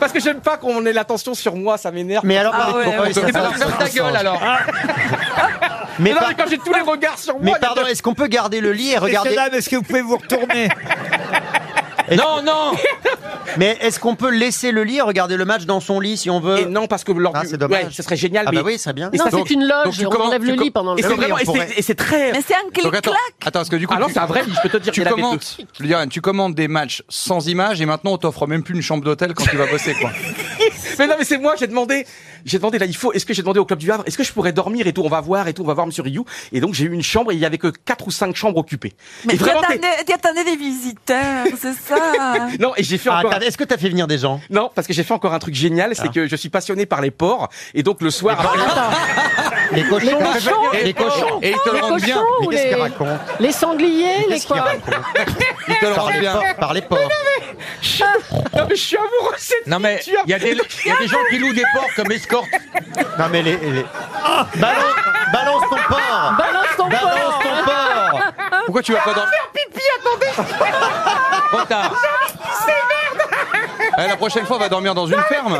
S4: parce que j'aime pas qu'on ait l'attention sur moi, ça m'énerve.
S5: Mais alors,
S6: Ah ouais,
S5: pourquoi
S6: ouais,
S5: ils
S4: Et
S5: sont
S4: donc,
S5: pas-
S4: ferme ta gueule alors.
S2: Ah.
S5: Mais
S4: Mais non,
S5: par-
S4: mais quand j'ai tous les regards sur
S5: Mais
S4: moi. il y a
S5: pardon,
S4: de-
S5: est-ce qu'on peut garder le lit et
S2: Messieurs,
S5: regarder
S2: dames, est-ce que vous pouvez vous retourner
S8: Non, non
S5: Mais est-ce qu'on peut laisser le lit et regarder le match dans son lit si on
S4: Et
S5: veut
S4: non, parce que lors
S5: Ah,
S4: du-
S5: c'est dommage.
S4: Ouais, ce serait génial.
S5: Ah bah
S4: mais-
S5: oui, c'est bien.
S4: Et
S17: Non,
S4: ça,
S17: c'est une loge, on enlève le lit pendant
S4: Et
S17: le
S4: c'est
S5: Ah oui,
S4: vraiment,
S5: on
S4: et c'est-
S5: pourrait.
S4: et c'est très.
S6: Mais c'est un
S7: Donc attends,
S6: clic-clac.
S7: attends, parce que du coup.
S4: Ah non,
S7: tu-
S4: c'est un vrai lit, je peux te dire.
S7: Tu
S4: il y en avait
S7: commentes,
S4: deux.
S7: je veux dire, tu commandes des matchs sans images et maintenant on t'offre même plus une chambre d'hôtel quand tu vas bosser quoi.
S4: Mais non, mais c'est moi, j'ai demandé, j'ai demandé là, il faut, est-ce que j'ai demandé au club du Havre, est-ce que je pourrais dormir et tout, on va voir et tout, on va voir Monsieur Rioux. Et donc, j'ai eu une chambre et il y avait que quatre ou cinq chambres occupées.
S6: Mais
S4: et vraiment, t'es-
S6: t'attendais t'attendais des visiteurs, c'est ça
S4: non, et j'ai fait
S5: Ah,
S4: encore. Est-ce que t'as fait venir des gens Non, parce que j'ai fait encore un truc génial, c'est que je suis passionné par les porcs, et donc le soir.
S5: Les cochons, les cochons, les cochons ou les-
S17: Les sangliers, les
S5: Qu'est-ce qu'il
S17: quoi
S5: raconte
S4: Il te le
S5: Par
S4: rend
S5: les
S4: bien.
S5: porcs, Par les porcs.
S4: Non, mais je suis amoureux, c'est
S8: Non, mais il y, a des- il y a des gens qui louent des porcs comme escorte.
S5: Non, mais les. les-
S9: Ah,
S5: Balance, balance ton porc
S17: Balance ton
S5: Balance ton porc
S7: Pourquoi tu vas pas dans
S3: pipi, attendez
S7: Trop tard. Eh, la prochaine fois, on va dormir dans une ferme.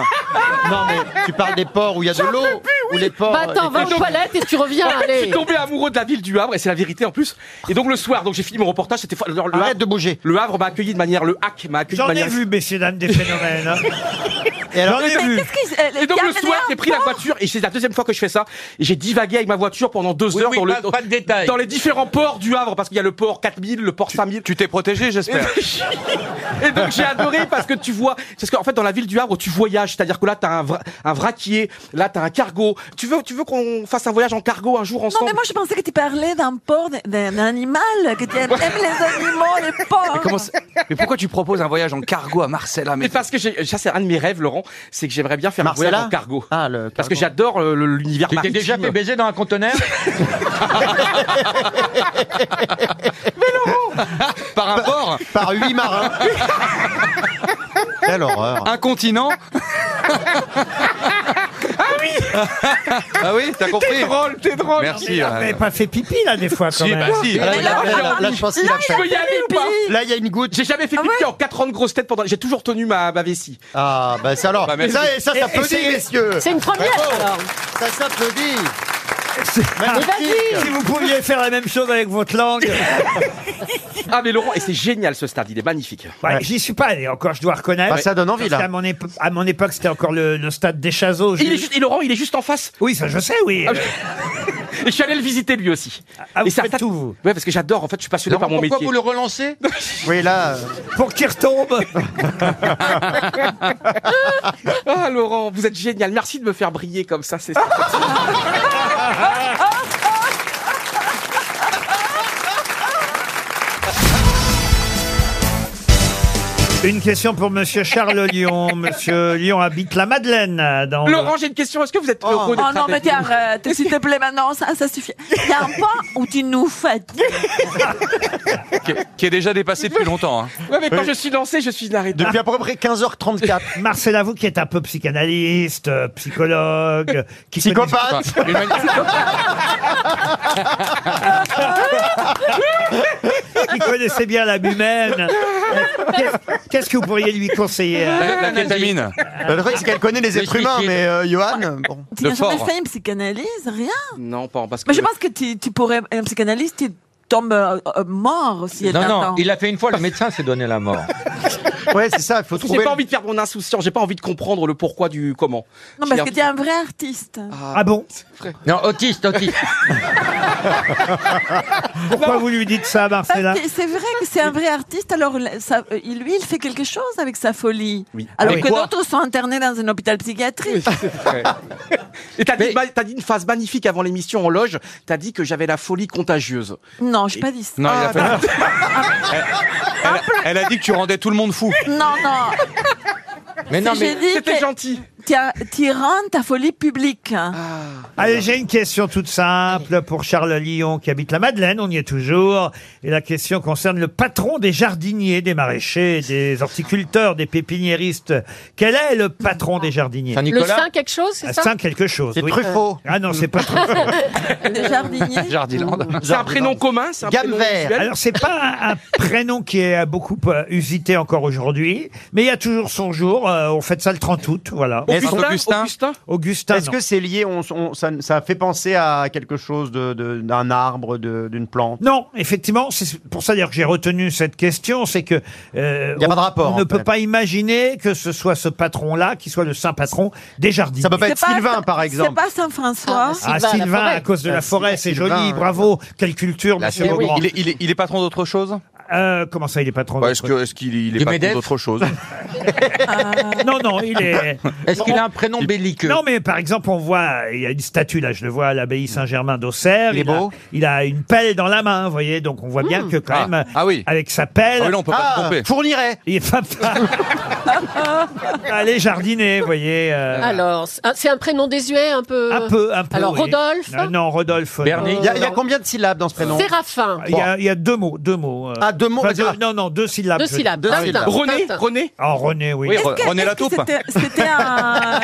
S5: Non, mais tu parles des porcs où il y a de l'eau, où les porcs.
S17: Bah attends, va aux toilettes et tu reviens,
S4: En fait, je
S17: allez
S4: suis tombé amoureux de la ville du Havre et c'est la vérité en plus. Et donc le soir, donc j'ai fini mon reportage. C'était fa- le, Arrête de bouger. Le Havre m'a accueilli de manière, le hack m'a accueilli de
S2: J'en ai
S4: manière.
S2: vu, messieurs, dames, des phénomènes. hein. J'en ai vu.
S4: Et donc le soir, j'ai pris la voiture et c'est la deuxième fois que je fais ça. Et j'ai divagué avec ma voiture pendant deux heures
S8: oui,
S4: dans,
S8: pas-
S4: le,
S8: pas de détails.
S4: dans les différents ports du Havre parce qu'il y a le port 4000, le port 5000.
S7: Tu t'es protégé, j'espère.
S4: Et donc j'ai adoré parce que tu vois, c'est ce qu'en fait dans la ville du Havre tu voyages, c'est-à-dire que là t'as un, vra- un vraquier, là t'as un cargo. Tu veux, tu veux qu'on fasse un voyage en cargo un jour ensemble
S6: Non, mais moi je pensais que tu parlais d'un porc, d'un- d'un animal, que tu aimes les animaux, les porcs.
S7: Comment c'est- mais pourquoi tu proposes un voyage en cargo à Marcella
S4: Mais parce que j'ai- ça, c'est un de mes rêves, Laurent, c'est que j'aimerais bien faire
S5: Marcella
S4: un voyage en cargo.
S8: Ah,
S4: Parce que j'adore euh, le- l'univers
S8: Tu t'es
S4: maritime.
S8: déjà fait baiser dans un conteneur
S7: Par un port
S5: Par huit marins. Quelle horreur.
S7: Un continent
S4: Ah oui
S7: Ah oui, t'as compris
S4: T'es drôle, t'es drôle
S7: Merci.
S2: Mais
S7: euh,
S2: Vous n'avez pas fait pipi, là, hein, des fois, quand
S7: Si,
S2: même.
S7: bah si.
S4: Ah,
S5: Là, il a- là, là, là, je pense qu'il a fait.
S4: Je peux y aller ou pas
S5: Là, il y a une goutte.
S2: Ah
S4: J'ai jamais fait pipi en 4 ans de grosse tête pendant. J'ai toujours tenu ma, ma vessie.
S5: Ah, bah ça alors.
S7: Bah,
S5: Mais
S7: merci.
S5: ça, et ça, ça
S4: Et- et
S5: peut dire,
S4: c'est-
S5: messieurs.
S17: C'est une première
S5: Bravo.
S17: alors
S5: Ça s'applaudit.
S2: Ah,
S17: vas-y.
S2: Si vous pouviez faire la même chose avec votre langue.
S4: Ah, mais Laurent, et c'est génial ce stade, il est magnifique.
S2: Ouais, J'y suis pas allé encore, je dois reconnaître.
S5: Bah, ça donne envie,
S2: Parce
S5: là.
S2: qu'à mon épo- À mon époque, c'était encore le, le stade des Chaseaux.
S4: Il est juste- et Laurent, il est juste en face.
S2: Oui, ça je sais, oui.
S4: Ah, je- Et je suis allé le visiter lui aussi.
S2: Ah, vous
S4: et ça,
S2: faites
S4: ça-
S2: tout, vous.
S4: Ouais, parce que j'adore, en fait, je suis passionné par mon
S8: Pourquoi
S4: métier.
S8: vous le relancez
S5: Oui, là. euh,
S2: Pour qu'il retombe.
S4: Ah, Laurent, vous êtes génial. Merci de me faire briller comme ça, c'est ça.
S2: Une question pour Monsieur Charles Lyon. Monsieur Lyon habite la Madeleine. Dans le-
S4: Laurent, j'ai une question. Est-ce que vous êtes heureux
S6: Oh
S4: d'être
S6: non,
S4: avec
S6: mais
S4: nous
S6: t'arrêtes, s'il te plaît, maintenant, ça, ça suffit. Il y a un point où tu nous fatigues.
S7: qui, est, qui est déjà dépassé depuis longtemps. hein.
S4: Ouais, mais quand je suis lancé, je suis arrêté.
S5: Depuis à peu près 15h34.
S2: Marcella, vous qui êtes un peu psychanalyste, euh, psychologue, euh, qui connaît-
S5: Psychopathe.
S7: Enfin, une mani-
S2: qui connaissez bien l'âme humaine. Qu'est-ce- Qu'est-ce que vous pourriez lui conseiller euh,
S7: la, la kétamine.
S5: Bah, Le truc, c'est qu'elle connaît les êtres humains, mais euh, Johan, bon.
S6: Tu n'as
S7: Le
S6: jamais
S7: fort.
S6: fait une psychanalyse, rien.
S4: Non, pas en- parce que.
S6: Mais je pense que tu, tu pourrais, un psychanalyste, tu tombes euh, euh, mort si
S8: Non, non, il a fait une fois, le médecin s'est donné la mort.
S5: Ouais, c'est ça, il faut
S4: Parce que J'ai
S5: trouver.
S4: pas envie de perdre mon insouciance, j'ai pas envie de comprendre le pourquoi du comment.
S6: Non, parce
S4: J'ai
S6: que
S4: envie-
S6: tu es un vrai artiste.
S2: Ah bon
S8: Non, autiste, autiste.
S2: Pourquoi vous lui dites ça, Marcella
S6: Parce que Ah, C'est vrai que c'est un vrai artiste, alors la- ça- euh, il- lui, il fait quelque chose avec sa folie.
S4: Oui.
S6: Alors
S4: Mais
S6: que
S4: quoi
S6: d'autres sont internés dans un hôpital psychiatrique.
S4: Et t'as dit, ma- t'as dit une phrase magnifique avant l'émission en loge, t'as dit que j'avais la folie contagieuse.
S6: Non, j'ai pas dit ça. Ah.
S7: Non, il a fait... elle, elle- elle a dit que tu rendais tout le monde fou.
S6: Non, non,
S8: Mais non, mais.
S6: j'ai dit
S4: C'était
S6: que
S4: gentil.
S6: tu as- tu rends ta folie publique.
S2: Allez, Ah, j'ai une question toute simple pour Charles Lyon qui habite la Madeleine, on y est toujours. Et la question concerne le patron des jardiniers, des maraîchers, des horticulteurs, des pépiniéristes. Quel est le patron des jardiniers
S17: Le
S16: Saint-Nicolas
S17: 5 quelque chose, c'est ça
S2: Saint quelque chose.
S5: C'est
S2: oui.
S5: Truffaut.
S2: Ah non, c'est pas Truffaut. Euh,
S6: Le jardinier.
S7: Jardiland.
S4: C'est un prénom commun, c'est un
S5: Gamme
S4: prénom
S5: vert.
S4: mutuel.
S2: Alors, c'est pas un, un prénom qui est euh, beaucoup euh, usité encore aujourd'hui, mais il y a toujours son jour. euh, on fête ça le 30 août, voilà.
S7: Est-ce
S4: Augustin,
S7: Augustin
S4: Augustin
S2: Augustin.
S5: Est-ce
S2: non.
S5: que c'est lié on, on- ça, ça fait penser à quelque chose de- de- d'un arbre, de- d'une plante
S2: Non, effectivement, c'est pour ça d'ailleurs que j'ai retenu cette question, c'est que euh,
S5: Il y a
S2: on,
S5: pas de rapport,
S2: on ne
S5: en
S2: peut
S5: fait.
S2: pas imaginer que ce soit ce patron-là qui soit le saint patron des jardiniers.
S5: Ça peut pas être
S6: C'est pas-
S5: Sylvain, par
S6: C'est
S5: exemple.
S6: pas Saint-François.
S2: Ah,
S17: Sylvain, la
S2: Sylvain,
S17: forêt.
S2: à cause de la
S5: Ah,
S2: forêt,
S5: Sylvain,
S2: c'est joli,
S5: Sylvain,
S2: bravo, quelle culture, monsieur
S16: Eh oui.
S2: Beaugrand.
S7: Il est, il est- il est patron d'autre chose
S2: Euh, comment ça, il est patron
S18: Bah,
S2: de
S18: est-ce que- est-ce qu'il il est pas contre autre chose
S2: Non, non, il est.
S8: Euh. Est-ce qu'il a un prénom belliqueux
S2: Non, mais par exemple, on voit, il y a une statue là, je le vois à l'abbaye Saint-Germain d'Auxerre.
S8: Il est
S2: a-
S8: beau
S2: Il a une pelle dans la main, vous voyez, donc on voit bien
S17: Hmm.
S2: que quand même, avec sa pelle.
S7: Ah oui, non, on peut pas se Ah, tromper.
S2: Fournirait. Il est pas. Allez jardiner, vous voyez. euh,
S17: Alors, c'est un- c'est un prénom désuet un peu.
S2: Un peu, un peu.
S17: Euh, Alors,
S2: oui.
S17: Rodolphe,
S2: Non, non, Rodolphe.
S17: Bernie.
S2: non.
S17: Il y a- il y a
S5: Combien de syllabes dans ce prénom
S17: Séraphin.
S2: Il y, a, il y a deux mots, deux mots. euh.
S5: Ah, deux mots,
S2: Enfin,
S5: c'est ça.
S2: non, non, deux syllabes.
S17: Deux
S2: je-
S17: syllabes, Deux Tintin, syllabes.
S2: René,
S17: Tintin.
S2: René. Ah, René, oui.
S6: Est-ce que- est-ce que c'était- C'était un,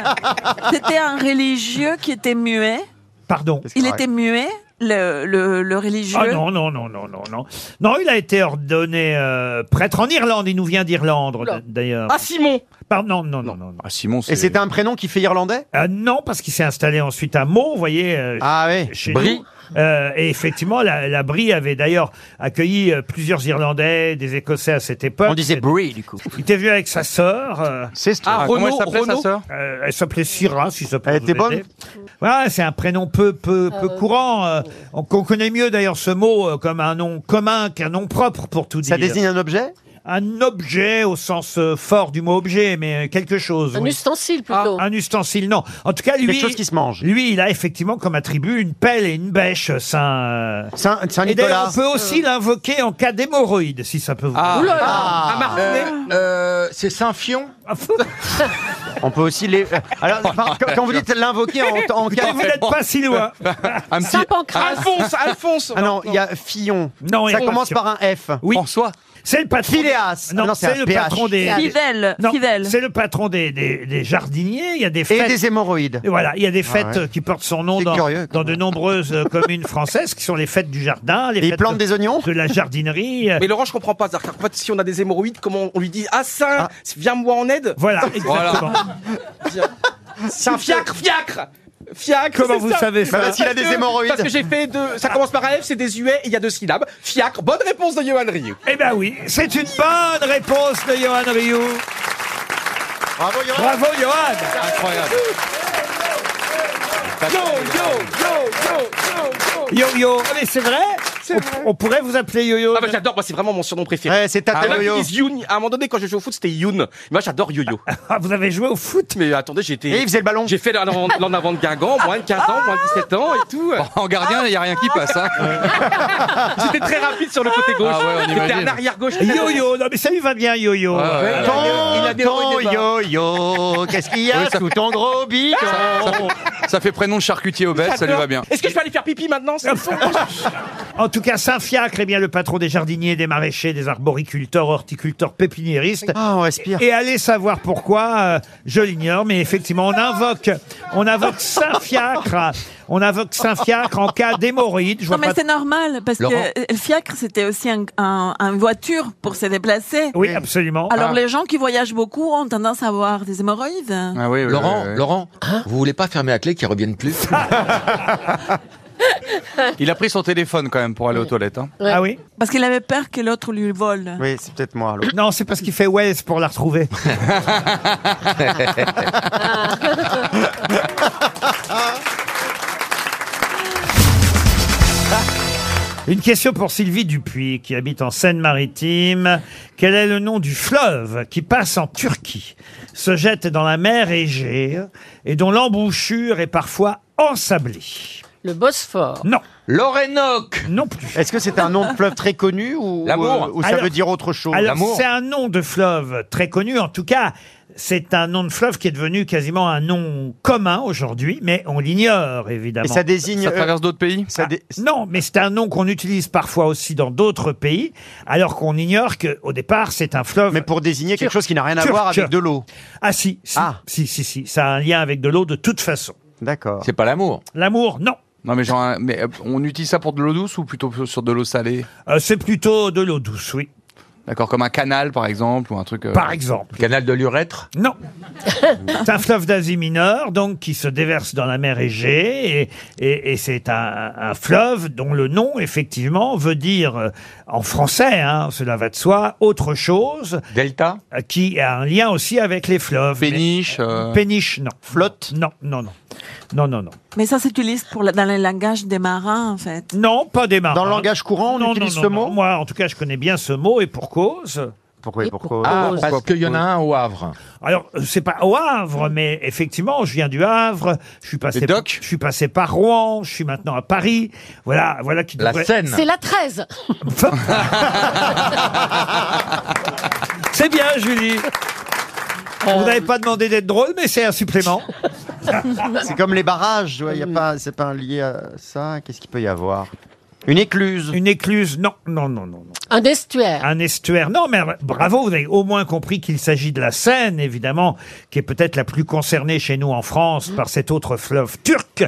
S6: c'était un religieux qui était muet.
S2: Pardon.
S6: Il était muet, le, le- le religieux.
S2: Ah non, non, non, non, non, non. Non, il a été ordonné euh, prêtre en Irlande. Il nous vient d'Irlande, d- d'ailleurs.
S4: Ah, Simon
S2: Pardon, non, non, non. non.
S7: Ah, Simon,
S5: Et c'était un prénom qui fait irlandais
S2: Euh, non, parce qu'il s'est installé ensuite à Meaux, vous voyez. ah oui,
S5: Brie.
S2: Euh, et effectivement, la, la Brie avait d'ailleurs accueilli euh, plusieurs Irlandais, des Écossais à cette époque.
S5: On disait Brie, du coup.
S2: Il était venu avec sa sœur. C'est
S7: Ah, Ah, comment Renaud, elle s'appelait, sa Renaud sœur
S2: Euh, Elle s'appelait Syrah, si ça peut Elle
S5: était bonne
S2: Voilà, c'est un prénom peu, peu, peu courant. euh, on- qu'on connaît mieux d'ailleurs ce mot euh, comme un nom commun qu'un nom propre, pour tout
S5: Ça
S2: dire.
S5: désigne un objet
S2: Un objet au sens euh, fort du mot objet, mais euh, quelque chose.
S17: Un
S2: oui.
S17: ustensile plutôt.
S2: Un ustensile, non. En tout cas, lui.
S5: Oh. Quelque chose qui se mange.
S2: Lui, il a effectivement comme attribut une pelle et une bêche, Saint. euh, Et d'ailleurs, on peut aussi
S5: Euh.
S2: l'invoquer en cas d'hémorroïde, si ça peut vous.
S16: Ah,
S2: Oula. Ah,
S16: ah, euh, euh, c'est Saint-Fion
S5: On peut aussi les. Alors, par- quand- quand vous dites l'invoquer en, en cas.
S2: vous n'êtes pas si loin.
S5: Un
S2: petit- Saint-Pancras.
S5: Alphonse, Alphonse. Ah non, il y a Fillon. ça commence par un F.
S2: Oui. François. C'est le patron.
S5: Phileas.
S2: Non,
S5: Ah non, c'est
S2: c'est
S5: un
S2: le
S5: PH.
S2: patron des.
S6: Fidèle,
S2: Non,
S6: fidèle.
S2: C'est le patron des, des, des jardiniers. Il y a des
S5: Et
S2: fêtes.
S5: des hémorroïdes.
S2: Et voilà, il y a des
S5: Ah
S2: fêtes
S5: ouais.
S2: euh, qui portent son nom
S5: C'est
S2: dans,
S5: curieux,
S2: dans de nombreuses euh, communes françaises, qui sont les fêtes du jardin, les
S5: Et ils
S2: fêtes
S5: plantent
S2: de-
S5: des oignons
S2: de la jardinerie. euh,
S4: Mais Laurent, je comprends pas. c'est-à-dire qu'en fait, si on a des hémorroïdes, comment on lui dit Ah, ça, viens-moi en aide
S2: Voilà, exactement.
S4: C'est un fiacre, fiacre Fiacre
S2: Comment
S4: c'est
S2: vous
S4: ça.
S2: savez ça Bah,
S4: Parce
S2: s'il a
S4: que-
S2: des hémorroïdes.
S4: Parce que j'ai fait deux. Ça commence par un F, c'est des et il y a deux syllabes. Fiacre, bonne réponse de Johan Rioux.
S2: Eh ben oui, c'est une bonne réponse de Johan Rioux.
S5: Bravo, Johan.
S2: Bravo, Johan.
S7: Incroyable.
S4: Yo, yo, yo, yo, yo, yo.
S2: Yo yo. Ah, mais c'est vrai.
S4: C'est
S2: On-
S4: vrai.
S2: On, pourrait vous appeler yo yo.
S4: Ah bah j'adore, moi c'est vraiment mon surnom préféré.
S5: Ouais, c'est Tata
S4: Ah, il y en a qui
S5: Yo-Yo.
S4: disent Youn. À un moment donné, quand je jouais au foot, c'était Youn. Moi j'adore Yo-Yo.
S2: Ah, vous avez joué au foot
S4: Mais attendez, j'étais.
S5: Et il faisait le ballon.
S4: J'ai fait l'en l'en avant de Guingamp, moins de 15 ans, moins de 17 ans et tout.
S7: En gardien, il n'y a rien qui passe. Hein.
S4: J'étais très rapide sur le côté gauche.
S7: Ah ouais, on
S4: J'étais
S7: imagine.
S4: un arrière-gauche. Ah
S2: Yo yo. Non mais ça lui va bien Euh, yo yo.
S7: ouais.
S4: il a des
S5: Ton
S4: hauts et des bas.
S5: yo-yo, qu'est-ce qu'il y
S2: Euh,
S5: a
S7: Oui, ça-
S5: sous ton gros Oh. bidon
S7: Ça fait prénom de charcutier au bête, ça lui va bien.
S4: Est-ce que je peux aller faire pipi maintenant c'est bon
S2: En tout cas, Saint-Fiacre est bien le patron des jardiniers, des maraîchers, des arboriculteurs, horticulteurs, pépiniéristes.
S5: Ah, on respire.
S2: Et allez savoir pourquoi, euh, je l'ignore, mais effectivement, on invoque, on invoque Saint-Fiacre, on invoque Saint-Fiacre en cas d'hémorroïde. Je vois
S6: Non, mais
S2: pas-
S6: c'est normal, parce
S2: Laurent.
S6: que le fiacre, c'était aussi un, un- une voiture pour se déplacer.
S2: Oui, absolument.
S6: Alors,
S2: Ah.
S6: les gens qui voyagent beaucoup ont tendance à avoir des hémorroïdes.
S5: Ah
S7: Ah
S16: Ah Laurent, Laurent,
S7: Hein
S16: vous voulez pas fermer à clé qu'ils reviennent plus
S7: Il a pris son téléphone quand même pour aller aux toilettes. hein.
S2: Ah Ah. oui
S6: Parce qu'il avait peur que l'autre lui vole.
S5: Oui, c'est peut-être moi. alors.
S2: Non, c'est parce qu'il fait Wells pour la retrouver. Une question pour Sylvie Dupuis, qui habite en Seine-Maritime. Quel est le nom du fleuve qui passe en Turquie, se jette dans la mer Égée et dont l'embouchure est parfois ensablée
S17: Le Bosphore.
S2: Non.
S16: L'Orénoque
S2: Non plus.
S5: Est-ce que c'est un nom de fleuve très connu ou,
S16: L'amour.
S5: ou ça
S2: Alors-
S5: veut dire autre chose
S2: Alors, c'est un nom de fleuve très connu, en tout cas, c'est un nom de fleuve qui est devenu quasiment un nom commun aujourd'hui, mais on l'ignore, évidemment. Ah,
S5: Et ça désigne.
S7: Ça
S5: euh,
S7: traverse d'autres pays
S5: ça dé-
S2: Non, mais c'est un nom qu'on utilise parfois aussi dans d'autres pays, alors qu'on ignore que au départ, c'est un fleuve.
S5: Mais pour désigner quelque chose qui n'a rien à
S2: Turc.
S5: voir avec de l'eau.
S2: Ah si, si, si, si, si, ça a un lien avec de l'eau de toute façon.
S5: D'accord.
S16: C'est pas l'amour.
S2: L'amour, non.
S7: Non mais genre, un- mais euh, on utilise ça pour de l'eau douce ou plutôt sur de l'eau salée
S2: Euh, c'est plutôt de l'eau douce, oui.
S7: D'accord, comme un canal par exemple ou un truc. euh,
S2: Par exemple.
S7: Canal de l'urètre
S2: Non. c'est un fleuve d'Asie mineure, donc qui se déverse dans la mer Égée, et, et- et c'est un, un fleuve dont le nom, effectivement, veut dire, euh, en français, hein, cela va de soi, autre chose. Euh,
S16: Delta
S2: Qui a un lien aussi avec les fleuves. Péniche Péniche, non. Flotte Non, non, non. Non, non, non.
S6: Mais ça s'utilise pour la- dans le langage des marins, en fait.
S2: Non, pas des marins.
S6: Dans le langage
S2: courant, on
S6: utilise
S2: ce mot Moi, en tout cas, je connais bien ce mot, et pour cause. Pourquoi, pourquoi
S16: Ah, parce qu'il y en a un au Havre.
S2: Alors, euh, c'est pas au Havre, mais effectivement, je viens du Havre. Je suis passé, je suis passé par Rouen. Je suis maintenant à Paris. Voilà, voilà qui devrait-
S3: C'est la 13.
S2: C'est bien, Julie.
S3: Euh.
S2: Vous n'avez pas demandé d'être drôle, mais c'est un supplément.
S5: C'est comme les barrages, ouais,
S2: Mm.
S5: y a pas, c'est pas lié à ça. Qu'est-ce qu'il peut y avoir Une écluse.
S2: Une écluse, non, non, non, non.
S17: Un estuaire.
S2: Un estuaire. Non, mais bravo, vous avez au moins compris qu'il s'agit de la Seine, évidemment, qui est peut-être la plus concernée chez nous en France par cet autre fleuve turc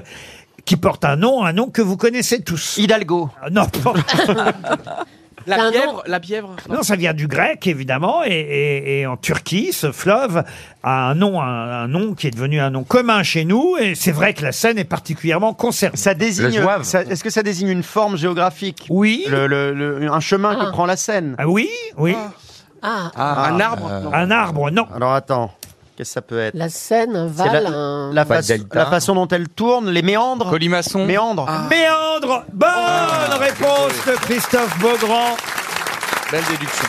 S2: qui porte un nom, un nom que vous connaissez tous. Euh,
S5: Hidalgo.
S2: Non,
S10: La bièvre, la bièvre.
S2: non, ça vient du grec, évidemment, et, et- et en Turquie, ce fleuve a un nom, un, un nom qui est devenu un nom commun chez nous, et c'est vrai que la Seine est particulièrement concernée. Ça
S5: Désigne- ça- Est-ce que ça désigne une forme géographique
S2: Oui. Ah.
S5: un chemin que prend la Seine
S2: Oui, oui.
S17: Ah,
S5: un arbre
S7: Euh.
S2: Un arbre, non.
S5: Alors attends, qu'est-ce que ça peut être
S17: la Seine, un
S5: C'est
S17: Val,
S5: la,
S2: hein.
S17: un-
S5: la façon- la façon dont elle tourne, les méandres. Colimaçon. Ah. Méandres.
S7: Ah.
S2: Méandre, bonne réponse de Christophe Beaugrand.
S18: Belle déduction.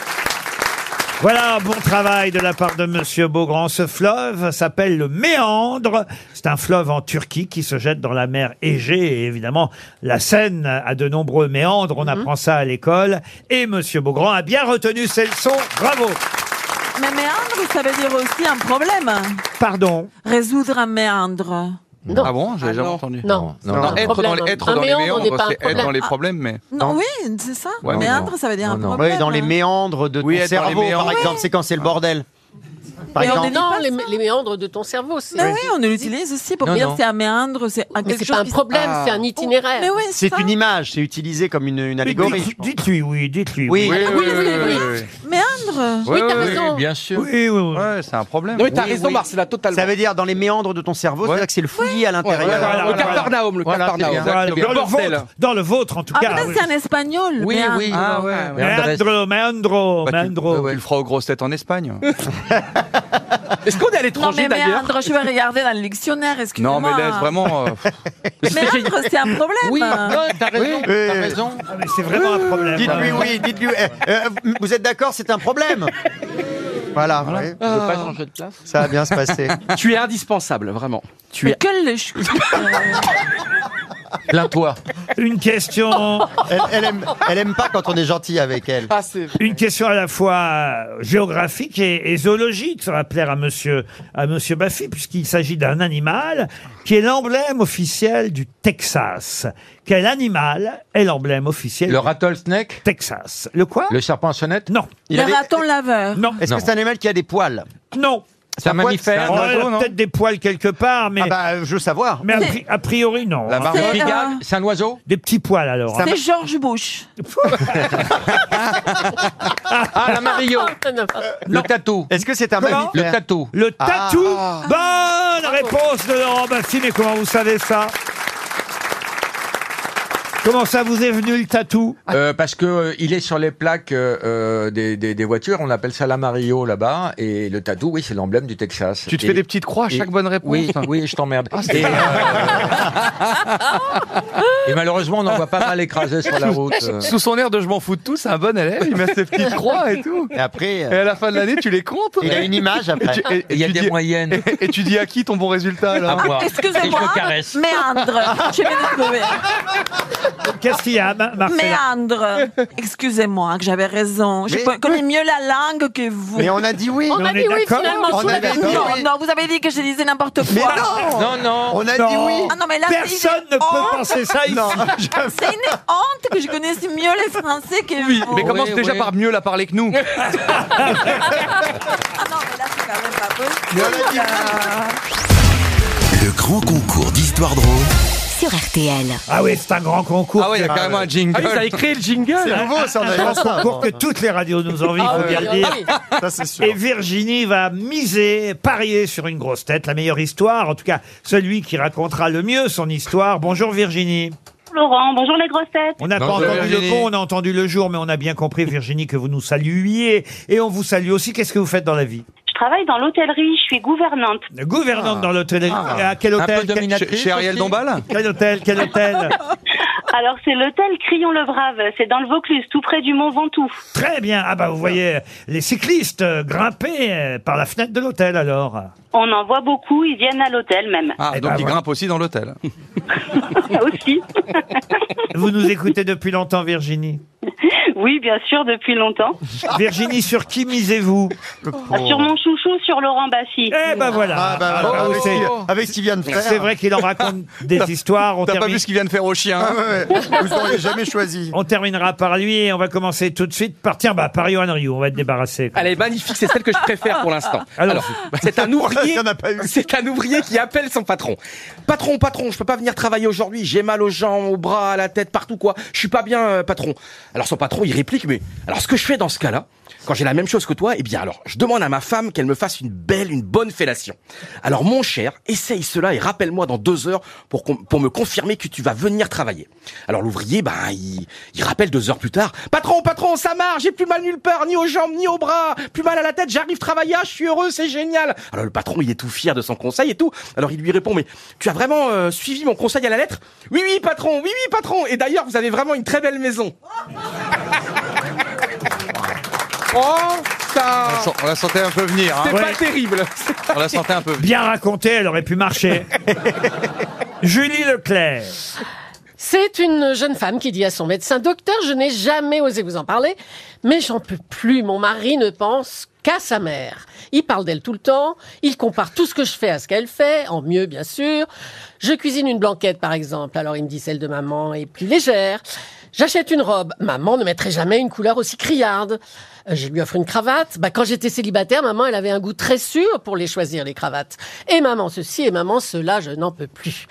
S2: Voilà un bon travail de la part de Monsieur Beaugrand. Ce fleuve s'appelle le Méandre. C'est un fleuve en Turquie qui se jette dans la mer Égée. Et évidemment, la Seine a de nombreux méandres.
S5: Mhm.
S2: On apprend ça à l'école. Et Monsieur Beaugrand a bien retenu ses leçons. Bravo.
S6: Mais méandre, ça veut dire aussi un problème.
S2: Pardon
S6: Résoudre un méandre. Non.
S7: Ah bon, j'avais jamais entendu.
S6: Non.
S7: non,
S6: Non,
S7: non,
S6: un
S7: être dans
S6: problème.
S7: les, être
S6: Un
S7: dans les
S6: méandre n'est
S7: méandres,
S6: pas un
S7: c'est être dans
S6: problème.
S7: les
S6: Ah,
S7: problèmes, mais.
S6: Non, oui, c'est ça.
S7: Ouais,
S6: méandre,
S7: non.
S6: ça veut dire un
S7: Non, non.
S6: problème.
S5: Oui, dans les méandres de
S7: Oui,
S5: ton
S7: être dans les
S5: cerveau, par
S7: méandres.
S5: exemple. C'est quand c'est le bordel. Par
S17: Mais on
S5: exemple.
S17: est dans les, les méandres de ton cerveau. c'est-
S6: Mais oui, on l'utilise aussi pour
S5: Non,
S6: dire
S5: non. Ah.
S6: c'est un méandre, c'est un
S17: Mais
S6: quelque
S17: c'est
S6: chose
S17: pas un
S6: qui-
S17: problème, c'est un itinéraire.
S6: Mais oui,
S5: C'est
S6: ça.
S5: une image, c'est utilisé comme une, une allégorie.
S2: dites- Dites-lui, oui, dites-lui.
S5: Oui,
S6: Oui, oui, oui, oui.
S5: oui.
S6: Méandre.
S16: bien sûr.
S2: Oui, oui, oui.
S7: Ouais, c'est un problème.
S5: Oui, oui. Ça veut dire dans les méandres de ton cerveau, c'est-à-dire que c'est le fouillis à l'intérieur.
S7: Ouais, voilà, Le voilà, voilà.
S10: Capharnaüm, le Voilà, Capharnaüm. c'est bien.
S2: Voilà,
S10: Exactement.
S2: dans, le
S10: Bordel.
S2: vôtre, dans le vôtre, en tout
S6: Ah,
S2: cas.
S6: peut-être
S2: oui.
S6: c'est un espagnol.
S7: Oui,
S6: méandre.
S7: oui. Ah, ouais, ouais.
S2: Meandro, meandro, meandro.
S7: Tu le feras aux grosses têtes en Espagne.
S10: Est-ce qu'on est à
S6: Non, mais
S10: l'étranger d'ailleurs
S6: méandre, je vais regarder dans le dictionnaire, excuse-moi.
S7: Non, mais laisse vraiment. euh,
S6: Méandre, c'est un problème.
S7: Oui,
S5: hein. t'as raison, t'as raison.
S2: mais c'est vraiment un problème.
S5: Dites-lui oui, dites-lui. eh, euh, vous êtes d'accord, c'est un problème Voilà. Euh, ouais.
S10: Je veux pas changer de place.
S5: Ça va bien se passer.
S10: Tu es indispensable, vraiment. Tu es.
S6: Quel le chou-
S16: Plains-toi.
S2: Une question.
S5: Ah. elle, elle aime, elle aime pas quand on est gentil avec elle.
S2: Une question à la fois euh, géographique et, et zoologique, ça va plaire à monsieur, à monsieur Baffy, puisqu'il s'agit d'un animal qui est l'emblème officiel du Texas. Quel animal est l'emblème officiel
S16: Le rattlesnake
S2: Texas. Le quoi
S16: Le serpent à sonnette
S2: Non.
S6: Le raton laveur.
S2: Non.
S5: Est-ce que c'est un animal qui a des poils
S2: Non.
S16: C'est un mammifère.
S2: Oh, elle a peut-être des poils quelque part, mais.
S5: Ah bah, je veux savoir.
S2: Mais a, pri- a priori, non.
S16: La
S6: C'est,
S16: marmotte
S6: euh,
S16: pigalle C'est un oiseau
S2: Des petits poils, alors. hein.
S6: C'est George Bush.
S16: Ah, la Mario Le tatou
S5: Est-ce que c'est un
S2: Comment
S5: mammifère
S16: Le tatou
S2: Le
S5: Ah.
S2: tatou Bonne réponse de Laurent Baffy, mais comment vous savez ça Comment ça vous est venu le tatou
S16: Euh, parce que euh, il est sur les plaques euh, euh, des, des- des voitures, on appelle ça l'amarillo là-bas, et le tatou, oui, c'est l'emblème du Texas.
S7: Tu te
S16: Et-
S7: fais des petites croix à
S16: et-
S7: chaque bonne réponse. hein. Ah,
S16: Oui, oui, je t'emmerde. et, euh, et malheureusement, on en voit pas mal écrasés sur la route. euh.
S7: Sous son air de je m'en fous de tout, c'est un bon élève, il met ses petites croix et tout.
S5: Et après, euh,
S7: Et à la fin de l'année, tu les comptes.
S5: il a une image après.
S7: Et- et
S16: Il y a
S7: tu
S16: des
S7: dis-
S16: moyennes.
S7: Et, et tu dis à qui ton bon résultat là
S16: À moi. Et je
S6: Ah, Excusez-moi.
S16: le caresse.
S6: Méandre. Je vais le trouver.
S2: Qu'est-ce qu'il y a, Ma- Marcella
S6: Méandre. Excusez-moi, que j'avais raison. Je
S5: Mais-
S6: connais mieux la langue que vous.
S5: Mais on a dit oui.
S17: On
S2: Mais
S17: a
S2: on
S17: dit
S2: est
S17: oui
S2: d'accord,
S17: finalement.
S5: on
S17: sous la
S5: est
S17: veste.
S5: d'accord.
S6: Non,
S5: oui.
S6: non, vous avez dit que je disais n'importe quoi.
S5: Mais non
S16: Non, non.
S5: On a dit
S2: Non.
S5: oui
S6: Ah non, mais là, c'est
S2: Personne
S6: une
S2: ne
S6: honte.
S2: peut penser ça ici.
S5: Non, je-
S6: C'est une honte que je connaisse mieux les Français que
S7: Oui,
S6: vous.
S7: mais commence
S16: Oui,
S7: déjà
S16: oui.
S7: par mieux la parler que nous.
S6: Ah non, mais là, c'est quand même pas possible.
S5: mais on a dit oui.
S1: Le grand concours d'histoire drôle.
S19: sur RTL.
S2: Ah oui, c'est un grand concours.
S9: Ah oui, il y a
S2: que-
S9: carrément un jingle. Ah oui, vous avez créé le jingle. C'est nouveau, ça, on avait
S2: Un
S9: pas ça
S2: concours
S9: avant.
S2: que toutes les radios nous envient,
S9: Ah
S2: faut
S9: oui,
S2: bien
S9: ah
S2: le dire.
S9: oui.
S2: Et Virginie va miser, parier sur une grosse tête, la meilleure histoire, en tout cas celui qui racontera le mieux son histoire. Bonjour Virginie.
S20: Laurent, bonjour les grosses têtes.
S2: On n'a pas entendu le bon, on a entendu le jour, mais on a bien compris, Virginie, que vous nous saluiez. Et on vous salue aussi. Qu'est-ce que vous faites dans la vie
S20: Je travaille dans l'hôtellerie, je suis gouvernante.
S2: Gouvernante dans l'hôtellerie.
S20: Ah.
S2: à quel
S20: Un
S2: hôtel
S20: peu dominatrice Chez- chez Ariel aussi
S2: Dombal Quel hôtel Quel hôtel
S20: Alors c'est l'hôtel Crillon-le-Brave, c'est dans le Vaucluse, tout près du Mont Ventoux.
S2: Très bien. Ah bah vous voyez les cyclistes euh, grimper euh, par la fenêtre de l'hôtel alors. Eh bah,
S20: On en voit beaucoup, ils viennent à l'hôtel même.
S9: Ah, donc
S2: ben
S9: il grimpe aussi dans l'hôtel.
S2: Vous nous écoutez depuis longtemps, Virginie.
S20: Oui, bien sûr, depuis longtemps.
S2: Virginie, sur qui misez-vous
S20: Ah, Sur mon chouchou, sur Laurent Bassi.
S2: Eh ben voilà.
S5: Ah,
S20: Ah, bah,
S5: bah, Oh,
S2: Alors,
S20: avec
S2: c'est-
S20: ce qu'il-
S7: avec ce qu'il vient de faire.
S2: C'est vrai qu'il en raconte des histoires. on
S9: T'as pas
S2: termine-
S9: vu ce qu'il vient de faire au chien
S7: Ah ouais, ouais. Vous auriez jamais choisi.
S2: On terminera par lui et on va commencer tout de suite par tiens bah par Yoann Ryu, on va être débarrassé. Ah
S4: Elle est magnifique, c'est celle que je préfère pour l'instant. Alors, c'est un ouvrier, c'est un ouvrier qui appelle son patron. Patron, patron, je peux pas venir travailler aujourd'hui, j'ai mal aux jambes, aux bras, à la tête, partout quoi. Je suis pas bien, euh, patron. Alors son patron, il réplique mais alors ce que je fais dans ce cas-là, quand j'ai la même chose que toi, eh bien alors, je demande à ma femme qu'elle me fasse une belle, une bonne fellation. Alors mon cher, essaye cela et rappelle-moi dans deux heures pour, qu'on- pour me confirmer que tu vas venir travailler. Alors l'ouvrier, ben, il, il rappelle deux heures plus tard. Patron, patron, ça marche, j'ai plus mal nulle part, ni aux jambes, ni aux bras, plus mal à la tête, j'arrive travailler, ah, je suis heureux, c'est génial. Alors le patron, il est tout fier de son conseil et tout. Alors il lui répond, mais tu as vraiment euh, suivi mon conseil à la lettre Oui, oui, patron, oui, oui, patron. Et d'ailleurs, vous avez vraiment une très belle maison. oh, ça...
S9: On la sentait un peu venir. hein.
S4: C'est pas terrible.
S9: On la sentait un peu venir.
S2: Bien racontée, elle aurait pu marcher. Julie Leclerc.
S3: C'est une jeune femme qui dit à son médecin Docteur, je n'ai jamais osé vous en parler, mais j'en peux plus. Mon mari ne pense qu'à sa mère. Il parle d'elle tout le temps, il compare tout ce que je fais à ce qu'elle fait, en mieux bien sûr. Je cuisine une blanquette par exemple, alors il me dit celle de maman est plus légère. J'achète une robe. Maman ne mettrait jamais une couleur aussi criarde. Euh, Je lui offre une cravate. Bah, quand j'étais célibataire, maman, elle avait un goût très sûr pour les choisir, les cravates. Et maman ceci et maman cela, je n'en peux plus.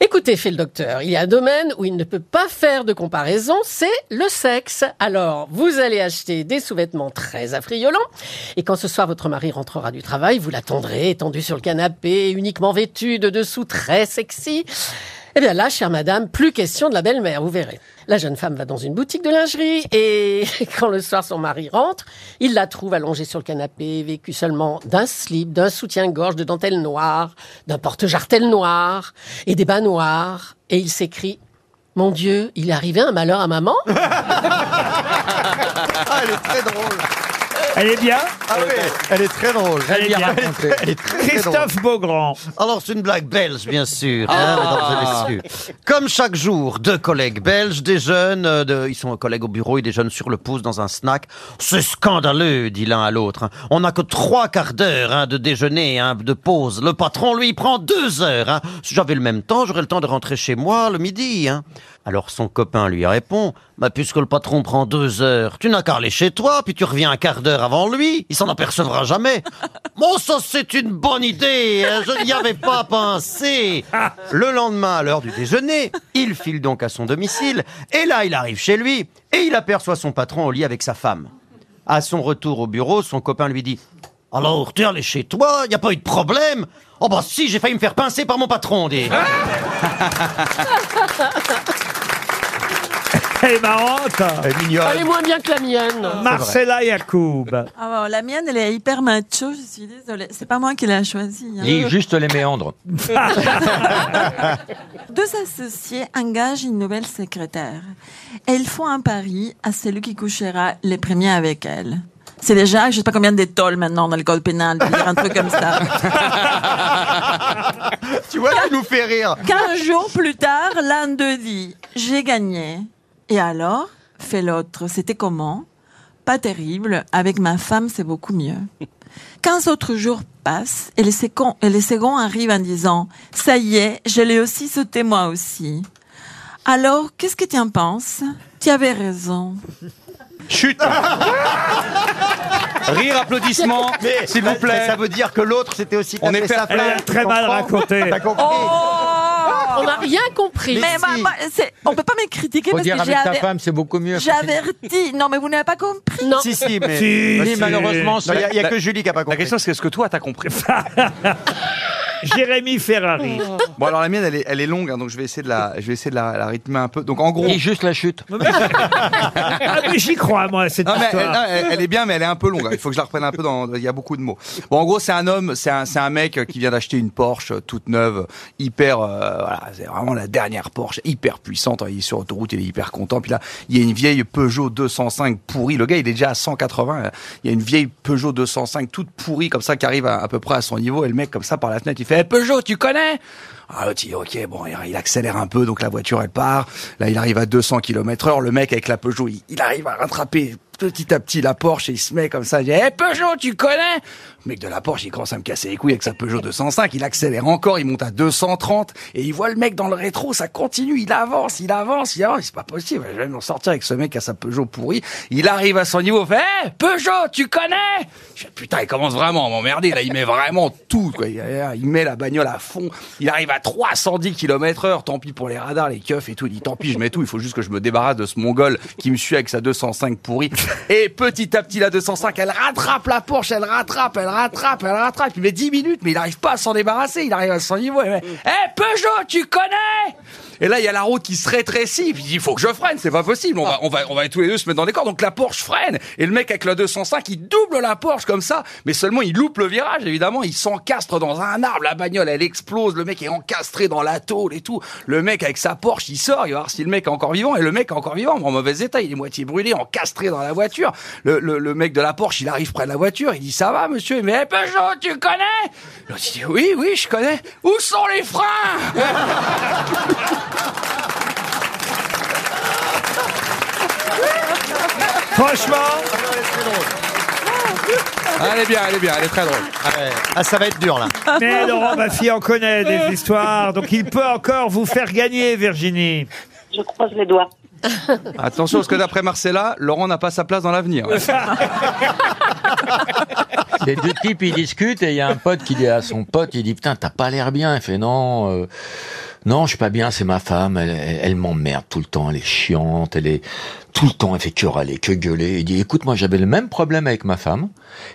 S3: Écoutez, fait le docteur, il y a un domaine où il ne peut pas faire de comparaison, c'est le sexe. Alors, vous allez acheter des sous-vêtements très affriolants, et quand ce soir votre mari rentrera du travail, vous l'attendrez étendu sur le canapé, uniquement vêtu de dessous très sexy. Eh bien là, chère madame, plus question de la belle-mère, vous verrez. La jeune femme va dans une boutique de lingerie et quand le soir son mari rentre, il la trouve allongée sur le canapé, vêtue seulement d'un slip, d'un soutien-gorge de dentelle noire, d'un porte-jartel noir et des bas noirs. Et il s'écrie « Mon Dieu, il est arrivé un malheur à maman ?»
S7: Ah, elle est très drôle.
S2: Elle est bien
S7: Ah oui, elle est très drôle.
S2: Elle est bien
S7: Elle est
S2: racontée.
S7: très- elle est très, très
S2: Christophe Beaugrand.
S5: Alors, c'est une blague belge, bien sûr.
S7: Ah.
S5: hein, mesdames et messieurs. Comme chaque jour, deux collègues belges, des jeunes, euh, de- ils sont collègues au bureau et des jeunes sur le pouce dans un snack. C'est scandaleux, dit l'un à l'autre. hein. On n'a que trois quarts d'heure hein, de déjeuner, hein, de pause. Le patron, lui, il prend deux heures. hein. Si j'avais le même temps, j'aurais le temps de rentrer chez moi le midi. hein. Alors son copain lui répond, bah, puisque le patron prend deux heures, tu n'as qu'à aller chez toi, puis tu reviens un quart d'heure avant lui, il s'en apercevra jamais. Bon, ça c'est une bonne idée, hein, je n'y avais pas pensé. Le lendemain, à l'heure du déjeuner, il file donc à son domicile, et là il arrive chez lui, et il aperçoit son patron au lit avec sa femme. À son retour au bureau, son copain lui dit, alors tu es allé chez toi, il n'y a pas eu de problème Oh bah si, j'ai failli me faire pincer par mon patron, dis.
S2: Elle est marrante.
S3: Elle est moins bien que la mienne.
S2: Marcella Yacoub.
S6: Ah bon, la mienne, elle est hyper macho, je suis désolée. C'est pas moi qui l'ai choisie. hein.
S16: Lis juste les méandres.
S6: Deux associés engagent une nouvelle secrétaire. Et ils font un pari à celui qui couchera les premiers avec elle. C'est déjà, je sais pas combien d'étoiles maintenant dans le code pénal, de dire un truc comme ça.
S7: Tu vois, tu nous fais rire.
S6: Quinze jours plus tard, l'un d'eux dit J'ai gagné. Et alors fait l'autre. C'était comment Pas terrible. Avec ma femme, c'est beaucoup mieux. Quinze autres jours passent et les, sécon- et les seconds arrivent en disant Ça y est, je l'ai aussi sauté moi aussi. Alors, qu'est-ce que tu en penses Tu avais raison.
S9: Chut Rire, applaudissements, s'il vous plaît.
S5: Ça veut dire que l'autre, c'était aussi
S9: On
S5: tapé
S9: est
S5: sa
S9: perplexe.
S5: femme.
S9: Elle a très mal
S6: Oh.
S5: Comprends
S9: raconté.
S5: T'as compris
S3: Oh On n'a rien compris.
S6: Mais moi, moi, c'est- on peut pas me critiquer
S16: Faut
S6: parce
S16: dire
S6: que j'ai
S16: avec ta
S6: aver-
S16: femme, c'est beaucoup mieux.
S6: j'ai averti. Non, mais vous n'avez pas compris.
S16: Non. Si, si, mais- Si,
S7: si.
S16: malheureusement,
S7: Non, Il n'y a, il y a
S21: la-
S7: que Julie qui n'a pas compris. La question,
S21: c'est est-ce que toi, t'as compris
S2: Jérémy Ferrari.
S7: Bon, alors la mienne, elle est, elle est longue, hein, donc je vais essayer de, la, je vais essayer de la, la rythmer un peu. Donc en gros.
S16: Et juste la chute.
S2: Ah, mais j'y crois, moi, à cette
S7: Non, mais elle,
S2: histoire.
S7: non, elle- elle est bien, mais elle est un peu longue. Il faut que je la reprenne un peu. Dans, il y a beaucoup de mots. Bon, en gros, c'est un homme, c'est un, c'est un mec qui vient d'acheter une Porsche euh, toute neuve, hyper. euh, voilà, c'est vraiment la dernière Porsche, hyper puissante. hein. Il est sur autoroute, il est hyper content. Puis là, il y a une vieille Peugeot 205 pourrie. Le gars, il est déjà à 180. euh, Il y a une vieille Peugeot 205 toute pourrie comme ça qui arrive à, à peu près à son niveau. Et le mec, comme ça, par la fenêtre, il fait Eh, Peugeot, tu connais ah, l'autre, il dit, ok, bon, il- il accélère un peu, donc la voiture, elle part. Là, il arrive à 200 km heure. Le mec, avec la Peugeot, il, il arrive à rattraper petit à petit la Porsche et il se met comme ça. Il dit,
S4: Eh,
S7: hé, Eh, Peugeot, tu connais? Le mec de la Porsche, il commence à me casser les couilles avec sa Peugeot 205. Il accélère encore, il monte à 230 et il voit le mec dans le rétro, ça continue. Il avance, il avance, il avance. C'est pas possible. Je vais m'en sortir avec ce mec à sa Peugeot pourrie. Il arrive à son niveau, il fait, hé, Peugeot, tu connais? Je fais, putain, il commence vraiment à m'emmerder. Là, il met vraiment tout, quoi. Il, euh, il met la bagnole à fond. Il arrive à 310 km heure. Tant pis pour les radars, les keufs et tout. Il dit, tant pis, je mets tout. Il faut juste que je me débarrasse de ce mongol qui me suit avec sa 205 pourrie. Et petit à petit, la 205, elle rattrape la Porsche, elle rattrape, elle rattrape, elle rattrape. Il met 10 minutes, mais il n'arrive pas à s'en débarrasser. Il arrive à son niveau. Il met, hé, Peugeot, tu connais? Et là, il y a la route qui se rétrécit. Puis il dit, il faut que je freine, c'est pas possible. On va, on va, on va tous les deux se mettre dans les corps. Donc la Porsche freine. Et le mec avec la 205, il double la Porsche comme ça. Mais seulement, il loupe le virage, évidemment. Il s'encastre dans un arbre. La bagnole, elle explose. Le mec est encastré dans la tôle et tout. Le mec avec sa Porsche, il sort. Il va voir si le mec est encore vivant. Et le mec est encore vivant, mais en mauvais état. Il est moitié brûlé, encastré dans la voiture. Le, le, le mec de la Porsche, il arrive près de la voiture. Il dit, ça va, monsieur? Mais, hé, Peugeot, tu connais? L'autre, il dit, oui, oui, je connais. Où sont les freins?
S2: Franchement.
S7: Ah, Elle est bien, elle est bien, elle est très drôle.
S22: Ah, ça va être dur là.
S2: Mais Laurent, ma fille en connaît des histoires, donc il peut encore vous faire gagner, Virginie.
S9: Je croise les doigts.
S7: Attention, parce que d'après Marcella, Laurent n'a pas sa place dans l'avenir.
S16: Les deux types, ils discutent et il y a un pote qui dit à son pote, il dit putain, t'as pas l'air bien. Il fait non, euh, non, je suis pas bien, c'est ma femme, elle, elle- elle m'emmerde tout le temps, elle est chiante, elle est tout le temps, elle fait que râler, que gueuler. Il dit écoute, moi j'avais le même problème avec ma femme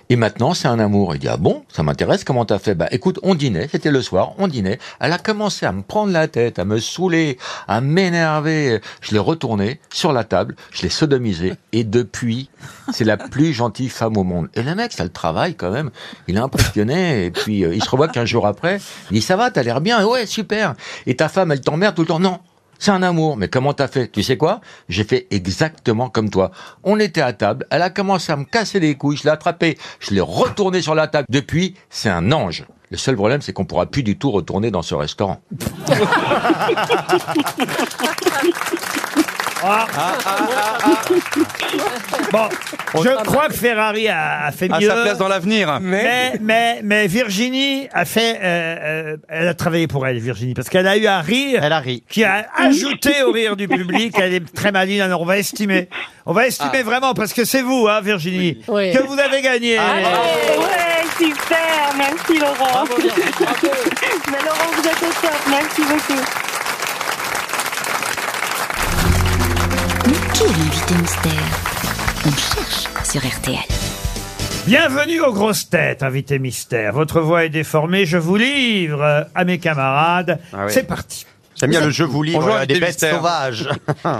S16: et maintenant c'est un amour. Il dit ah bon, ça m'intéresse, comment t'as fait Bah écoute, on dînait, c'était le soir, on dînait. Elle a commencé à me prendre la tête, à me saouler, à m'énerver. Je l'ai retournée sur la table, je l'ai sodomisée et depuis, c'est la plus gentille femme au monde. Et le mec, ça le travaille quand même. Il est impressionné. Et puis, euh, il se revoit qu'un jour après. Il dit, ça va, t'as l'air bien. Ouais, super. Et ta femme, elle t'emmerde tout le temps. Non. C'est un amour. Mais comment t'as fait? Tu sais quoi? J'ai fait exactement comme toi. On était à table. Elle a commencé à me casser les couilles. Je l'ai attrapée. Je l'ai retournée sur la table. Depuis, c'est un ange. Le seul problème, c'est qu'on pourra plus du tout retourner dans ce restaurant.
S2: Ah.
S7: ah.
S2: Bon, je crois que Ferrari a, a fait mieux.
S7: À sa place dans l'avenir.
S2: Mais, mais, mais Virginie a fait, euh, euh, elle a travaillé pour elle, Virginie, parce qu'elle a eu un rire. Elle a ri. Qui a ajouté au rire du public. Elle est très maligne. Alors on va estimer. On va estimer
S23: Ah.
S2: vraiment parce que c'est vous, hein, Virginie,
S23: Oui.
S2: que vous avez gagné.
S9: Ah,
S7: Ah,
S9: Ouais, super, merci Laurent. Mais Laurent, vous êtes au top, merci beaucoup.
S24: Mais qui est l'invité mystère On cherche sur RTL.
S2: Bienvenue aux grosses têtes, invité mystère. Votre voix est déformée. Je vous livre euh, à mes camarades. C'est parti.
S7: J'aime bien le je Ah vous livre, Bonjour, euh, des invité bêtes mystère. sauvages.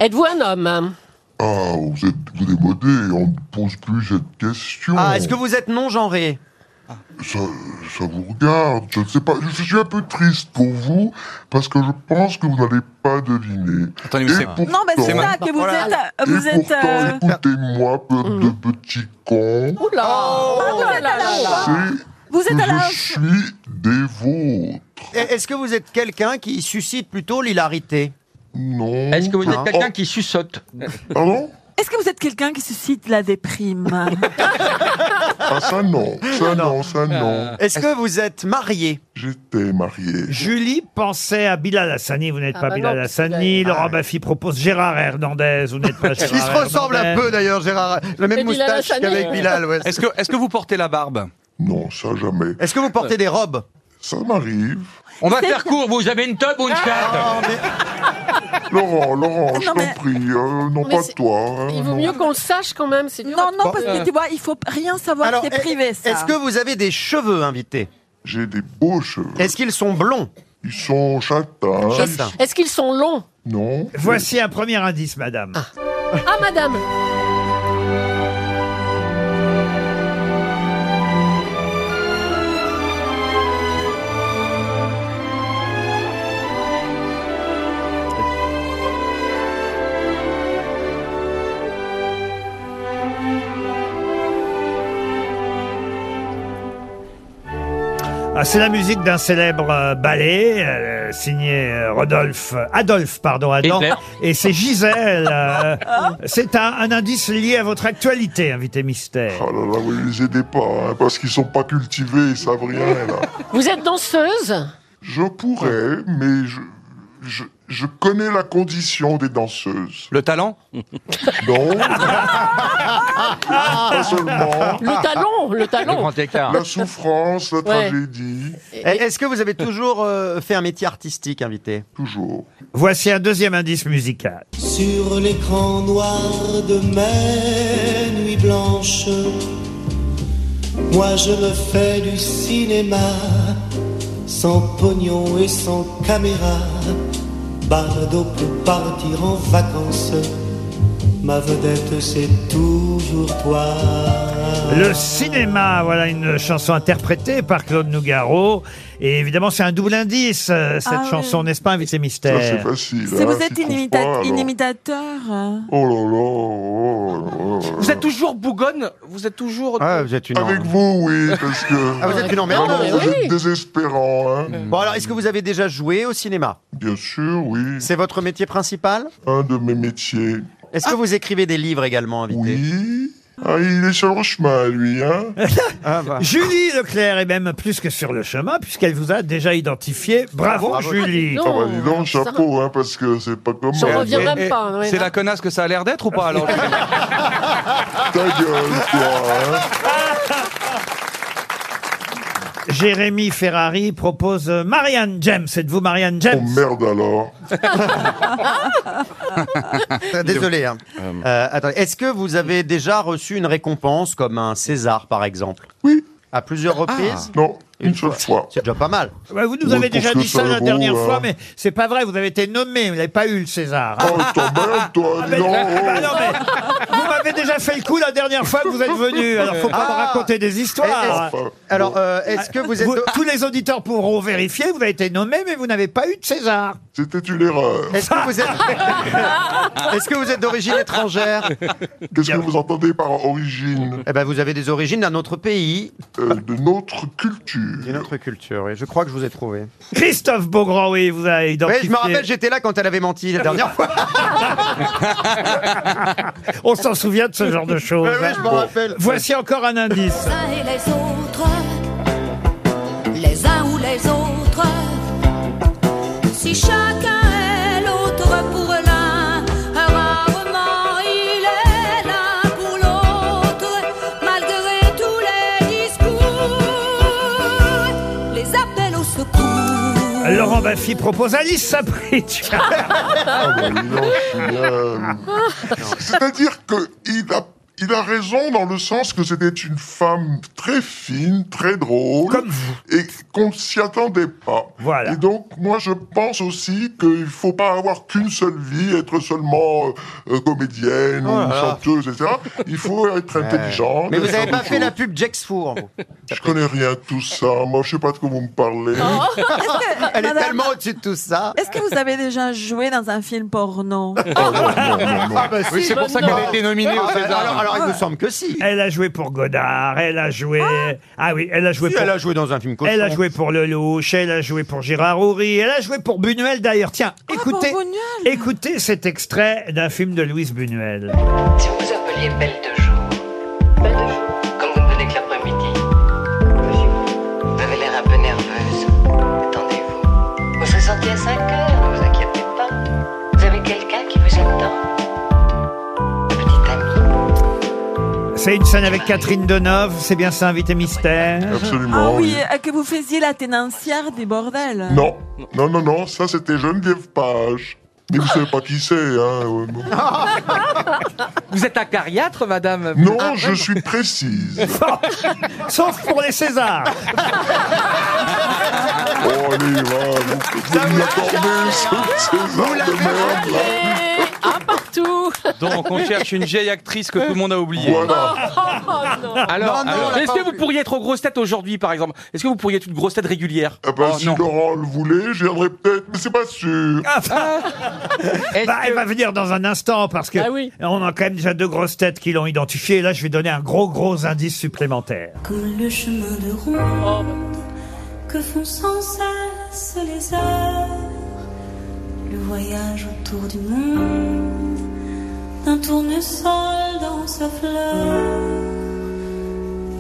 S3: Êtes-vous un homme hein
S18: Ah, vous êtes démodé, on ne pose plus cette question.
S5: Ah, est-ce que vous êtes non-genré
S18: ça, ça vous regarde, je ne sais pas. Je suis un peu triste pour vous, parce que je pense que vous n'allez pas deviner.
S7: Attendez,
S18: mais
S6: Non, mais c'est ça que vous êtes. Vous
S18: Et
S6: êtes.
S18: pourtant,
S6: euh, Mm.
S18: écoutez-moi, peuple de petits cons.
S3: Oula
S18: Oh
S6: vous êtes à la
S18: C'est
S6: Vous êtes à la
S18: je suis des vôtres.
S5: E- Est-ce que vous êtes quelqu'un qui suscite plutôt l'hilarité
S18: Non. Ah
S16: Est-ce que vous êtes quelqu'un
S5: Oh.
S16: qui sussote
S6: Est-ce que vous êtes quelqu'un qui suscite la déprime
S18: Ah, ça non, ça non, ça non.
S5: Euh, Est-ce que vous êtes marié
S18: J'étais marié.
S2: Julie pensait à Bilal Hassani, vous n'êtes
S5: Ah
S2: pas
S5: bah
S2: Bilal
S5: non,
S2: Hassani.
S5: Ah
S2: Laurent Baffy propose Gérard Hernandez, vous n'êtes pas
S7: Qui se
S2: Gérard
S7: ressemble un
S2: Hernandez.
S7: peu,
S5: d'ailleurs, Gérard.
S7: La même Et Bilal moustache Hassani. qu'avec Bilal, ouais.
S18: Est-ce que, est que vous portez la barbe Non, ça jamais.
S5: Est-ce que vous portez des robes
S25: Ça m'arrive.
S11: On va faire court, vous avez une tub ou une
S3: Ah,
S11: chatte
S25: Laurent, Laurent, je t'en prie, euh, non
S3: Mais
S25: pas
S3: c'est-
S25: toi. hein,
S3: Il vaut
S25: non.
S3: mieux qu'on le sache quand même.
S6: Non, non, parce que tu vois, il faut rien savoir,
S3: Alors,
S6: c'est
S3: est-
S6: privé ça.
S5: Est-ce que vous avez des cheveux invités
S25: J'ai des beaux cheveux.
S5: Est-ce qu'ils sont blonds
S25: Ils sont châtains.
S3: Est-ce qu'ils sont longs
S25: Non.
S2: Voici un premier indice, madame.
S3: Ah, madame
S2: Ah, c'est la musique d'un célèbre euh, ballet euh, signé euh, Rodolphe, euh, Adolphe, pardon, Adam.
S11: Hitler.
S2: Et c'est Gisèle. euh, c'est un, un indice lié à votre actualité, invité mystère.
S25: Ah là, vous les aidez pas, hein, parce qu'ils sont pas cultivés, ils savent rien, là.
S3: Vous êtes danseuse
S25: Je pourrais, mais je, je, je connais la condition des danseuses.
S26: Le talent
S25: Non, pas
S2: Ah,
S25: seulement.
S3: Le talon, le talon.
S25: La souffrance, la tragédie.
S5: Est-ce que vous avez toujours euh, fait un métier artistique invité
S25: Toujours.
S2: Voici un deuxième indice musical.
S27: Sur l'écran noir de mes nuits blanches, moi je me fais du cinéma, sans pognon et sans caméra. Bardo peut partir en vacances, ma vedette c'est toujours toi.
S2: Le cinéma, voilà une chanson interprétée par Claude Nougaro. Et évidemment, c'est un double indice, euh, cette
S6: Ah oui.
S2: chanson, n'est-ce pas,
S25: Ça,
S2: invité mystère
S25: c'est facile.
S6: Si
S25: hein,
S6: vous
S25: tu
S6: êtes
S25: trouves
S6: inimita-
S25: pas, alors.
S6: inimitateur. euh,
S7: hein.
S25: Oh là là, oh là là.
S4: Vous êtes toujours bougonne Vous êtes toujours.
S5: Ah, vous êtes une
S25: Avec vous, oui, parce que...
S5: Ah, vous êtes une emmerdeuse.
S25: Vraiment,
S5: Mais
S25: vous
S5: oui. Mmh.
S25: êtes désespérant, hein.
S5: Bon alors, est-ce que vous avez déjà joué au cinéma
S25: Bien sûr, oui.
S5: C'est votre métier principal
S25: Un de mes métiers. Ah.
S5: Est-ce que vous écrivez des livres également invité
S25: Oui. Ah, il est sur le chemin, lui, hein
S5: Ah, bah.
S2: Julie Leclerc est même plus que sur le chemin, puisqu'elle vous a déjà identifié. Bravo, Julie
S25: Ah bah dis donc, chapeau, hein, parce que c'est pas comme
S3: J'en
S25: moi.
S3: reviens même
S5: Eh,
S3: pas. hein, ouais,
S7: C'est
S3: non.
S7: la connasse que ça a l'air d'être ou pas alors
S25: Ta gueule, toi, hein.
S2: Jérémy Ferrari propose euh, Marianne James. Êtes-vous Marianne James
S25: Oh, Merde alors.
S5: Ah, Désolé. hein. Euh, attendez, est-ce que vous avez déjà reçu une récompense comme un César par exemple
S25: Oui. Ah.
S5: À plusieurs reprises
S25: Non, une seule fois.
S5: C'est déjà pas mal.
S2: Ouais, Bah, vous nous
S25: Oui,
S2: avez
S25: pour
S2: déjà
S25: ce
S2: dit ça la
S25: salaud,
S2: dernière
S25: hein.
S2: fois, mais c'est pas vrai. Vous avez été nommé, vous n'avez pas eu le César. hein.
S25: Oh, t'emmerdes, toi, dis donc.
S2: Ah, bah
S25: oh.
S2: non, mais vous m'avez déjà fait le coup la dernière fois que vous êtes venu. Alors faut pas me raconter des histoires.
S25: Enfin,
S5: Ah. Alors, euh, est-ce que vous êtes.
S2: Vous- tous les auditeurs pourront vérifier. Vous avez été nommé, mais vous n'avez pas eu de César.
S25: C'était une erreur.
S5: Est-ce que vous êtes. est-ce que vous êtes d'origine étrangère
S25: Qu'est-ce que vous entendez par origine
S5: Eh ben, vous avez des origines d'un autre pays,
S25: euh, de notre culture
S5: d'une autre culture. Et je crois que je vous ai trouvé.
S2: Christophe Beaugrand, oui, vous a
S5: Oui,
S2: identifié.
S5: je me rappelle, j'étais là quand elle avait menti la dernière fois.
S2: On s'en souvient de ce genre de choses. hein.
S5: oui, je me rappelle.
S2: Voici encore un indice.
S9: uns et les autres, les uns ou les autres. Si chacun est l'autre pour l'un, rarement il est l'un pour l'autre, malgré tous les discours, les appels au secours.
S2: Laurent Baffy propose Alice Saprit.
S25: Ah bah dis donc, je suis bien. C'est-à-dire qu'il a, il a raison dans le sens que c'était une femme très fine, très drôle.
S2: Comme vous.
S25: Et qu'on ne s'y attendait pas.
S2: Voilà.
S25: Et donc, moi, je pense aussi qu'il ne faut pas avoir qu'une seule vie, être seulement euh, euh, comédienne ou chanteuse, etc. Il faut être intelligent.
S5: Ah. Mais vous
S25: faire
S5: n'avez pas
S25: des
S5: fait la
S25: choses.
S5: pub Jax Four. vous.
S25: Je connais rien de tout ça. Moi, je sais pas de quoi vous me parlez.
S3: Oh.
S5: Elle est
S6: Madame-
S5: tellement au-dessus de tout ça.
S6: Est-ce que vous avez déjà joué dans un film porno
S25: Oh, non, non, non,
S2: Ah,
S5: bah
S25: non.
S2: bah,
S7: Oui, c'est pour ça qu'elle a été nominée au
S5: Ah, bah,
S7: César.
S5: alors, alors, il me semble que si.
S2: Elle a joué pour Godard, elle a joué. Ah oui, elle a joué
S5: Si,
S2: pour.
S5: elle a joué dans un film cochon.
S2: Elle a joué pour Lelouch, elle a joué pour Gérard Houry, elle a joué pour Buñuel d'ailleurs. Tiens, écoutez,
S6: Ah, pour Buñuel.
S2: écoutez cet extrait d'un film de Louise Buñuel.
S28: Si vous vous appeliez Belle de jour, Belle de jour, comme vous ne venez que l'après-midi, vous avez l'air un peu nerveuse. Attendez-vous. Vous serez sortie à 5 heures, ne vous inquiétez pas. Vous avez quelqu'un qui vous attend. Petite amie.
S2: C'est une scène avec Catherine Deneuve, c'est bien ça, invité mystère
S6: Ah oui, euh, que vous faisiez la tenancière des bordels.
S25: Non, non, non, non, ça c'était Geneviève Page. Mais vous savez pas qui c'est, hein euh, non.
S2: Ah,
S29: Vous êtes un cariatre,
S2: bah,
S29: madame
S25: Non,
S4: Ah,
S25: je suis précise.
S2: Sauf pour les Césars.
S25: Oh, allez, va, vous, vous m'accordez ce César de merde, là.
S3: Un partout
S7: Donc on cherche une vieille actrice que tout le monde a oubliée.
S4: Alors,
S7: Oh, Non, non,
S4: alors,
S7: on l'a
S4: est-ce
S7: pas
S4: que vous pourriez être aux grosses têtes aujourd'hui, par exemple Est-ce que vous pourriez être une grosse tête régulière
S2: Oh,
S4: Oh,
S25: Eh ben, si Laurent le voulait,
S2: Ah,
S25: je viendrais peut-être, mais c'est pas sûr.
S2: Bah, Elle va venir dans un instant parce
S5: Bah
S2: que on a quand même déjà deux grosses têtes qui l'ont identifiée. Et Là, je vais donner un gros gros indice supplémentaire.
S9: Coule le chemin de ronde que font sans cesse les heures. Le voyage autour du monde d'un tournesol dans sa fleur.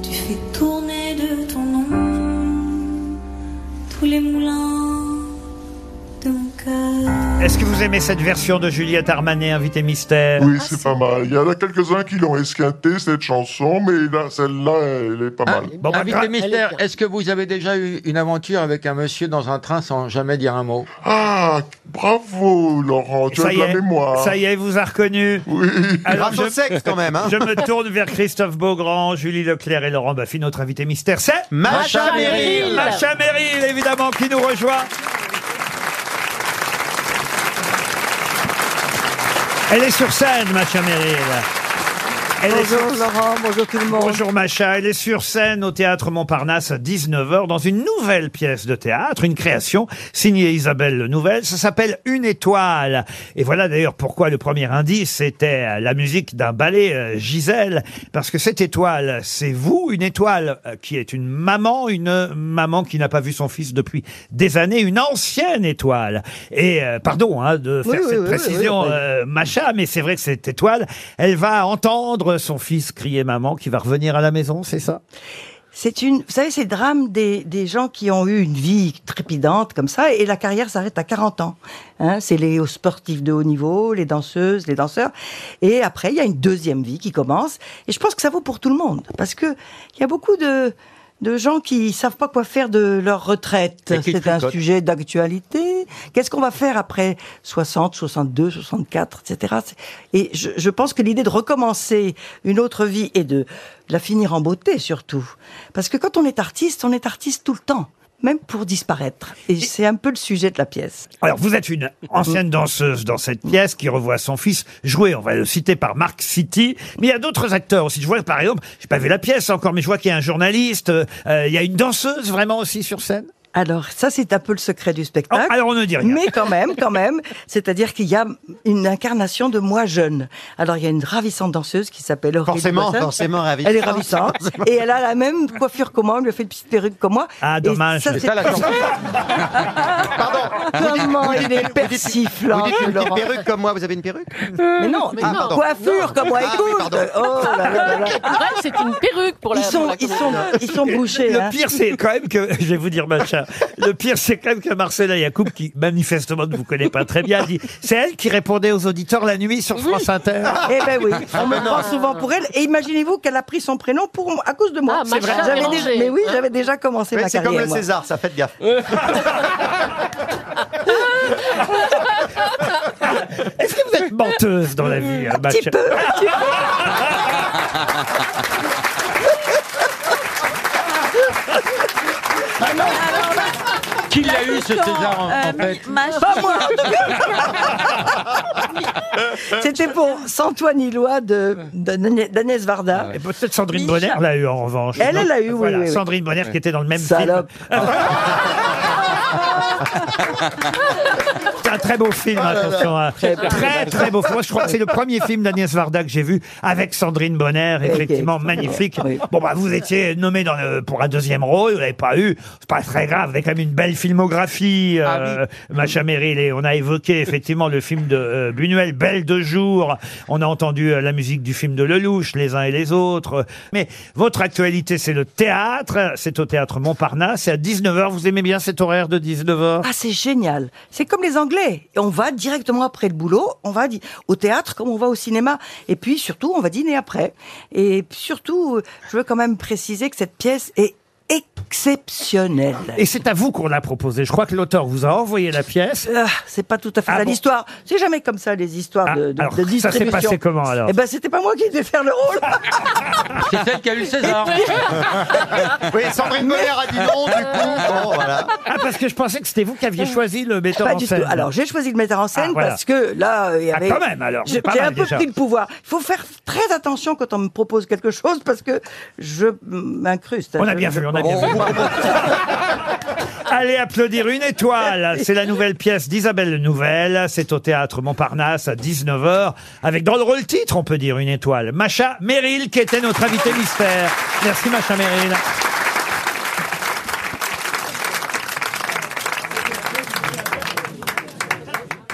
S9: Tu fais tourner de ton nom tous les moulins de mon cœur.
S2: Est-ce que vous aimez cette version de Juliette Armanet, invité mystère
S25: Oui, c'est pas mal. Il y en a quelques-uns qui l'ont esquinté, cette chanson, mais là, celle-là, elle est pas
S2: Ah,
S25: mal.
S2: bah,
S25: bah,
S16: Invité mystère, est-ce que vous avez déjà eu une aventure avec un monsieur dans un train sans jamais dire un mot
S25: Ah, bravo, Laurent, tu as
S2: ça
S25: de
S2: y,
S25: la
S2: est,
S25: mémoire.
S2: ça y est, vous a reconnu.
S25: Oui.
S5: Grâce au sexe, quand même, hein.
S2: Je me tourne vers Christophe Beaugrand, Julie Leclerc et Laurent Baffy. Notre invité mystère, c'est
S5: Macha Macha Merrill. Merrill.
S2: Macha Merrill, évidemment, qui nous rejoint. Elle est sur scène, Macha Merrill. Elle est sur-
S14: Bonjour Laurent, bonjour tout le monde.
S2: Bonjour Macha, elle est sur scène au théâtre Montparnasse à 19h dans une nouvelle pièce de théâtre, une création signée Isabelle Le Nouvelle, ça s'appelle Une étoile. Et voilà d'ailleurs pourquoi le premier indice était euh, la musique d'un ballet euh, Gisèle parce que cette étoile, c'est vous, une étoile euh, qui est une maman, une maman qui n'a pas vu son fils depuis des années, une ancienne étoile. Et euh, pardon hein, de
S14: Oui,
S2: faire
S14: oui,
S2: cette
S14: oui, oui,
S2: précision
S14: oui, oui.
S2: euh, Macha, mais c'est vrai que cette étoile, elle va entendre son fils crier maman qui va revenir à la maison, c'est ça
S14: C'est une, vous savez, c'est le drame des, des gens qui ont eu une vie trépidante comme ça et la carrière s'arrête à 40 ans. Hein, c'est les sportifs de haut niveau, les danseuses, les danseurs. Et après, il y a une deuxième vie qui commence. Et je pense que ça vaut pour tout le monde parce que il y a beaucoup de, de gens qui savent pas quoi faire de leur retraite.
S16: Et qui
S14: C'est un
S16: tricotent.
S14: sujet d'actualité. Qu'est-ce qu'on va faire après 60, 62, 64, etc. C'est- Et je, je pense que l'idée de recommencer une autre vie et de la finir en beauté surtout, parce que quand on est artiste, on est artiste tout le temps, même pour disparaître. Et c'est un peu le sujet de la pièce.
S2: Alors, vous êtes une ancienne danseuse dans cette pièce qui revoit son fils jouer, on va le citer par Mark City, mais il y a d'autres acteurs aussi. Je vois, par exemple, j'ai pas vu la pièce encore, mais je vois qu'il y a un journaliste, euh, euh, il y a une danseuse vraiment aussi sur scène.
S14: Alors, ça, c'est un peu le secret du spectacle.
S2: alors, on ne dit rien.
S14: Mais quand même, quand même. C'est-à-dire qu'il y a une incarnation de moi jeune. Alors, il y a une ravissante danseuse qui s'appelle Aurélie
S5: Forcément,
S14: Boissin.
S5: forcément ravissante.
S14: Elle est ravissante. et elle a la même coiffure que moi. Elle lui a fait une petite perruque que moi.
S2: Ah,
S14: Et
S2: dommage.
S14: ça,
S2: C'est
S14: c'est
S2: ça, la
S14: pas-
S2: chanson.
S14: Ah, Comment
S5: Vous dites-
S14: il est
S5: vous dites-
S14: persiflant,
S5: Vous dites une petite
S14: Laurent.
S5: perruque comme moi, vous avez une perruque
S14: Mais non,
S5: Mais
S14: une
S5: non.
S14: coiffure
S5: Non.
S14: comme moi.
S5: Ah oui,
S14: Écoute.
S5: pardon.
S14: Oh là là là là.
S3: Bref, c'est une perruque pour la
S14: Ils sont-
S3: pour la
S14: ils sont-
S3: commande.
S14: ils sont bouchés,
S2: Le
S14: hein.
S2: pire, c'est quand même que, je vais vous dire, machin, le pire, c'est quand même que Marcela Yacoub, qui manifestement ne vous connaît pas très bien, dit, c'est elle qui répondait aux auditeurs la nuit sur France Inter.
S14: Eh ben oui,
S5: Ah,
S14: on me prend souvent pour elle. Et imaginez-vous qu'elle a pris son prénom pour moi- à cause de moi.
S3: Ah, C'est Macha vrai.
S14: J'avais
S3: Bélanger.
S14: déjà- mais oui, j'avais déjà commencé
S5: Ouais,
S14: ma
S5: C'est
S14: carrière.
S5: comme le
S14: moi.
S5: César, ça, faites gaffe.
S2: Est-ce que vous êtes menteuse dans la vie, hein,
S14: Un petit
S2: Macha
S14: peu, un petit peu.
S30: Qui l'a eu ce César en, en
S14: Euh,
S30: fait
S14: ma- Pas moi. C'était pour Santoine Illois de, de- d'Agnès Varda.
S2: Ah Et peut-être Sandrine Bonner l'a eu en revanche.
S14: Elle, elle l'a eu, oui,
S2: Voilà,
S14: oui, oui.
S2: Sandrine Bonner qui était dans le même
S14: Salope.
S2: film. c'est un très beau film,
S14: Oh là là.
S2: attention. hein.
S14: Très
S2: Très,
S14: bien.
S2: très, beau. Moi, je crois que c'est le premier film d'Agnès Varda que j'ai vu avec Sandrine Bonner, effectivement, magnifique. Bon, bah, vous étiez nommé dans le- pour un deuxième rôle, vous l'avez pas eu. C'est pas très grave, vous avez quand même une belle filmographie,
S14: Ah
S2: euh, Macha Merrill. Et on a évoqué, effectivement, le film de euh, Buñuel, Belle de jour. On a entendu euh, la musique du film de Lelouch, les uns et les autres. Mais votre actualité, c'est le théâtre. C'est au théâtre Montparnasse. C'est à 19h. Vous aimez bien cet horaire de 19h.
S14: Ah, c'est génial. C'est comme les Anglais. Et On va directement après le boulot, on va di- au théâtre comme on va au cinéma. Et puis surtout, on va dîner après. Et surtout, euh, je veux quand même préciser que cette pièce est exceptionnelle.
S2: Et c'est à vous qu'on l'a proposé. Je crois que l'auteur vous a envoyé la pièce.
S14: Ah, c'est pas tout à fait
S2: Ah
S14: ça,
S2: bon Ah,
S14: l'histoire. C'est jamais comme ça, les histoires de, de,
S2: alors,
S14: de
S2: ça s'est
S14: distribution.
S2: passé comment, alors
S14: Eh ben, c'était pas moi qui devais faire le rôle.
S11: C'est celle qui a eu le César.
S5: Oui, Sandrine Moller a dit non, du coup. Bon, voilà.
S2: Ah, parce que je pensais que c'était vous qui aviez choisi le metteur
S14: Pas
S2: en
S14: du
S2: scène.
S14: tout. Alors, j'ai choisi le metteur en scène
S2: Ah, voilà.
S14: parce que là, euh, il y
S2: Ah,
S14: avait.
S2: quand même, alors,
S14: Je-
S2: c'est pas
S14: J'ai
S2: mal,
S14: un peu
S2: déjà.
S14: pris le pouvoir. Il faut faire très attention quand on me propose quelque chose parce que je m'incruste.
S2: On a bien vu, on a bien vu. Allez applaudir une étoile. C'est la nouvelle pièce d'Isabelle Nouvelle. C'est au théâtre Montparnasse à 19h. Avec dans le rôle titre, on peut dire une étoile. Macha Meryl, qui était notre invité mystère. Merci Macha Meryl.